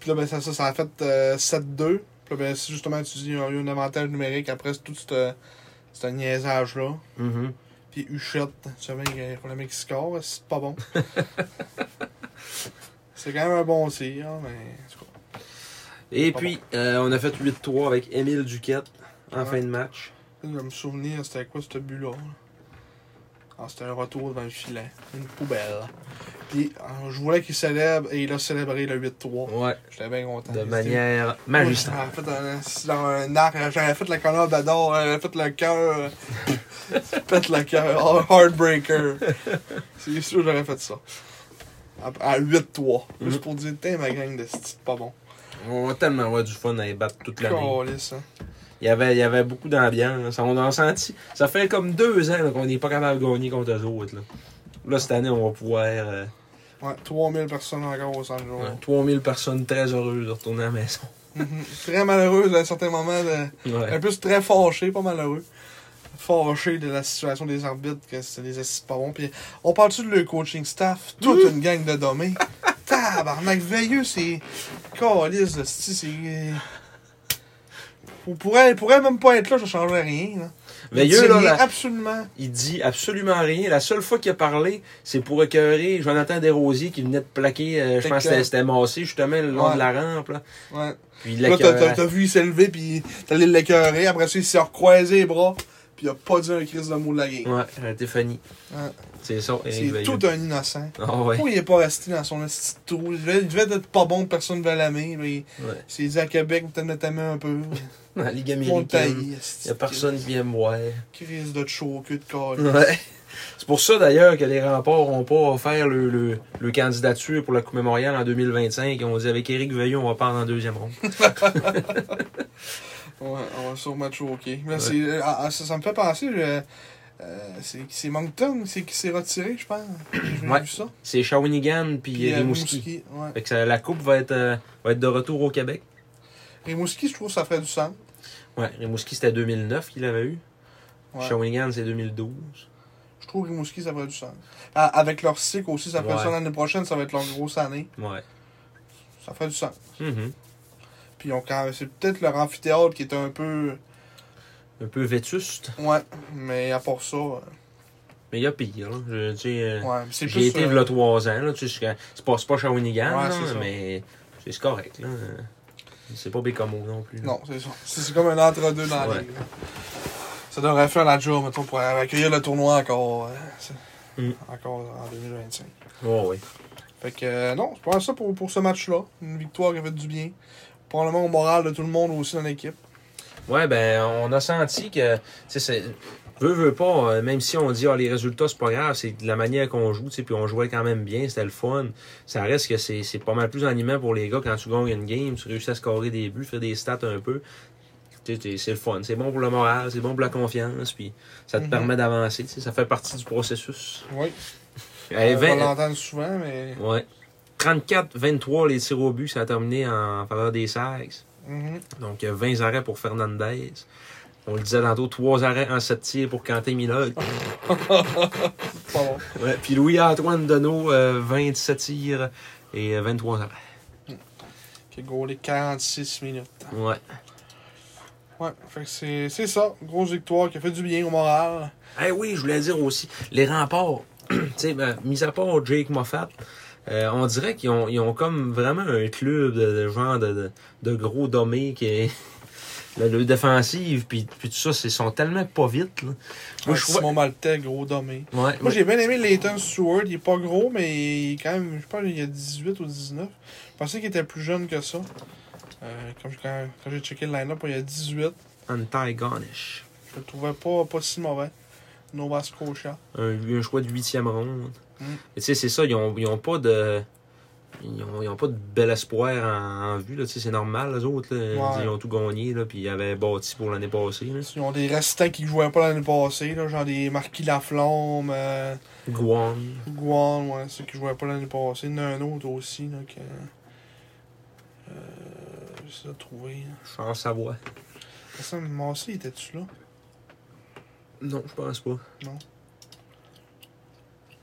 S3: Puis là, ben, ça, ça, ça a fait euh, 7-2. Puis là, ben, si justement, tu dis, il y a eu un avantage numérique après tout ce, ce niaisage-là.
S2: Mhm.
S3: Puis Huchette, tu euh, savais qu'il fallait mec qui score, c'est pas bon. c'est quand même un bon tir, hein, mais. en tout cas.
S2: Et
S3: Pas
S2: puis, euh, on a fait 8-3 avec Émile Duquette en
S3: Ouais.
S2: fin de match.
S3: Je me souvenir, c'était quoi ce but-là? là? Ah, c'était un retour devant le filet. Une poubelle. Puis euh, je voulais qu'il célèbre et il a célébré le 8-3.
S2: Ouais,
S3: J'étais bien content.
S2: de
S3: C'était-
S2: manière
S3: Moi,
S2: magistrale.
S3: J'avais fait un, c'est dans un arc, j'avais fait le connard d'ador, j'avais fait le cœur. euh, Pète le cœur, oh, Heartbreaker. C'est sûr que j'aurais fait ça. À, à 8-3. Juste pour dire, t'es ma gang de c'est pas bon.
S2: On va tellement avoir du fun à les battre toute l'année.
S3: Calisse, hein.
S2: Il y avait, il y avait beaucoup d'ambiance. On a senti... Ça fait comme deux ans là, qu'on n'est pas capable de gagner contre eux autres, là. Là, cette année, on va pouvoir... euh,
S3: Ouais, 3000 personnes encore au centre jour.
S2: ouais, 3000 personnes très heureuses de retourner à la maison.
S3: Mm-hmm. Très malheureuse à un certain moment. De...
S2: Ouais.
S3: Un peu très fâché, pas malheureux. Fâché de la situation des arbitres, que c'est des assises pas bons. Puis on parle-tu de le coaching staff? Toute
S2: Mmh.
S3: une gang de dommés. Tabarnak, veilleux, c'est. Calice, là, c'est. c'est- On pourrait, elle pourrait même pas être là, ça changerait rien. Là.
S2: Veilleux,
S3: Il
S2: là,
S3: dit
S2: la-
S3: Absolument.
S2: il dit absolument rien. La seule fois qu'il a parlé, c'est pour écœurer Jonathan Desrosiers qui venait de plaquer, euh, je pense que c'était- c'était Massé, justement, le long
S3: Ouais.
S2: de la rampe. Là.
S3: Ouais.
S2: Puis il
S3: Là, t'as- t'as
S2: l'écœurait.
S3: t'as vu, il s'est levé, puis t'as allé l'écœurer. Après ça, il s'est recroisé les bras, puis il a pas dit un crise de mot de la game.
S2: Ouais, euh, Stéphanie.
S3: Ouais.
S2: C'est ça, Éric
S3: C'est
S2: Veilleux.
S3: tout un innocent.
S2: Ah ouais.
S3: Pourquoi il est pas resté dans son petit trou? Il devait, il devait être pas bon, personne ne veut l'aimer. mais Il
S2: Ouais.
S3: s'est dit à Québec, peut-être notamment un peu.
S2: Dans la Ligue
S3: Mon
S2: américaine.
S3: pays.
S2: Il n'y a personne qui vient me voir.
S3: Qui risque de te choquer de coller.
S2: Ouais. C'est pour ça d'ailleurs que les remparts n'ont pas offert le, le, le candidature pour la Coupe mémoriale en 2025. On dit avec Éric Veilleux, on va perdre en deuxième ronde.
S3: Ouais, on va sûrement te choquer. Mais
S2: Ouais.
S3: c'est- euh, ah, ah, ça, ça me fait penser. je- euh, c'est c'est Moncton c'est qui s'est retiré, je pense. J'ai
S2: Ouais.
S3: vu ça.
S2: C'est Shawinigan puis
S3: Puis, euh,
S2: Rimouski.
S3: Rimouski, ouais.
S2: Fait que ça- la Coupe va être, euh, va être de retour au Québec.
S3: Rimouski, je trouve, ça ferait du sens.
S2: Ouais, Rimouski, c'était 2009 qu'il avait eu.
S3: Ouais.
S2: Shawinigan, c'est 2012.
S3: Je trouve Rimouski, ça ferait du sens. Ah, avec leur cycle aussi, ça ferait
S2: Ouais.
S3: du sens. L'année prochaine, ça va être leur grosse année.
S2: Ouais.
S3: Ça ferait du sens.
S2: Mhm.
S3: Puis ils ont quand même- c'est peut-être leur amphithéâtre qui est un peu.
S2: Un peu vétuste,
S3: Ouais, mais à part ça, euh,
S2: mais il y a pire. Là. Je, tu sais, euh,
S3: ouais, mais c'est plus.
S2: J'y ai été
S3: euh,
S2: il y a 3 ans. Là, tu sais, c'est quand- c'est pas, c'est pas Shawinigan,
S3: Ouais,
S2: là,
S3: c'est ça.
S2: mais c'est c'est correct. Là. C'est pas Bécamo non plus. là.
S3: Non, c'est ça. C'est c'est comme un entre-deux dans la
S2: Ouais.
S3: ligue, là. Ça devrait faire la job, mettons, pour accueillir le tournoi encore. euh, c'est-
S2: Mm.
S3: Encore en 2025.
S2: Ouais, ouais.
S3: Fait que, euh, non, c'est pas ça pour, pour ce match-là. Une victoire qui a fait du bien. Probablement au moral de tout le monde aussi dans l'équipe.
S2: Ouais, ben, on a senti que, tu sais, c'est- veut, veut pas, euh, même si on dit, ah, les résultats, c'est pas grave, c'est de la manière qu'on joue, tu sais, puis on jouait quand même bien, c'était le fun. Ça reste que c'est c'est pas mal plus animant pour les gars quand tu gagnes une game, tu réussis à scorer des buts, faire des stats un peu. Tu sais, t'es- C'est le fun, c'est bon pour le moral, c'est bon pour la confiance, puis ça te
S3: Mhm.
S2: permet d'avancer, tu sais, ça fait partie du processus.
S3: Oui.
S2: Eh,
S3: Euh, on va
S2: vingt-
S3: l'entendre souvent, mais.
S2: ouais. 34-23 les tirs au but, ça a terminé en faveur des Sags.
S3: Mhm.
S2: Donc, euh, 20 arrêts pour Fernandez. On le disait tantôt, 3 arrêts en 7 tirs pour Quentin Minogue.
S3: Pas bon.
S2: Ouais, puis Louis-Antoine Deneau, euh, 27 tirs et euh, 23 arrêts.
S3: Qui a gaulé 46 minutes.
S2: Ouais.
S3: Ouais, fait que c'est c'est ça. Grosse victoire qui a fait du bien au moral.
S2: Eh oui, je voulais dire aussi, les remparts, tu sais, ben, mis à part Jake Moffat, euh, on dirait qu'ils ont, ils ont comme vraiment un club de, de genre de, de, de gros dommés qui est. la lutte défensive, puis, puis tout ça, c'est- ils sont tellement pas vite. Là. Moi,
S3: Moi,
S2: je vois-
S3: Euh, Simon Maltais, gros domé.
S2: Ouais,
S3: Moi, j'ai bien aimé Leighton Stewart. Il est pas gros, mais il est quand même, je pense qu'il a 18 ou 19. Je pensais qu'il était plus jeune que ça. Euh, comme je- quand, quand j'ai checké le line-up, il y a 18.
S2: Garnish.
S3: Je le trouvais pas, pas si mauvais. Nova Scotia.
S2: un, un choix de huitième ronde.
S3: Mm.
S2: Mais tu sais, c'est ça, ils ont, ils ont pas de. Ils ont, ils ont pas de bel espoir en, en vue, là, tu sais, c'est normal, les autres, là. Je veux dire, Ils ont tout gagné, là, puis ils avaient bâti pour l'année passée, là.
S3: Ils ont des restants qui jouaient pas l'année passée, là, genre des Marquis Laflamme, euh,
S2: Guam.
S3: Guan, ouais, ceux qui jouaient pas l'année passée. Il y en a un autre aussi, là, que. Euh, j'essaie de trouver. là.
S2: Charles Savoie.
S3: Ça me Massé, était-tu là?
S2: Non, je pense pas.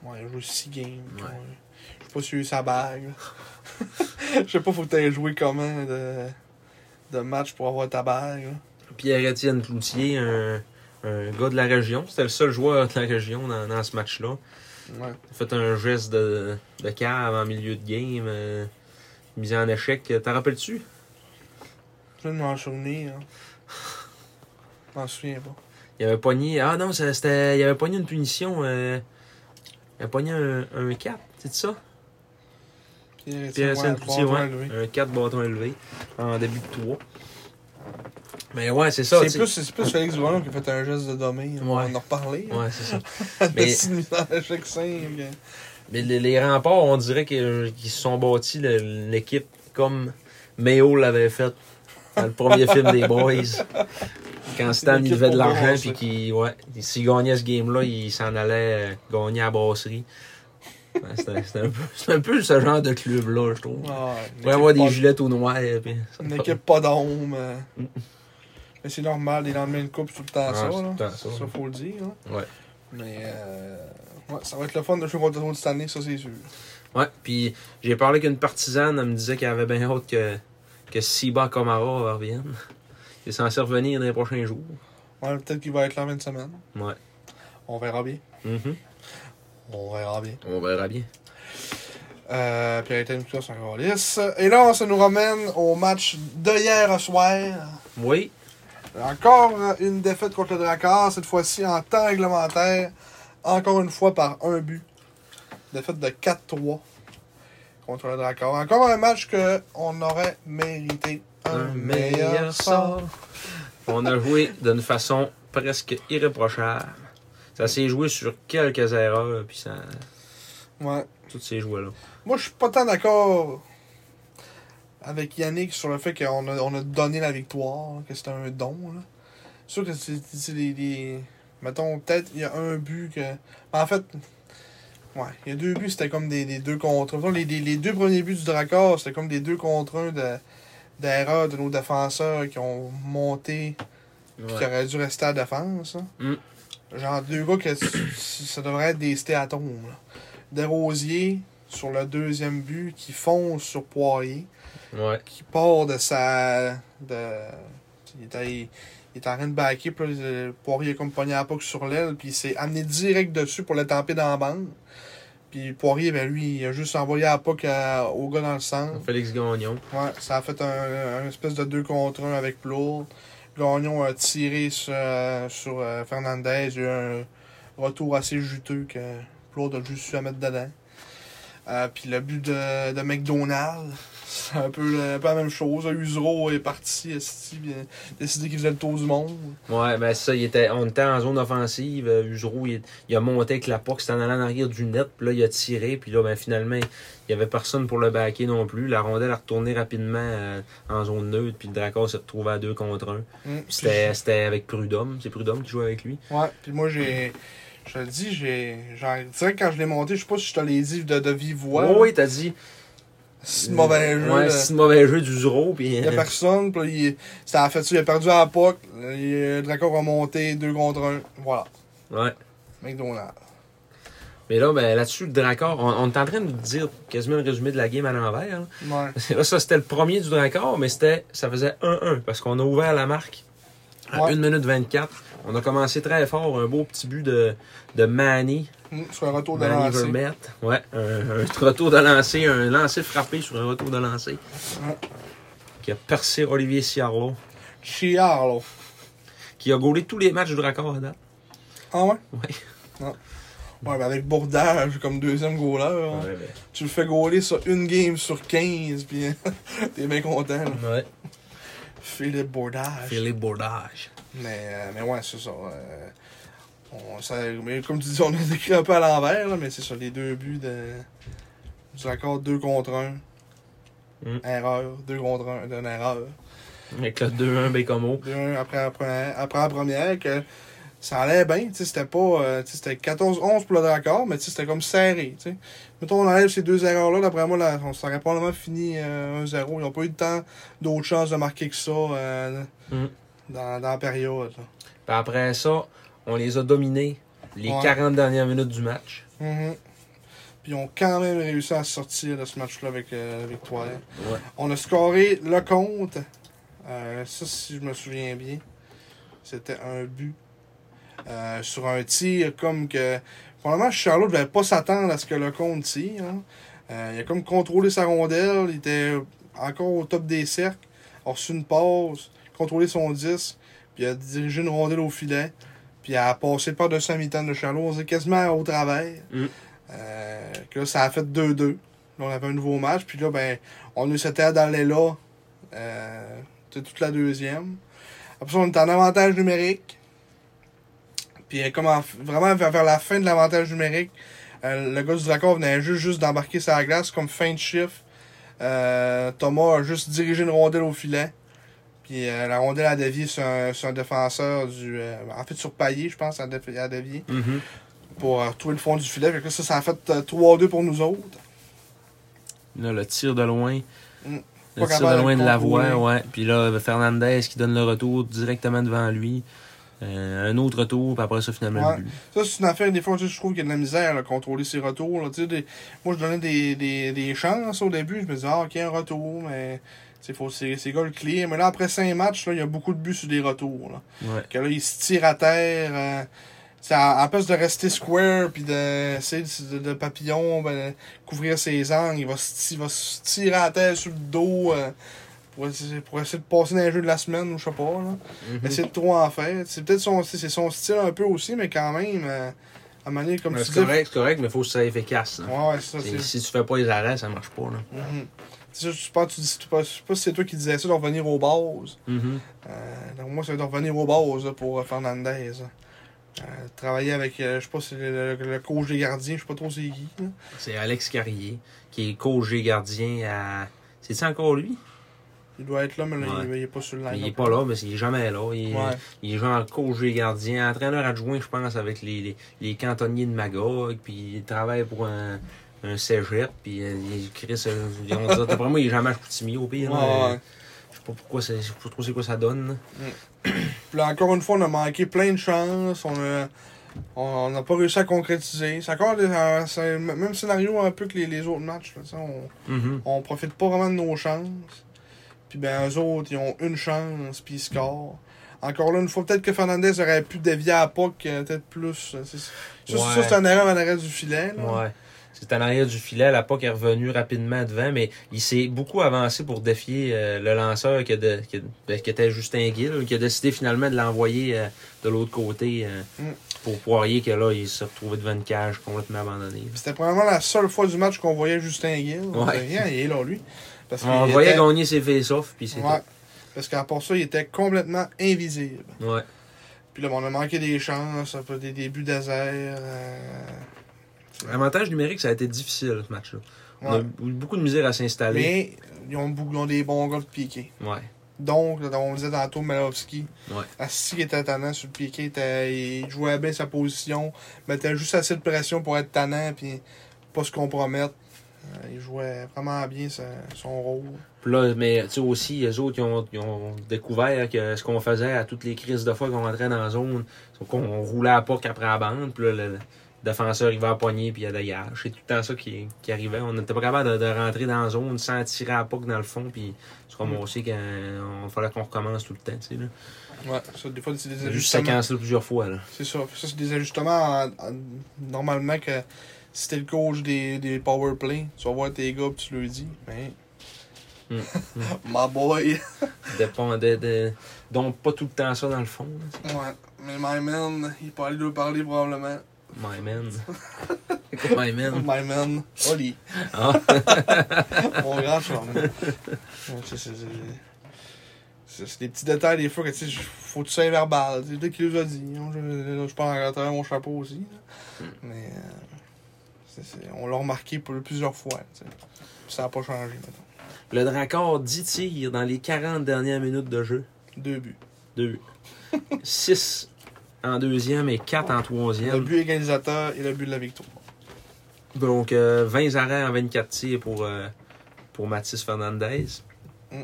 S3: Ouais, il a joué 6 games.
S2: Ouais.
S3: ouais. Je sais pas si il a eu sa bague. là. Je sais pas, faut que t'aies joué comment de, de match pour avoir ta bague. là.
S2: Pierre-Étienne Cloutier, un, un gars de la région. C'était le seul joueur de la région dans, dans ce match-là.
S3: Ouais.
S2: Il a fait un geste de, de cave en milieu de game, euh, mis en échec. T'en rappelles-tu?
S3: Je viens de m'en souvenir. hein. Je m'en souviens pas.
S2: Il avait pogné. Ah non, ça- c'était. Il avait pogné une punition. euh, Il avait pogné un, un 4, c'est ça?
S3: Pierre-Étienne,
S2: Pierre
S3: ouais,
S2: Saint-Cloutier,
S3: trois
S2: ouais.
S3: points levés.
S2: Un 4 bâton élevé en début de 3. Mais ouais, c'est ça.
S3: C'est
S2: t'sais.
S3: plus, c'est plus Félix Duron qui a fait un geste de domaine. On va
S2: Ouais.
S3: en hein. reparler.
S2: Ouais, c'est ça.
S3: Mais...
S2: mais-
S3: chaque cinq.
S2: Mais les, les remparts, on dirait qu'ils qu'ils se sont bâtis le- l'équipe comme Mayo l'avait fait dans le premier film des Boys. Quand Stan il
S3: L'équipe
S2: devait de
S3: pour
S2: l'argent,
S3: brasser.
S2: puis qu'il. Ouais, s'il gagnait ce game-là, il s'en allait euh, gagner à la brasserie. Ouais, C'était c'était un, peu- c'était un peu ce genre de club-là, je trouve.
S3: Ouais,
S2: Il
S3: une
S2: pourrait avoir
S3: équipe
S2: des
S3: Ah, pas-
S2: gilets tout noirs. euh, puis-
S3: Une équipe pas d'homme. euh. Mais c'est normal, les lendemains de coupe, c'est tout le temps
S2: Ah,
S3: ça.
S2: Mm. c'est tout le
S3: Là.
S2: temps
S3: Ça,
S2: ça.
S3: faut le dire. hein.
S2: Ouais.
S3: Mais euh, ouais, ça va être le fun de jouer contre les autres cette année, ça c'est sûr.
S2: Ouais, puis j'ai parlé qu'une partisane, elle me disait qu'elle avait bien hâte que, que Siba Kamara revienne. Il est censé revenir dans les prochains jours.
S3: Ouais, Peut-être qu'il va être là en fin de semaine.
S2: Ouais.
S3: On verra bien.
S2: Mhm.
S3: On verra bien.
S2: On verra bien.
S3: Euh, puis Ayrton Victor, c'est encore lisse. Et là, ça nous ramène au match de hier soir.
S2: Oui.
S3: Encore euh, une défaite contre le Drakkar, cette fois-ci en temps réglementaire. Encore une fois par un but. Défaite de 4-3 contre le Drakkar. Encore un match que on aurait mérité un, meilleur, sort.
S2: On a joué d'une façon presque irréprochable. Ça s'est joué sur quelques erreurs, puis ça,
S3: Ouais.
S2: toutes ces jouets-là.
S3: Moi, je suis pas tant d'accord avec Yannick sur le fait qu'on a, on a donné la victoire, que c'était un don. Là. C'est sûr que c'est, c'est des, des- Mettons, peut-être, il y a un but que. Mais en fait, ouais, il y a deux buts, c'était comme des, des deux contre un. Mettons, Les, les- les deux premiers buts du Dracor, c'était comme des deux contre un de, d'erreurs de nos défenseurs qui ont monté puis qui auraient dû rester à la défense. hein.
S2: Mm.
S3: Genre deux gars que c- c- ça devrait être des stéatomes. là. Desrosiers sur le deuxième but qui fonce sur Poirier,
S2: Ouais.
S3: qui part de sa. De, il, est, à- il est en train de backer, puis là, le- Poirier est comme pogné à la puck sur l'aile, puis il s'est amené direct dessus pour le tamper dans la bande. Puis Poirier, ben lui, il a juste envoyé la puck à- au gars dans le centre.
S2: Félix Gagnon.
S3: Ouais, ça a fait un, un espèce de 2 contre 1 avec Plourde. Gagnon a tiré sur, euh, sur, euh, Fernandez. Il y a eu un retour assez juteux que Plourde a juste su à mettre dedans. Euh, Puis le but de, de McDonald, c'est un peu, le- un peu la même chose. Usero est parti, esti, puis il a décidé qu'il faisait le tour du monde.
S2: Ouais, ben ça, il était, on était en zone offensive. euh, Usereau, il, il a monté avec la POC, c'était en allant en arrière du net, puis là, il a tiré, puis là, ben finalement, il y avait personne pour le backer non plus. La rondelle a retourné rapidement euh, en zone neutre, puis le Dracor s'est retrouvé à deux contre un.
S3: Mm.
S2: Puis C'était c'était avec Prudhomme, c'est Prudhomme qui jouait avec lui.
S3: Ouais, puis moi j'ai. Je te le dis, j'ai. Genre, direct quand je l'ai monté, je sais pas si je te l'ai dit de, de vive voix.
S2: Oh, oui, t'as dit. euh,
S3: C'est mauvais jeu.
S2: Ouais,
S3: là.
S2: c'est le mauvais jeu du Zoro. Puis,
S3: Il n'y a personne, puis là, il, ça a fait ça, il a perdu à la POC, le Draco va monter 2 contre 1, voilà,
S2: ouais.
S3: McDonald's.
S2: Mais là, ben, là-dessus, le Dracor, on, on est en train de dire quasiment le résumé de la game à l'envers. là.
S3: Ouais.
S2: Là, ça, c'était le premier du Dracor, mais c'était, ça faisait 1-1 parce qu'on a ouvert la marque à
S3: Ouais.
S2: 1 minute 24. On a commencé très fort, un beau petit but de, de Manny,
S3: Mm, Sur un retour de
S2: Manny
S3: lancer.
S2: Vermette. Ouais, un, un retour de lancer, un lancer frappé sur un retour de lancer.
S3: Ouais.
S2: Qui a percé Olivier Ciarlo.
S3: Chiarlo.
S2: qui a gaulé tous les matchs du raccord à date.
S3: Ah ouais?
S2: Ouais.
S3: Ouais, mais avec Bourdage comme deuxième goaler, hein.
S1: Ouais, ben,
S3: tu le fais gauler sur une game sur 15, pis t'es bien content. là.
S2: Ouais.
S3: Philippe Bourdage.
S2: Philippe Bordage.
S3: Mais, euh, mais ouais, c'est ça. euh, on, ça- mais comme tu dis, on a décrit un peu à l'envers, là, mais c'est ça, les deux buts de. Du raccord 2 contre 1.
S2: Mm.
S3: Erreur, 2 contre 1, d'une erreur.
S2: Avec le 2-1 Bécomo.
S3: 2-1 après, la première- après la première, que ça allait bien, tu sais, c'était pas. euh, tu sais, c'était 14-11 pour le raccord, mais tu sais, c'était comme serré, tu sais. Mettons, on enlève ces deux erreurs-là, d'après moi, là, on s'aurait probablement fini euh, 1-0. Ils n'ont pas eu tant d'autres chances de marquer que ça euh,
S2: Mm.
S3: dans, dans la période. là.
S2: Puis après ça, on les a dominés les
S3: Ouais.
S2: 40 dernières minutes du match.
S3: Mhm. Puis ils ont quand même réussi à sortir de ce match-là avec euh, la victoire.
S2: Ouais.
S3: On a scoré le compte. Euh, ça, si je me souviens bien, c'était un but. Euh, sur un tir comme que. Probablement, Charlotte ne devait pas s'attendre à ce que le compte tire. hein. Euh, il a comme contrôlé sa rondelle. Il était encore au top des cercles. A reçu une pause. Contrôlé son 10. Puis il a dirigé une rondelle au filet. Puis elle a passé par-dessus la mi-temps de Charlot. On est quasiment au travers.
S2: Mm.
S3: Euh, que là, ça a fait 2-2. Là, on avait un nouveau match. Puis là, ben, on a eu cette aide dans les là euh, de toute la deuxième. Après ça, on est en avantage numérique. Puis euh, comme en- vraiment vers, vers la fin de l'avantage numérique, euh, le gars du Draco venait juste, juste d'embarquer sa glace comme fin de chiffre. Euh, Thomas a juste dirigé une rondelle au filet. Puis euh, la rondelle a dévié sur un, sur un défenseur du... euh, en fait, sur Payet, je pense, elle a défi- elle a dévié
S2: Mhm.
S3: pour euh, retrouver le fond du filet. Fait que là, ça, ça a fait euh, 3-2 pour nous autres.
S2: Là, le tir de loin.
S3: Mm.
S2: Le
S3: Pas
S2: tir de
S3: capable
S2: loin
S3: de
S2: de la voix,
S3: contrôler.
S2: ouais. Puis là, Fernandez qui donne le retour directement devant lui. Euh, un autre retour, puis après ça, finalement,
S3: Ouais.
S2: le but.
S3: Ça, c'est une affaire, des fois, tu sais, je trouve qu'il y a de la misère à contrôler ses retours. Là, Tu sais, des- Moi, je donnais des, des, des chances au début. Je me disais, ah, ok, un retour, mais tu sais, faut c'est c'est gars le clé. Mais là, après cinq matchs, là, il y a beaucoup de buts sur des retours. Là.
S2: Ouais.
S3: Que là, ils se tirent à terre. euh, tu sais, en en plus de rester square puis de, essayer de, de- de papillon, ben, couvrir ses angles, il va, se, ti- il va se tirer à terre sur le dos euh, pour, essayer, pour essayer de passer dans les jeux de la semaine ou je sais pas. Là.
S2: Mhm.
S3: Essayer de trop en faire. C'est peut-être son, c'est son style un peu aussi, mais quand même, euh, à manier comme
S2: Ouais,
S3: tu
S2: C'est
S3: dis. Ouais,
S2: correct, c'est correct, mais il faut que ça soit efficace. là.
S3: ouais, c'est ça.
S2: C'est-
S3: C'est
S2: Si tu fais pas les arrêts, ça marche pas. Là.
S3: Mhm. C'est ça, je pense que tu dis, je sais pas je sais pas si c'est toi qui disais ça, de revenir aux bases.
S2: Mhm.
S3: Euh, donc moi, c'est de revenir aux bases là, pour euh, Fernandez. Euh, travailler avec, euh, je sais pas si le, le- le coach des gardiens, je sais pas trop c'est qui. là.
S2: C'est Alex Carrier, qui est coach et gardien à. C'est-tu encore lui?
S3: Il doit être là, mais là,
S2: Ouais.
S3: il, il est pas sur le line.
S2: Il est pas là, mais c'est- il est jamais là. Il, est-
S3: Ouais.
S2: il est genre coach et gardien, entraîneur adjoint, je pense, avec les, les, les cantonniers de Magog, puis il travaille pour un, un cégep, puis euh, il crée ce. On dirait, d'après moi, il est jamais à Chicoutimi, au pire. là.
S3: Ouais, ouais.
S2: Je sais pas pourquoi, c'est- je sais pas trop c'est quoi ça donne. là.
S3: Puis là, encore une fois, on a manqué plein de chances. On a, on n'a pas réussi à concrétiser. C'est encore des- euh, c'est le même scénario un peu que les, les autres matchs. là, tu sais, on,
S2: Mhm.
S3: on profite pas vraiment de nos chances. Puis ben eux autres, ils ont une chance, puis ils scorent. Encore là, une fois, peut-être que Fernandez aurait pu dévier à Puck, euh, peut-être plus. euh, c'est- Ça, c'est- ça,
S2: Ouais.
S3: c'est une erreur en arrêt du filet. là.
S2: Ouais. C'est en arrière du filet, la POC est revenue rapidement devant, mais il s'est beaucoup avancé pour défier euh, le lanceur qui, a de- qui a- ben, qui était Justin Gill, qui a décidé finalement de l'envoyer euh, de l'autre côté euh,
S3: Mm.
S2: pour Poirier, que là, il s'est retrouvé devant une cage complètement abandonnée.
S3: Puis C'était probablement la seule fois du match qu'on voyait Justin Gill. On
S2: Ouais.
S3: disait, Hein, il est là, lui. Parce qu'il
S2: Ah, On le voyait
S3: était-
S2: gagner ses face-off, puis c'est
S3: Ouais. Parce qu'à part ça, il était complètement invisible.
S2: tout. Ouais.
S3: Puis là, ben, on a manqué des chances, un peu des débuts désert. Euh...
S2: Avantage numérique, ça a été difficile, ce match-là. On a
S3: ouais.
S2: eu beaucoup de misère à s'installer.
S3: Mais ils ont, bou- ils ont des bons gars de piqué.
S2: Ouais.
S3: Donc, là, on disait tantôt Malowski.
S2: Ouais.
S3: Assis qui était tannant sur le piqué, était- il jouait bien sa position, mettait juste assez de pression pour être tannant puis pas se compromettre. Euh, il jouait vraiment bien sa- son rôle.
S2: Puis là, mais tu sais aussi, les autres, ils ont, ils ont découvert que ce qu'on faisait à toutes les crises de fois qu'on rentrait dans la zone, c'est qu'on on roulait à porc après la bande, puis là, le, le défenseur, il va à poignée, puis il dégage. C'est tout le temps ça qui, qui arrivait. On n'était pas capable de, de rentrer dans la zone sans tirer à porc dans le fond, puis c'est comme on sait qu'il fallait qu'on recommence tout le temps, tu sais. là.
S3: Ouais, ça, des fois, c'est des
S2: On a Juste
S3: ajustements.
S2: séquence là plusieurs fois, là.
S3: C'est ça. Ça, c'est des ajustements en- en- normalement que si t'es le coach des, des powerplay, tu vas voir tes gars pis tu le dis. Mais
S2: Mm,
S3: ben, My boy.
S2: Dépendait de. Donc, pas tout le temps ça dans le fond. là.
S3: Ouais. Mais My Man, il peut aller lui parler probablement.
S2: My man. My man.
S3: My Man. Oli.
S2: Ah.
S3: Mon grand charme. C'est- c'est- c'est- C'est c'est des petits détails des fois que tu sais, je- faut que tu sois verbal. tu sais, Dès qu'il nous a dit, hein, je, je parle à travers mon chapeau aussi.
S2: Hmm.
S3: là. Mais euh, c'est- c'est- on l'a remarqué pour- plusieurs fois. tu sais. Puis Ça n'a pas changé maintenant.
S2: Le Drakkar 10 tirs dans les 40 dernières minutes de jeu.
S3: Deux buts.
S2: 2. 6 en deuxième et 4 en
S3: Le
S2: troisième.
S3: but égalisateur et le but de la victoire.
S2: Donc, euh, 20 arrêts en 24 tirs pour, euh, pour Mathis Fernandez.
S3: Mm.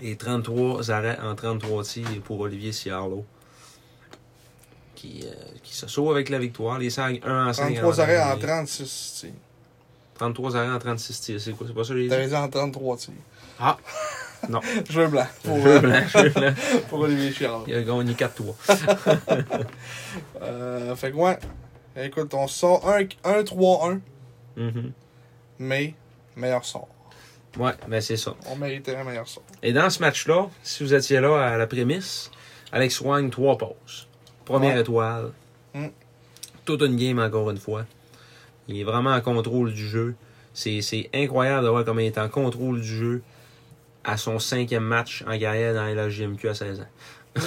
S2: Et 33 arrêts en 33 tirs pour Olivier Ciarlo. Qui, euh, qui se sauve avec la victoire. Les 5, 1 en 5.
S3: 33 arrêts
S2: hein,
S3: en 36 tirs.
S2: 33 arrêts en 36 tirs. C'est quoi? C'est pas ça que j'ai dit?
S3: T'avais dit en 33 tirs.
S2: Ah. Non.
S3: Jeu blanc. Pour,
S2: Jeu
S3: euh,
S2: blanc, jeu blanc.
S3: pour Olivier Chirard.
S2: Il a gagné 4-3.
S3: Euh, fait que ouais. Écoute, on sort 1-3-1,
S2: Mhm.
S3: mais meilleur sort.
S2: Ouais, mais c'est ça.
S3: On méritait un meilleur sort.
S2: Et dans ce match-là, si vous étiez là à la prémisse, Alex Wang, trois passes. Première
S3: Ouais.
S2: étoile.
S3: Mm.
S2: Toute une game, encore une fois. Il est vraiment en contrôle du jeu. C'est c'est incroyable de voir comment il est en contrôle du jeu à son cinquième match en carrière dans la JMQ à 16 ans.
S3: Il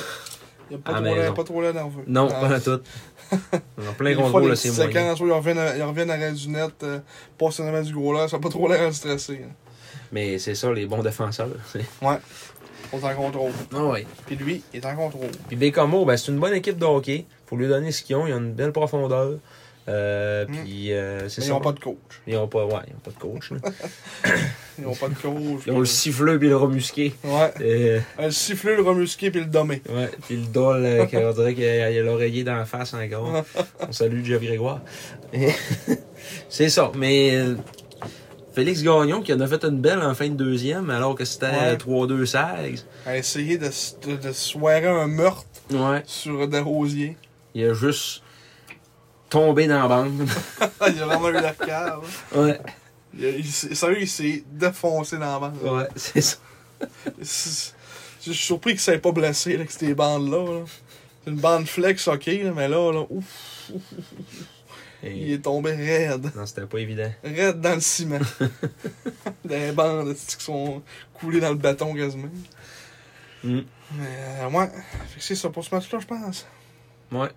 S3: a
S2: Ah,
S3: pas,
S2: mais
S3: trop l'air-
S2: non.
S3: pas trop l'air nerveux.
S2: Non,
S3: Ah.
S2: pas à tout. En plein
S3: Des fois,
S2: contrôle,
S3: les
S2: là, c'est
S3: petites
S2: moyen.
S3: séquences où ils reviennent, à- ils reviennent à l'arrêt du net, euh, passent en avant du gros là, ça n'a pas trop l'air stressé. hein.
S2: Mais c'est ça, les bons défenseurs. c'est-
S3: On est en contrôle.
S2: Ah ouais.
S3: Puis lui, il est en contrôle.
S2: Puis Bécamo, ben, c'est une bonne équipe de hockey. Faut lui donner ce qu'ils ont. Ils ont une belle profondeur. Euh, Puis euh, c'est
S3: Mm. Mais ils
S2: ça.
S3: n'ont pas de coach.
S2: Ils n'ont pas, ouais, ils ont pas de coach. là.
S3: Ils n'ont pas de coach.
S2: Ils ont le siffleux puis le remusqué.
S3: Ouais.
S2: Euh,
S3: Le siffleux, le remusqué, puis le dommé.
S2: ouais, puis le dol, euh, qu'on dirait qu'il a, il a l'oreiller dans la face encore. On salue Jeff Grégoire. Et- C'est ça, mais euh, Félix Gagnon qui en a fait une belle en fin de deuxième alors que c'était euh,
S3: Ouais.
S2: 3-2-16.
S3: a essayé de, s- de, de soirer un meurtre
S2: Ouais,
S3: sur Desrosiers.
S2: il a juste tombé dans la bande.
S3: il a vraiment eu la cave.
S2: ouais,
S3: Il, il, s'est- sérieux, il s'est défoncé dans la bande.
S2: ouais, c'est ça.
S3: C'est- Je suis surpris qu'il s'est pas blessé là, avec ces bandes-là. là. C'est une bande flex, ok, là, mais là, là ouf, il
S2: Et-
S3: est tombé raide.
S2: Non, c'était pas évident.
S3: Raide dans le ciment. Des bandes esti, qui sont coulées dans le bâton quasiment.
S2: Mm.
S3: Mais euh, ouais, Fait que c'est ça pour ce match-là, je pense.
S2: Ouais.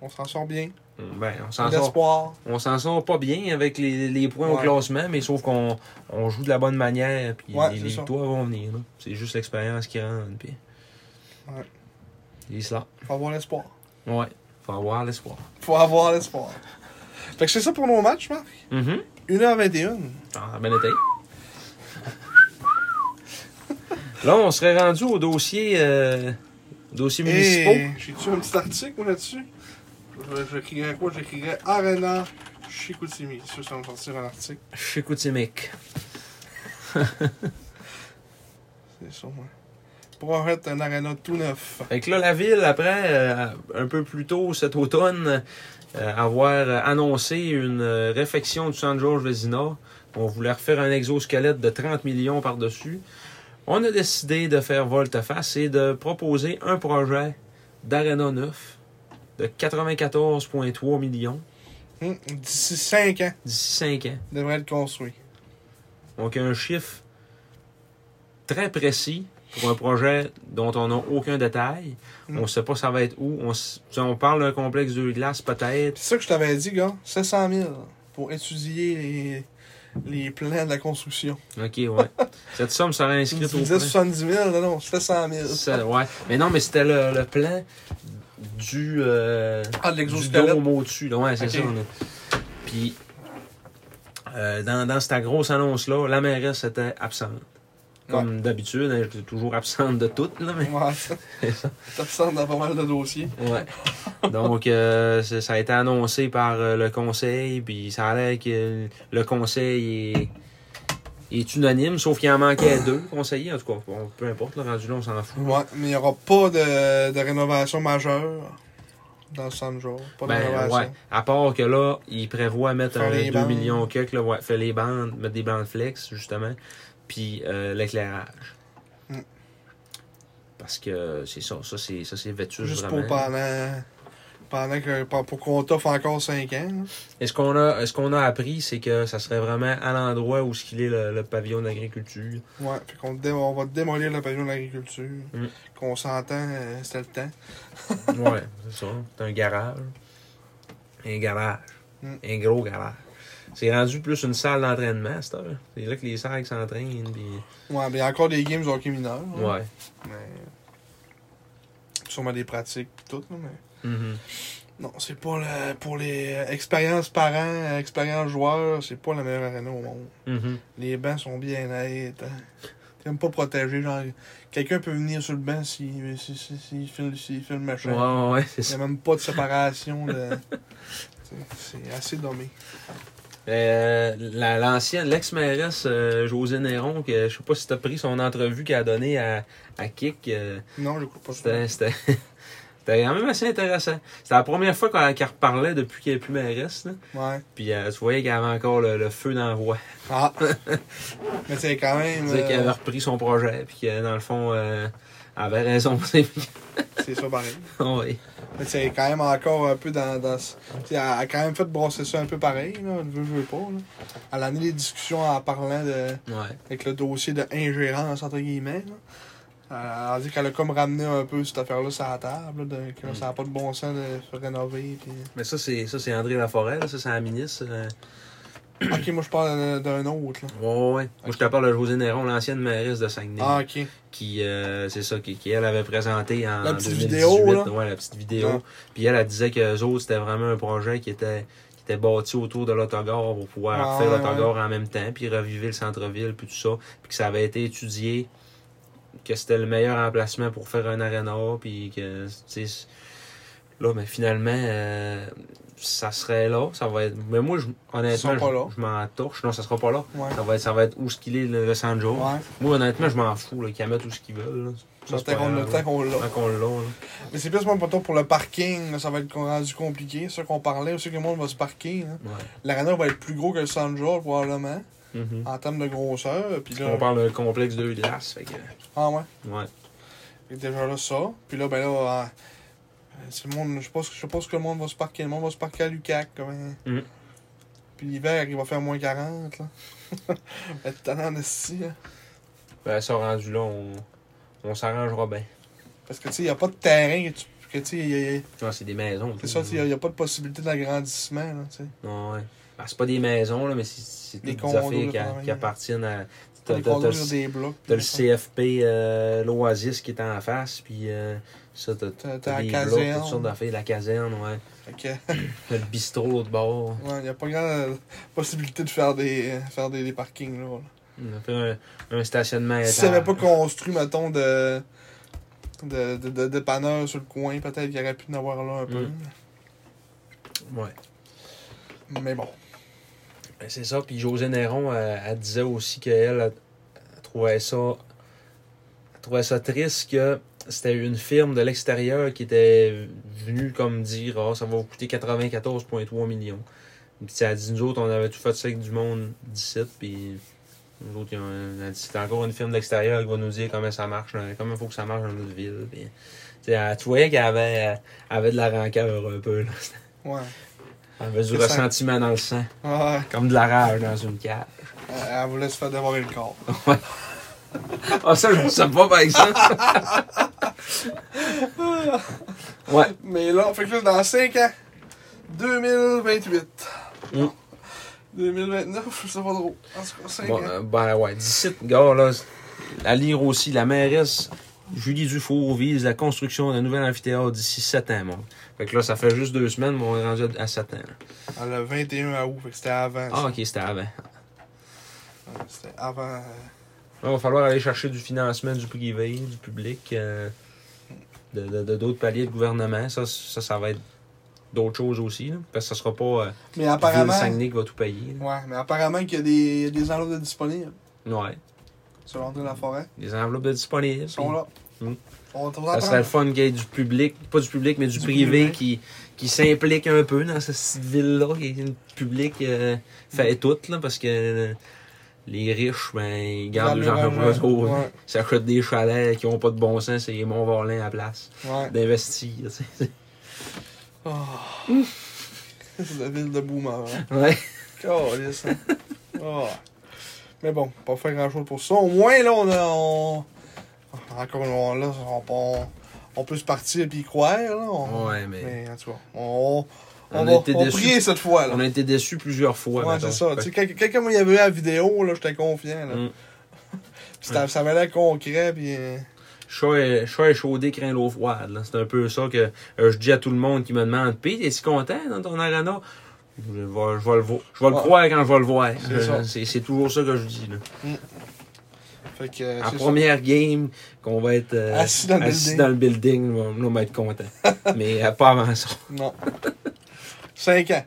S3: On s'en sort bien.
S2: Ben, on s'en sort
S3: L'espoir.
S2: On s'en sort pas bien avec les, les points au
S3: Ouais.
S2: classement, mais sauf qu'on on joue de la bonne manière, puis
S3: Ouais,
S2: les,
S3: c'est
S2: les
S3: ça.
S2: victoires vont venir. là. C'est juste l'expérience qui rentre, puis...
S3: Ouais.
S2: Et cela.
S3: Faut avoir l'espoir.
S2: Ouais, faut avoir l'espoir.
S3: Faut avoir l'espoir. Fait que c'est ça pour nos matchs, Marc. 1h21.
S2: Ah, ben été. là, on serait rendu au dossier, euh, dossier municipal.
S3: Et j'ai-tu un petit article moi, là-dessus? Je- J'écrirais quoi? J'écrirais Arena Chicoutimi. C'est sûr que ça va me sortir un article.
S2: Chez Koutsimik.
S3: C'est sûr, ouais. Pour en fait un arena tout neuf.
S2: Fait que là, la ville, après, euh, un peu plus tôt cet automne, euh, avoir euh, annoncé une euh, réfection du San George Vezina. On voulait refaire un exosquelette de 30 millions par-dessus. On a décidé de faire volte-face et de proposer un projet d'Arena 9 de 94,3 millions
S3: Hmm, D'ici 5 ans,
S2: d'ici 5 ans.
S3: il devrait être construit.
S2: Donc, un chiffre très précis pour un projet dont on n'a aucun détail.
S3: Mm.
S2: On ne sait pas ça va être où. On, s- si on parle d'un complexe de glace, peut-être.
S3: C'est ça que je t'avais dit, gars. 700 000 pour étudier les, les plans de la construction.
S2: OK, ouais. Cette somme sera
S3: Tu me
S2: inscrite au
S3: disais
S2: plan.
S3: 70 000, non, non, 700 000.
S2: Ça, ouais. Mais non, mais c'était le, le plan du, euh,
S3: Ah, de
S2: du
S3: l'exosquelette.
S2: dôme au-dessus. là. Ouais, c'est
S3: OK.
S2: ça. là. Puis, euh, dans, dans cette grosse annonce-là, la mairesse était absente. Comme d'habitude, elle est toujours absente de toutes, là, mais...
S3: Ouais, ça. Ça ressemble dans pas mal de dossiers.
S2: Ouais. Donc, euh, ça ça a été annoncé par euh, le conseil, puis ça a l'air que le conseil est, est unanime, sauf qu'il en manquait deux conseillers, en tout cas. Bon, peu importe, le rendu là, on s'en fout.
S3: Ouais, mais il n'y aura pas de, de rénovation majeure dans le San Jose. Pas de
S2: Ben, ouais.
S3: rénovation.
S2: À part que là, il prévoit mettre
S3: Faire
S2: un
S3: les
S2: 2
S3: bandes.
S2: millions quelques, là, ouais, faire les bandes, mettre des bandes flex, justement. puis euh, l'éclairage.
S3: Mm.
S2: Parce que c'est ça, ça c'est ça c'est vétus
S3: Juste
S2: vraiment.
S3: pour pendant. Pendant que. Pour, pour qu'on t'offre encore 5 ans. là.
S2: Et ce qu'on a, ce qu'on a appris, c'est que ça serait vraiment à l'endroit où ce qu'il est le, le pavillon d'agriculture.
S3: Ouais, fait qu'on dé- on va démolir le pavillon de l'agriculture.
S2: Mm.
S3: Qu'on s'entend, euh, c'était le temps.
S2: ouais, c'est ça. C'est un garage. Un garage.
S3: Mm.
S2: Un gros garage. C'est rendu plus une salle d'entraînement, c'est heure. C'est là que les sacs s'entraînent. puis-
S3: Ouais, mais il y a encore des games de hockey mineur. là.
S2: Ouais.
S3: Mais. Sûrement des pratiques, pis tout, là, mais.
S2: Mhm.
S3: Non, c'est pas la- pour les euh, expériences parents, euh, expériences joueurs, c'est pas la meilleure arena au monde.
S2: Mhm.
S3: Les bancs sont bien nets. hein. T'es même pas protégé, genre. Quelqu'un peut venir sur le banc s'il si, si, si, file, s'il file le machin.
S2: Ouais, ouais, ouais, c'est
S3: Il n'y
S2: ça.
S3: a même pas de séparation. De... c'est c'est assez dommé.
S2: Euh, la- L'ancienne, l'ex-mairesse euh, Josée Néron, que je sais pas si t'as pris son entrevue qu'elle a donnée à, à Kik. euh,
S3: Non, je coupe pas
S2: C'était,
S3: ça.
S2: c'était, c'était quand même assez intéressant. C'était la première fois qu'elle, qu'elle reparlait depuis qu'elle est plus mairesse. Là.
S3: Ouais.
S2: Puis euh, tu voyais qu'elle avait encore le, le feu dans la voix.
S3: Ah! Mais c'est quand
S2: Elle
S3: même.
S2: disait qu'elle avait
S3: euh,
S2: repris son projet. Puis que dans le fond, euh, elle avait raison.
S3: C'est ça pareil.
S2: Ouais.
S3: Mais c'est quand même encore un peu dans. dans ce- t'sais, elle a quand même fait brosser ça un peu pareil, là. Elle veut, veut pas, là. Elle a amené les discussions en parlant de.
S2: ouais.
S3: avec le dossier de ingérence entre guillemets. Là. Elle a dit qu'elle a comme ramené un peu cette affaire-là sur la table, là, de- que
S2: Mm.
S3: ça n'a pas de bon sens de se rénover. Puis...
S2: Mais ça, c'est, ça, c'est André Laforêt. là. Ça, c'est la ministre. euh.
S3: ok, moi je parle d'un- d'un autre. Là.
S2: Ouais, ouais, ouais. Moi, je te parle de Josée Néron, l'ancienne mairesse de Saguenay.
S3: Ah, ok.
S2: qui euh, c'est ça qui, qui, elle avait présenté en
S3: La petite
S2: 2018,
S3: vidéo, là.
S2: ouais, la petite vidéo
S3: Ouais.
S2: puis elle elle disait que autres c'était vraiment un projet qui était qui était bâti autour de l'autogare pour pouvoir
S3: Ouais,
S2: faire
S3: Ah, ouais,
S2: l'autogare en même temps puis reviver le centre-ville puis tout ça puis que ça avait été étudié que c'était le meilleur emplacement pour faire un aréna puis que tu sais là mais finalement euh, ça serait là ça va être mais moi je, honnêtement
S3: sera pas là.
S2: je, je m'en torche non ça sera pas là
S3: Ouais.
S2: ça va être ça va être où ce qu'il est le, le centre jour
S3: Ouais.
S2: moi, honnêtement, je m'en fous, là, qu'ils mettent tout ce qu'ils veulent. Là. Ça,
S3: Ça,
S2: c'est
S3: tant
S2: pas
S3: qu'on-
S2: grave,
S3: tant
S2: là.
S3: qu'on l'a.
S2: Tant qu'on l'a. là.
S3: Mais c'est plus moi pour toi, pour le parking, là, ça va être rendu compliqué. C'est ça qu'on parlait aussi que le monde va se parquer. là.
S2: Ouais.
S3: L'aréna va être plus gros que le Sandra probablement, en termes de grosseur. Puis là.
S2: Mm-hmm. On parle d'un complexe de glace, fait que.
S3: Ah ouais.
S2: Ouais.
S3: Fait que déjà là, ça. Puis là, ben là, euh, euh, c'est le monde, je pense, je pense que le monde va se parquer. Le monde va se parquer à Lucac. Comme, hein.
S2: Mhm.
S3: Puis l'hiver, il va faire moins 40. Là. Mais tannant en esti, hein.
S2: Ben, ça rendu là, on, on s'arrangera bien.
S3: Parce que, tu sais, il n'y a pas de terrain. Que tu, que, tu sais, il y a-
S2: Ouais, c'est des maisons.
S3: c'est
S2: tout,
S3: ça,
S2: là.
S3: tu sais, il n'y a, il y a pas de possibilité d'agrandissement. là, tu sais.
S2: Non, ouais. Ben, c'est pas des maisons, là, mais c'est- c'est
S3: Des
S2: des,
S3: condos,
S2: affaires qui,
S3: là,
S2: a-
S3: quand
S2: qui
S3: même.
S2: appartiennent à.
S3: T'as
S2: T'as
S3: des
S2: t'as-
S3: condos
S2: t'as
S3: sur
S2: le-
S3: des blocs.
S2: t'as le
S3: puis
S2: CFP, euh, l'Oasis qui est en face, puis euh, ça, t'as
S3: T'as-
S2: t'as
S3: t'as
S2: des
S3: la
S2: blocs,
S3: caserne.
S2: toutes sortes d'affaires, la caserne, ouais.
S3: Fait que,
S2: T'as le bistrot l'autre bord.
S3: ouais, il n'y a pas grande possibilité de faire des, euh, faire des, des parkings. Là, là.
S2: On a fait un, un stationnement
S3: Si ça n'avait pas
S2: étage.
S3: construit, mettons, de, de, de, de, de panneurs sur le coin, peut-être qu'il aurait pu en avoir là un peu.
S2: Mhm. Ouais.
S3: Mais bon.
S2: Ben, C'est ça. Puis José Néron, elle, elle disait aussi qu'elle elle trouvait ça. elle trouvait ça triste que c'était une firme de l'extérieur qui était venue comme dire Ah, ça va vous coûter 94,3 millions. Puis elle a dit Nous autres, on avait tout fait ça avec du monde d'ici. Puis nous autres, il y a un- elle dit, c'est encore une firme de l'extérieur qui va nous dire comment ça marche, dans- comment il faut que ça marche dans notre ville. Puis, tu sais, elle- tu voyais qu'elle avait, elle avait de la rancœur un peu. Là.
S3: Ouais.
S2: Elle avait du
S3: C'est ça.
S2: ressentiment dans le sang,
S3: Ouais.
S2: comme de la rage dans une cave.
S3: Elle, elle voulait se faire dévorer le corps.
S2: Ah, ça, je ne sais pas, par exemple. ouais.
S3: Mais là, fait que là, dans 5 ans, 2028.
S2: Mm.
S3: 2029, je sais pas trop. En tout cas, 5
S2: Bon,
S3: ans.
S2: euh, ben, ouais. D'ici, gars, là, à lire aussi, la mairesse Julie Dufour vise la construction d'un nouvel amphithéâtre d'ici 7 ans, mon. Fait que là, ça fait juste deux semaines, mais on est rendu à 7 ans. là.
S3: Elle a 21 août, fait que c'était avant.
S2: Ah, ok, c'était avant.
S3: ça. C'était avant. euh,
S2: Là, il va falloir aller chercher du financement du privé, du public, euh, de de- de- d'autres paliers de gouvernement. Ça, ça, ça va être d'autres choses aussi, là, parce que ça sera pas
S3: Mais
S2: euh, Ville
S3: apparemment.
S2: Saguenay qui va tout payer.
S3: Ouais, mais apparemment qu'il y a des, des enveloppes de disponibles.
S2: là. Ouais.
S3: Selon André Laforêt.
S2: Les enveloppes de disponibles.
S3: Ils sont
S2: puis-
S3: là.
S2: Mm.
S3: On te
S2: Ça serait le fun qu'il y ait du public, pas du public, mais du,
S3: Du
S2: privé,
S3: privé.
S2: qui, qui s'implique un
S3: Mm.
S2: peu dans cette petite ville-là, qui est une public euh, fait tout, là, parce que euh, Les riches, ben, ils gardent
S3: Dans
S2: les hein. argent
S3: leur
S2: pour eux autres.
S3: Ouais,
S2: Ils s'achètent des chalets qui ont pas de bon sens, c'est les Mont-Varlin à la place.
S3: ouais.
S2: D'investir, tu sais.
S3: Ah. C'est la ville de Boomer. Hein.
S2: Ouais.
S3: Câlisse, hein.
S2: Oh.
S3: Ah. Mais bon, pas faire grand chose pour ça. Au moins, là, on a. On... Encore une fois, là, on, on, on peut se partir et y croire. Là, on-
S2: Ouais, mais-
S3: Mais en tout cas, on, on,
S2: On
S3: va
S2: a été
S3: on
S2: déçus.
S3: prier cette fois. Là.
S2: On a été déçus plusieurs fois.
S3: Ouais,
S2: mettons.
S3: c'est ça.
S2: Fait
S3: Tu sais, quand, quand, quand il y avait eu la vidéo, là, j'étais confiant. Là.
S2: Mm.
S3: Puis ça, ça avait l'air concret, puis... euh,
S2: Chat est- chat échaudé craint l'eau froide. là. C'est un peu ça que euh, je dis à tout le monde qui me demande Pis, t'es-tu content dans ton arena Je vais, je vais le, voir. je vais le
S3: Ouais.
S2: croire quand je vais le voir.
S3: Ah. C'est
S2: Euh,
S3: ça.
S2: C'est c'est toujours ça que je dis. Là.
S3: Fait que... euh,
S2: À
S3: c'est
S2: première game, qu'on va être euh,
S3: Assis dans le building.
S2: dans le building, là, on va être content. Mais euh, pas avant ça.
S3: ça. Non. Cinq ans.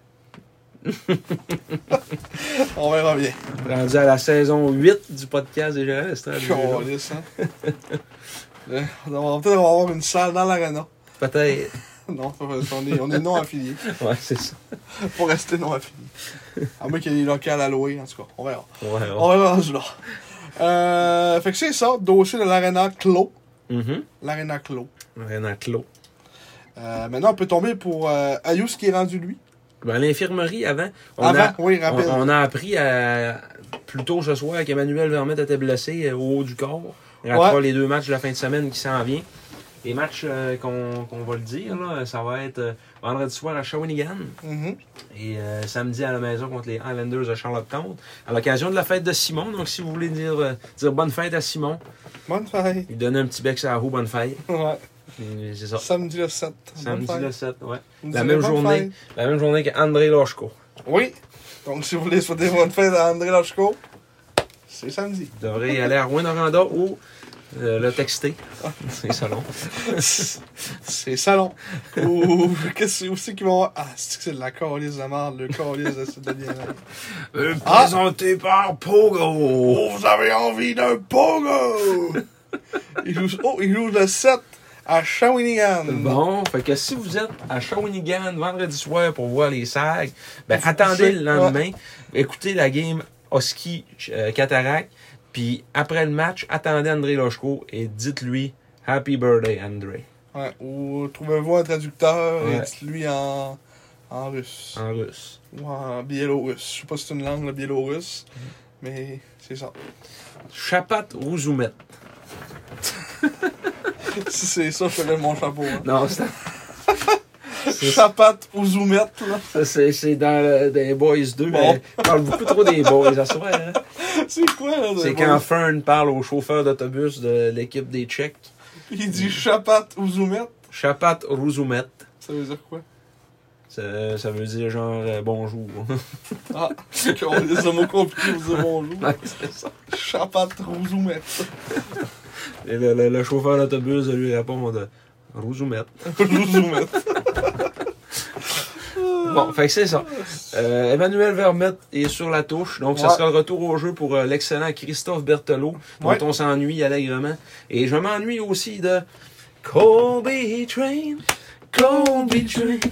S3: On verra bien.
S2: Rendu à la saison 8 du podcast des Gérants d'Estrade, déjà.
S3: Câlisse, hein. Euh, On va peut-être avoir une salle dans l'arena.
S2: Peut-être.
S3: Non, on est, on est non affilié.
S2: Ouais, c'est ça.
S3: Pour rester non affilié. À moins qu'il y ait des locales à louer, en tout cas. On verra.
S2: Ouais, ouais.
S3: On verra rendu là. Euh, fait que c'est ça, dossier de l'arena clos.
S2: Mhm.
S3: L'arena clos.
S2: Renan Clos.
S3: Euh, maintenant, on peut tomber pour euh, Ayous qui est rendu lui.
S2: Ben, à l'infirmerie, avant, on
S3: Avant,
S2: a-
S3: oui,
S2: On,
S3: rappelle.
S2: on a appris à, plus tôt ce soir qu'Emmanuel Vermette était blessé euh, au haut du corps. Il ratera les deux matchs de la fin de semaine qui s'en vient. Les matchs euh, qu'on qu'on va le dire, là, ça va être euh, vendredi soir à Shawinigan
S3: Mhm.
S2: et euh, samedi à la maison contre les Highlanders de Charlottetown à l'occasion de la fête de Simon. Donc, si vous voulez dire, euh, dire bonne fête à Simon,
S3: Bonne fête.
S2: lui donner un petit bec sur la roue, bonne fête.
S3: Ouais.
S2: Et C'est ça.
S3: Samedi le 7. Bonne
S2: Samedi
S3: fête.
S2: le 7, ouais.
S3: Vous
S2: la
S3: direz
S2: même
S3: bonne
S2: journée.
S3: fête.
S2: La même journée qu'André Loshko.
S3: Oui. Donc, si vous voulez souhaiter bonne fête à André Lachko, c'est samedi.
S2: Vous devrez aller à Rouen Noranda ou euh, le texter. C'est salon.
S3: c'est salon. Ou qu'est-ce que c'est qu'ils vont avoir? Ah, c'est que c'est de la calice de marde, le calice de cette bien Ah!
S2: Présenté par Pogo.
S3: Oh, vous avez envie d'un pogo! il joue, oh, il joue le 7 à Shawinigan.
S2: Bon, fait que si vous êtes à Shawinigan vendredi soir pour voir les sags, ben
S3: Faut
S2: attendez
S3: pousser.
S2: le lendemain, écoutez la game Oski euh, Cataract, puis après le match, attendez André Lochko et dites-lui Happy Birthday André
S3: Ouais, ou trouvez-vous un traducteur et
S2: Ouais.
S3: dites-lui en, en russe.
S2: en russe.
S3: Ou en biélorusse. Je sais pas si c'est une langue, le biélorusse.
S2: Mm.
S3: Mais c'est ça.
S2: Chapat Rouzoumet.
S3: si c'est ça, je te lève mon chapeau. Hein.
S2: Non, c'est c'est-
S3: Chapat ou Zoumet, là.
S2: ça, c'est c'est dans le, dans les Boys 2.
S3: Bon.
S2: mais on parle beaucoup trop des Boys, à soir. hein.
S3: C'est quoi, là?
S2: C'est
S3: le-
S2: quand Fern parle au chauffeur d'autobus de l'équipe des Tchèques.
S3: Il dit Chapat ou Zoumet.
S2: Chapat Rouzoumet.
S3: Ça veut dire quoi?
S2: Ça, ça veut dire genre euh, bonjour.
S3: Ah, on les a mots compliqués, vous dire bonjour.
S2: Ouais, c'est ça.
S3: Chapat ou Zoumet.
S2: Et le, le- le chauffeur d'autobus lui répond de Rouzoumet.
S3: Ou Zoumet.
S2: Bon, fait que c'est ça. Euh, Emmanuel Vermette est sur la touche, donc ça
S3: Ouais.
S2: sera le retour au jeu pour euh, l'excellent Christophe Berthelot, dont
S3: Ouais.
S2: on s'ennuie allègrement. Et je m'ennuie aussi de Colby Train, Colby Train.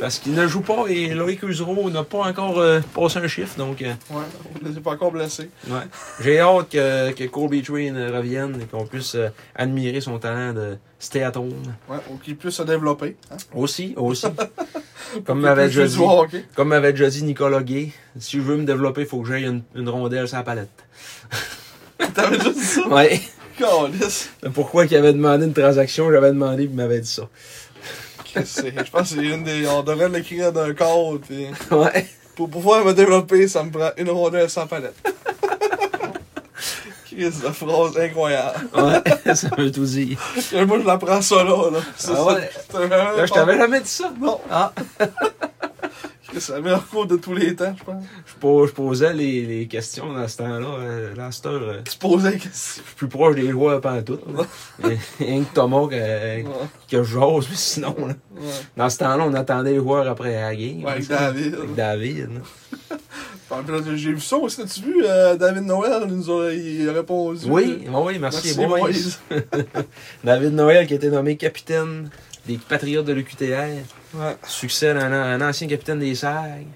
S2: Parce qu'il ne joue pas et Loïc Usereau n'a pas encore euh, passé un chiffre, donc euh,
S3: Ouais, on les a pas encore blessés.
S2: Ouais. J'ai hâte que, que Colby Train euh, revienne et qu'on puisse euh, admirer son talent de stay at home.
S3: Ouais, ou qu'ils puissent se développer. Hein.
S2: Aussi, aussi. comme
S3: Qu'ils
S2: m'avait
S3: puissent
S2: déjà
S3: jouer
S2: dit,
S3: du hockey.
S2: comme m'avait déjà dit Nicolas Gay, si je veux me développer, il faut que j'aille une, une rondelle sur la palette.
S3: T'avais déjà dit ça?
S2: Ouais.
S3: Câlisse.
S2: Pourquoi qu'il avait demandé une transaction, j'avais demandé puis il m'avait dit ça.
S3: Qu'est-ce que c'est? Je pense que c'est une des. On devrait l'écrire d'un code. Puis
S2: Ouais.
S3: pour pouvoir me développer, ça me prend une rondelle sans palette. Qu'est-ce de phrase incroyable.
S2: Ouais, ça veut tout dire.
S3: Et moi, je la prends ça là. là. Ça,
S2: Ah
S3: ça-
S2: ouais?
S3: c'est un- un-
S2: Là, je t'avais jamais dit ça.
S3: Non,
S2: Ah,
S3: c'est la meilleure cours de tous les temps, je pense.
S2: je, pos- je posais les, les questions dans ce temps-là. euh, Là, à cette heure, euh,
S3: Tu posais la question.
S2: je suis plus proche des joueurs pas en tout. Rien que Thomas que-
S3: Ouais,
S2: que j'ose, mais sinon, là.
S3: ouais.
S2: Dans ce temps-là, on attendait les joueurs après la game.
S3: Ouais, avec
S2: là,
S3: David.
S2: Avec David. là.
S3: Ah, puis là, J'ai vu ça aussi. T'as-tu vu euh, David Noël il nous a, il a répondu?
S2: Oui, Ah oui, merci, boys. David Noël qui a été nommé capitaine des Patriotes de l'UQTR.
S3: Ouais.
S2: Succède à un, un ancien capitaine des SAG,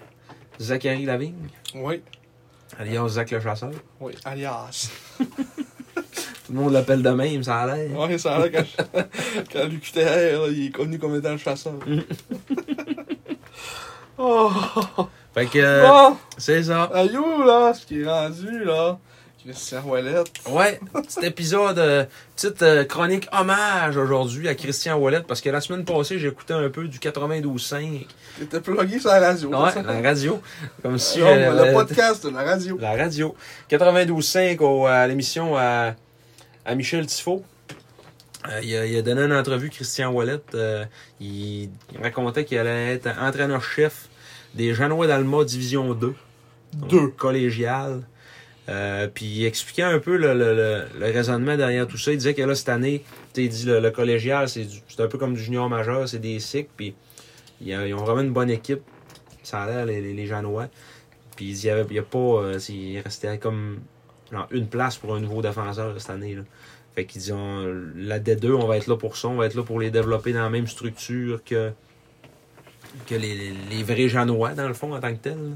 S2: Zachary Lavigne.
S3: Oui.
S2: Alliance Zach le Chasseur.
S3: Oui, alias.
S2: Tout le monde l'appelle de même, ça a l'air.
S3: Ouais, ça a l'air quand, quand l'UQTR, là, il est connu comme étant le chasseur.
S2: Mm.
S3: oh!
S2: Fait que, euh,
S3: Bon!
S2: c'est ça.
S3: Aïe, là, ce qui est rendu, là. Christian Ouellette.
S2: Ouais, petit épisode, euh, petite euh, chronique hommage aujourd'hui à Christian Wallet parce que la semaine passée, j'écoutais un peu du 92.5.
S3: T'étais plugué sur la radio.
S2: Ouais,
S3: ça.
S2: la radio. Comme si.
S3: Genre,
S2: euh,
S3: le podcast de la radio.
S2: La radio. 92.5 au- à l'émission à, à Michel Tifo. Euh, il, a, il a donné une entrevue, Christian Wallet. euh, il racontait qu'il allait être entraîneur-chef des Janois d'Alma Division 2. donc
S3: Deux.
S2: Collégiale. Euh, puis il expliquait un peu le, le- le- le raisonnement derrière tout ça. Il disait que là, cette année, tu sais, il dit le, le collégial, c'est du- c'est un peu comme du junior majeur, c'est des cycles. Puis ils, euh, ils ont vraiment une bonne équipe. Ça a l'air, les, les, les Janois. Puis il y avait, il y a pas, euh, c'est- il restait comme genre, une place pour un nouveau défenseur cette année. Là. Fait qu'ils disent, on- la D2, on va être là pour ça, on va être là pour les développer dans la même structure que, que les, les- les vrais Janois, dans le fond, en tant que tels. là.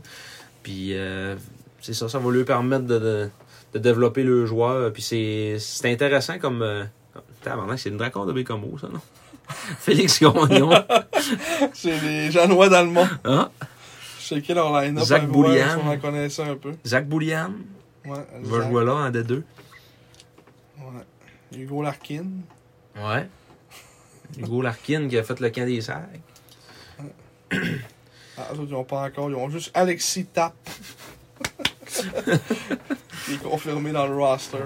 S2: Puis euh, c'est ça, ça va lui permettre de, de, de développer le joueur. Puis c'est, c'est intéressant comme. Euh, tabarnak, c'est une dragon de Bécomo, ça, non? Félix Gagnon,
S3: C'est les Janois d'Allemand.
S2: hein?
S3: Je sais quel leur line-up.
S2: Zach
S3: à voir,
S2: Boulian.
S3: si On en connaissait un peu.
S2: Zach Boulian
S3: Ouais,
S2: va
S3: Zach.
S2: jouer là en D2.
S3: Ouais. Hugo Larkin.
S2: Ouais. Hugo Larkin qui a fait le camp des sacs.
S3: Ah, eux autres, ils ont pas encore. Ils ont juste Alexis Tap. Qui est confirmé dans le roster.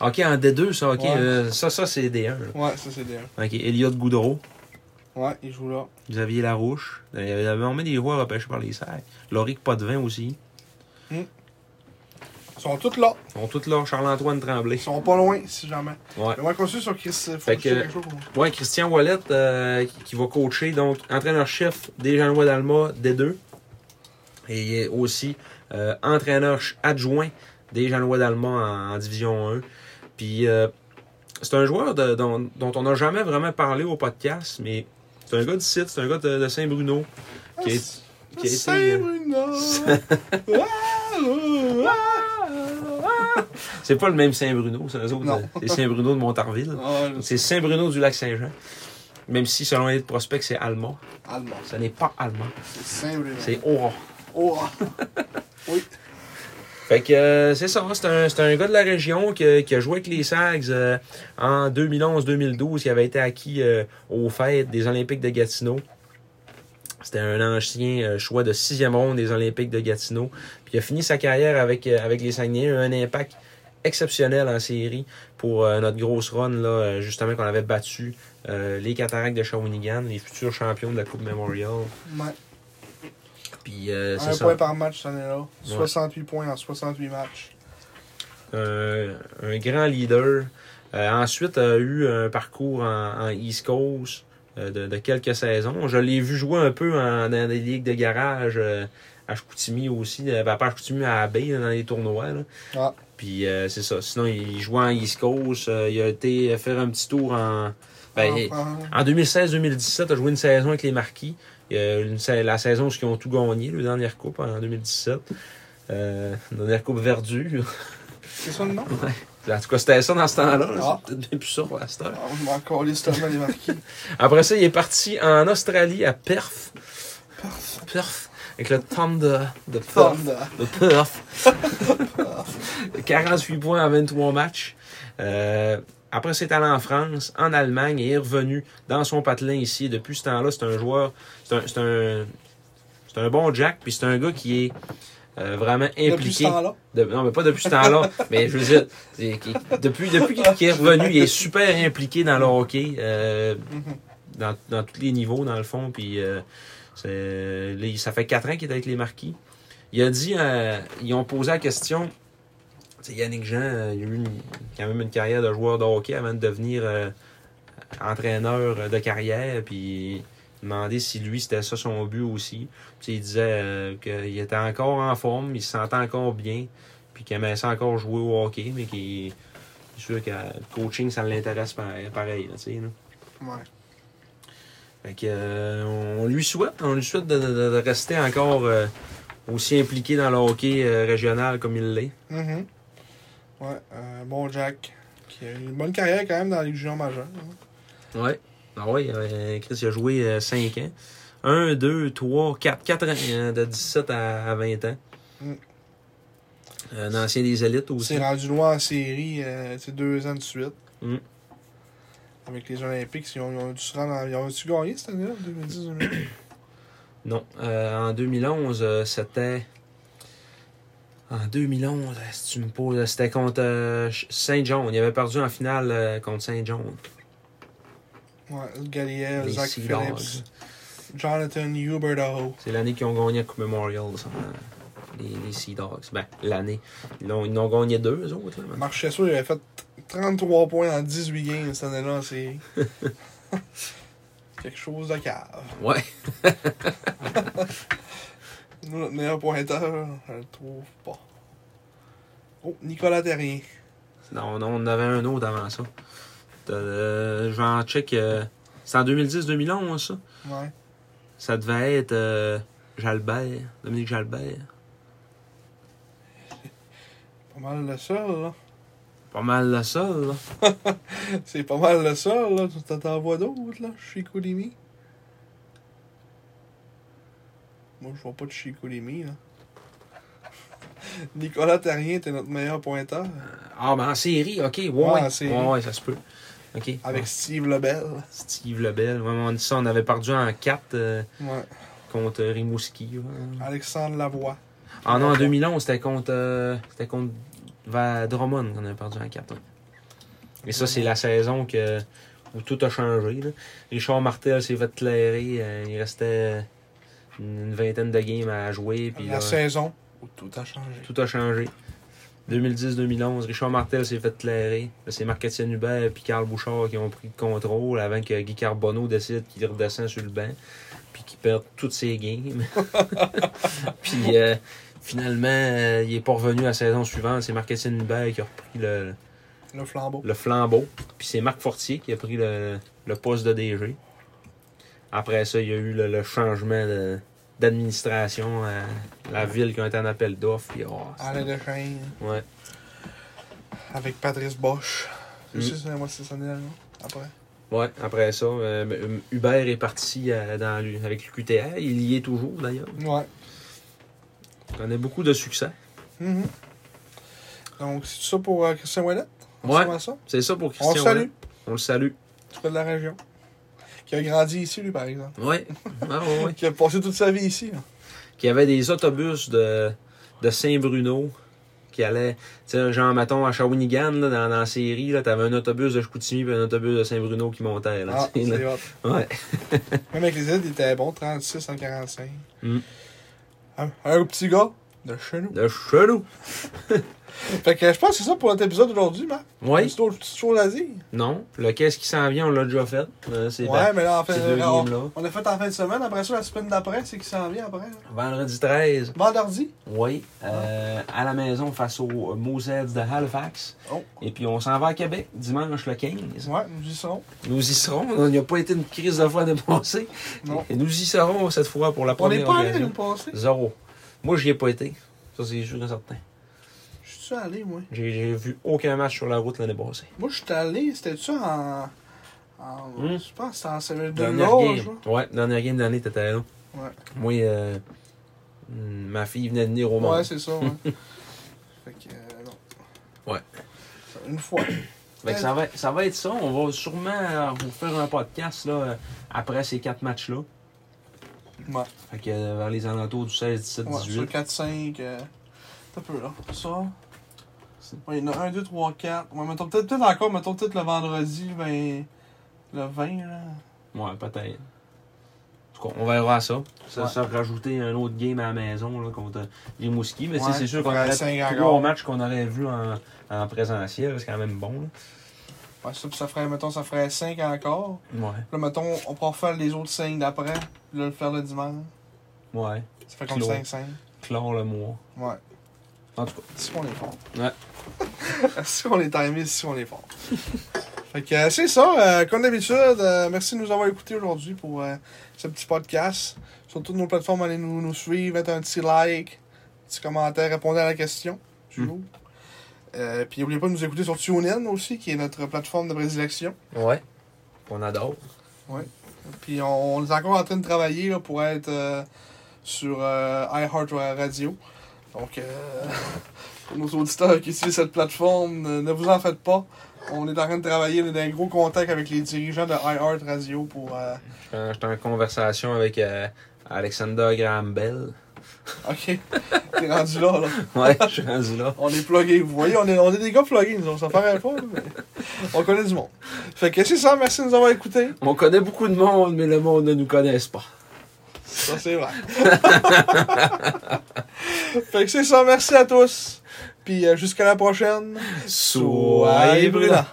S2: Ok, en D2, ça, ok.
S3: Ouais.
S2: euh, ça, ça, c'est D1. là.
S3: Ouais, ça c'est bien.
S2: Ok, Elliot Goudreau,
S3: Ouais, il joue là.
S2: Xavier Larouche. Il y avait on met des joueurs repêchés par les sacs. Loric Potvin aussi.
S3: Ils sont tous là.
S2: Ils ont tous là, Charles-Antoine Tremblay.
S3: Ils sont pas loin, si jamais.
S2: Ouais.
S3: Mais moi, continue sur Chris. Faut
S2: Fait
S3: que...
S2: que-
S3: quelque chose pour moi.
S2: Ouais, Christian Wallet euh, qui va coacher, donc entraîneur-chef des Janois d'Alma D2. Et il est aussi euh, entraîneur ch- adjoint des Janois d'Alma en, en Division 1. Puis euh, c'est un joueur de- dont, dont on n'a jamais vraiment parlé au podcast, mais c'est un gars du site, c'est un gars de, de Saint-Bruno. Qui est- qui a été, euh,
S3: Saint-Bruno.
S2: C'est pas le même Saint-Bruno, c'est eux autres,
S3: Non.
S2: euh, c'est Saint-Bruno de Montarville.
S3: Ah,
S2: C'est Saint-Bruno du lac Saint-Jean. Même si, selon les prospects, c'est allemand.
S3: Allemand.
S2: Ce n'est pas allemand,
S3: C'est Saint-Bruno.
S2: c'est Oran.
S3: Oh. oui.
S2: Fait que euh, c'est ça, c'est un, c'est un gars de la région qui, a- qui a joué avec les Sags euh, en 2011-2012, qui avait été acquis euh, aux fêtes des Olympiques de Gatineau. C'était un ancien euh, choix de sixième ronde des Olympiques de Gatineau. Puis il a fini sa carrière avec, euh, avec les Saguenay, Il a eu un impact exceptionnel en série pour euh, notre grosse run, là, euh, justement, qu'on avait battu euh, les Cataractes de Shawinigan, les futurs champions de la Coupe Memorial.
S3: Ouais.
S2: Puis euh, c'est
S3: Un
S2: ça.
S3: point par match, ça en est là. 68 points en 68 matchs.
S2: un, Euh, un grand leader. Euh, ensuite, a eu un parcours en, en East Coast euh, de, de quelques saisons. Je l'ai vu jouer un peu en- dans des ligues de garage euh, à Chicoutimi aussi, euh, ben, pas à Chicoutimi, à Abbey, là, dans les tournois. là.
S3: Ah.
S2: Puis euh, c'est ça. Sinon, il jouait en East Coast. euh, il a été faire un petit tour en... ben, il-
S3: Ah,
S2: en 2016-2017, il a joué une saison avec les Marquis. Il y a une sa- la saison où ils ont tout gagné, la dernière coupe en 2017. Euh, la dernière coupe verdure.
S3: C'est ça le nom?
S2: En tout cas, c'était ça dans ce temps-là. là.
S3: Ah.
S2: C'est peut-être bien plus ça pour la star.
S3: Ah, je m'en calisse tellement les marquis.
S2: Après ça, il est parti en Australie, à Perth. Perth. Avec le Thunder de Perth.
S3: Thunder.
S2: De Perth. 48 points en 23 matchs. Euh, après, c'est allé en France, en Allemagne et est revenu dans son patelin ici. Et depuis ce temps-là, c'est un joueur. C'est un, c'est un, c'est un bon Jack. Puis c'est un gars qui est euh, vraiment impliqué.
S3: Depuis ce temps-là.
S2: De- non, mais pas depuis ce temps-là. mais je veux dire, c'est qu'il- depuis, depuis qu'il qu'il est revenu, il est super impliqué dans le hockey, euh,
S3: Mhm.
S2: dans, dans tous les niveaux, dans le fond. Puis, euh, c'est- là, il- ça fait quatre ans qu'il est avec les Marquis. Il a dit, euh, ils ont posé la question. Tu sais, Yannick Jean, euh, il a eu une- quand même une carrière de joueur de hockey avant de devenir euh, entraîneur euh, de carrière. Puis, demandé si lui, c'était ça son but aussi. Puis, il disait euh, qu'il était encore en forme, il se sentait encore bien puis qu'il aimait ça encore jouer au hockey, mais qui c'est sûr que le coaching, ça l'intéresse pareil, pareil là, tu sais, là.
S3: Ouais.
S2: Fait que, euh, on lui souhaite, on lui souhaite de, de- de rester encore euh, aussi impliqué dans le hockey euh, régional comme il l'est.
S3: Mhm. Ouais, euh, bon Jack, qui a eu une bonne carrière quand même dans les juniors majeurs. hein.
S2: Ouais. Ah ouais, euh, Chris il a joué 5 ans. 1, 2, 3, 4, 4 ans, euh, de 17 à, à 20 ans. Euh,
S3: Mm.
S2: Un ancien des élites
S3: Il
S2: aussi.
S3: s'est rendu loin en série euh, tu sais, deux ans de suite.
S2: Mm.
S3: Avec les Olympiques, ils ont, ils ont dû se rendre en- ils ont dû gagner cette année-là, 2010
S2: Non. Euh, en 2011, euh, c'était. En 2011, euh, si tu me poses, c'était contre euh, Ch- Saint John. Il avait perdu en finale euh, contre Saint John.
S3: Ouais, Galliel,
S2: Les
S3: Zach
S2: Sea
S3: Phillips, Jonathan Huberto.
S2: C'est l'année qu'ils ont gagné la Coupe Memorial, ça, euh, les, les Sea Dogs. Ben, l'année. Ils l'ont- ils en ont gagné deux, eux autres. Là, mais-
S3: Marchesso, il avait fait 33 points en 18 games cette année-là en série. Quelque chose de cave.
S2: Ouais.
S3: Nous, notre meilleur pointeur, on le trouve pas. Oh, Nicolas Terrien.
S2: Non, non, on en avait un autre avant ça. Euh, je vais en check. euh, c'est en 2010-2011, ça.
S3: Ouais.
S2: Ça devait être euh, Jalbert, Dominique Jalbert.
S3: Pas mal le seul, là.
S2: Pas mal le seul, là.
S3: C'est pas mal le seul, là. Tu t'en- t'en vois d'autres, là. Chicoulimi. Moi, je vois pas de Chicoulimi, là. Nicolas Terrien était notre meilleur pointeur.
S2: Ah, ben en série, ok, ouais.
S3: Ouais, en
S2: Ouais,
S3: série.
S2: ouais, ça se peut. Ok.
S3: Avec
S2: Ouais.
S3: Steve Lebel.
S2: Steve Lebel. Ouais, on dit ça, on avait perdu en 4
S3: Ouais.
S2: contre Rimouski. ouais.
S3: Alexandre Lavoie.
S2: Ah non, en 2011, c'était contre, euh, c'était contre Va- Drummond qu'on avait perdu en 4. Et ça, c'est la saison que, où tout a changé. Là. Richard Martel s'est fait clairer. euh, il restait une une vingtaine de games à jouer. Puis
S3: La
S2: là,
S3: saison où tout a changé.
S2: tout a changé. 2010-2011, Richard Martel s'est fait clairer. Là, C'est Marc-Étienne Hubert et Carl Bouchard qui ont pris le contrôle avant que Guy Carbonneau décide qu'il redescend sur le banc puis qu'il perde toutes ses games. puis euh, finalement, euh, il est pas revenu à la saison suivante. C'est Marc-Étienne Hubert qui a repris le,
S3: Le flambeau.
S2: le flambeau. Puis c'est Marc Fortier qui a pris le, le poste de DG. Après ça, il y a eu le, le changement de- d'administration à la ville qui a été en appel d'offres. puis, oh, c'est-
S3: Alain Dechaine.
S2: Ouais.
S3: Avec Patrice Bosch.
S2: Mm.
S3: C'est ça, moi, c'est ça, là. Après.
S2: Ouais, après ça, euh, ben, Hubert est parti euh, dans, l'U- avec le QTR. Il y est toujours, d'ailleurs.
S3: Ouais.
S2: Il en a beaucoup de succès.
S3: Mhm. Donc, c'est ça pour euh, Christian Ouellet? On
S2: Ouais,
S3: se voit ça?
S2: c'est ça pour Christian.
S3: On le salue.
S2: Ouellet. On le salue.
S3: Du côté de la région. Qui a grandi ici, lui, par exemple.
S2: Ouais. Ah, ouais, ouais.
S3: Qui a passé toute sa vie ici. là.
S2: Qu'il y avait des autobus de, de Saint-Bruno qui allaient, tu sais, genre, mettons, à Shawinigan, là, dans, dans la série, là, t'avais un autobus de Chicoutimi et un autobus de Saint-Bruno qui montait, là,
S3: Ah,
S2: tu sais, là.
S3: c'est hot.
S2: Ouais.
S3: Même avec les aides, il était bon, 36 en 45.
S2: Mm.
S3: Un, un petit gars de chez nous.
S2: De chelou.
S3: Fait que je pense que c'est ça pour notre épisode d'aujourd'hui, Marc.
S2: Ouais.
S3: Juste d'autres petites choses à dire.
S2: Non. Le qu'est-ce qui s'en vient, on l'a déjà fait. Euh, c'est
S3: ouais, mais là, en fait,
S2: ces deux
S3: on,
S2: games-là.
S3: on l'a fait en fin de semaine. Après ça, la semaine d'après, c'est qui s'en vient après. là.
S2: vendredi 13.
S3: Vendredi.
S2: Oui, euh, à la maison face aux Moseds de Halifax.
S3: Oh.
S2: Et puis on s'en va à Québec dimanche le 15.
S3: Ouais, nous y serons.
S2: Nous y serons. Il n'y a pas été une crise de fois de passer.
S3: Non.
S2: Et nous y serons cette fois pour la
S3: On n'est
S2: première
S3: pas allé nous
S2: occasion. Euh.
S3: passer.
S2: Zéro. Moi, j'y ai pas été. Ça, c'est sûr et certain.
S3: Je suis allé, moi.
S2: J'ai j'ai vu aucun match sur la route l'année passée.
S3: Moi, je suis allé, c'était-tu en. en
S2: Mm.
S3: Je pense que c'était en semaine de hein?
S2: Dernière
S3: loge.
S2: game.
S3: là.
S2: Ouais, dernière game de l'année, t'étais là.
S3: Ouais.
S2: Moi, euh, ma fille venait de venir au monde.
S3: Ouais, c'est ça, ouais. fait que, euh, non.
S2: Ouais.
S3: Une fois.
S2: Fait que ça, va, ça va être ça. On va sûrement euh, vous faire un podcast là, euh, après ces quatre matchs-là.
S3: Ouais.
S2: Fait que euh, vers les alentours du 16, 17,
S3: Ouais,
S2: 18.
S3: sur 4-5. Euh, un peu, là. Ça. Ouais, il y en a 1, 2, 3, 4. Ouais, mettons peut-être peut encore, mettons peut-être le vendredi, ben. Le 20, là.
S2: Ouais, peut-être. En tout cas, on verra ça. Ça,
S3: Ouais.
S2: ça rajouter un autre game à la maison là, contre Rimouski. Mais tu sais,
S3: Ouais,
S2: c'est sûr qu'on
S3: faudrait
S2: aurait
S3: cinq
S2: trois
S3: encore.
S2: matchs qu'on aurait vus en, en présentiel. C'est quand même bon. Là.
S3: Ouais, ça, puis ça ferait, mettons, ça ferait 5 encore.
S2: Ouais.
S3: Là, mettons, on pourra faire les autres 5 d'après. puis Là, le faire le dimanche.
S2: Ouais.
S3: Ça fait comme
S2: Clos.
S3: 5-5.
S2: Clore le mois.
S3: Ouais.
S2: En tout cas.
S3: Si on est fort.
S2: Ouais.
S3: si on est timé, si on est fort. Fait que euh, c'est ça. euh, comme d'habitude, euh, merci de nous avoir écoutés aujourd'hui pour euh, ce petit podcast. Sur toutes nos plateformes, allez nous, nous suivre, mettre un petit like, un petit commentaire, répondez à la question. toujours. Euh, puis n'oubliez pas de nous écouter sur TuneIn aussi, qui est notre plateforme de prédilection.
S2: Ouais. On adore.
S3: Puis on, on est encore en train de travailler là, pour être euh, sur euh, iHeart Radio. Donc, euh, pour nos auditeurs qui suivent cette plateforme, ne, ne vous en faites pas. On est en train de travailler, on est en gros contact avec les dirigeants de iHeart Radio pour. euh,
S2: Euh, J'étais en conversation avec euh, Alexander Graham Bell.
S3: Ok, t'es rendu là, là.
S2: Ouais, je suis rendu là.
S3: On est plugués. Vous voyez, on est, on est des gars plugués, nous, on s'en ferait pas, là, mais on connaît du monde. Fait que c'est ça, merci de nous avoir écoutés.
S2: On connaît beaucoup de monde, mais le monde ne nous connaisse pas.
S3: Ça, c'est vrai. fait que c'est ça, merci à tous. Puis euh, jusqu'à la prochaine.
S2: Soyez brûlants.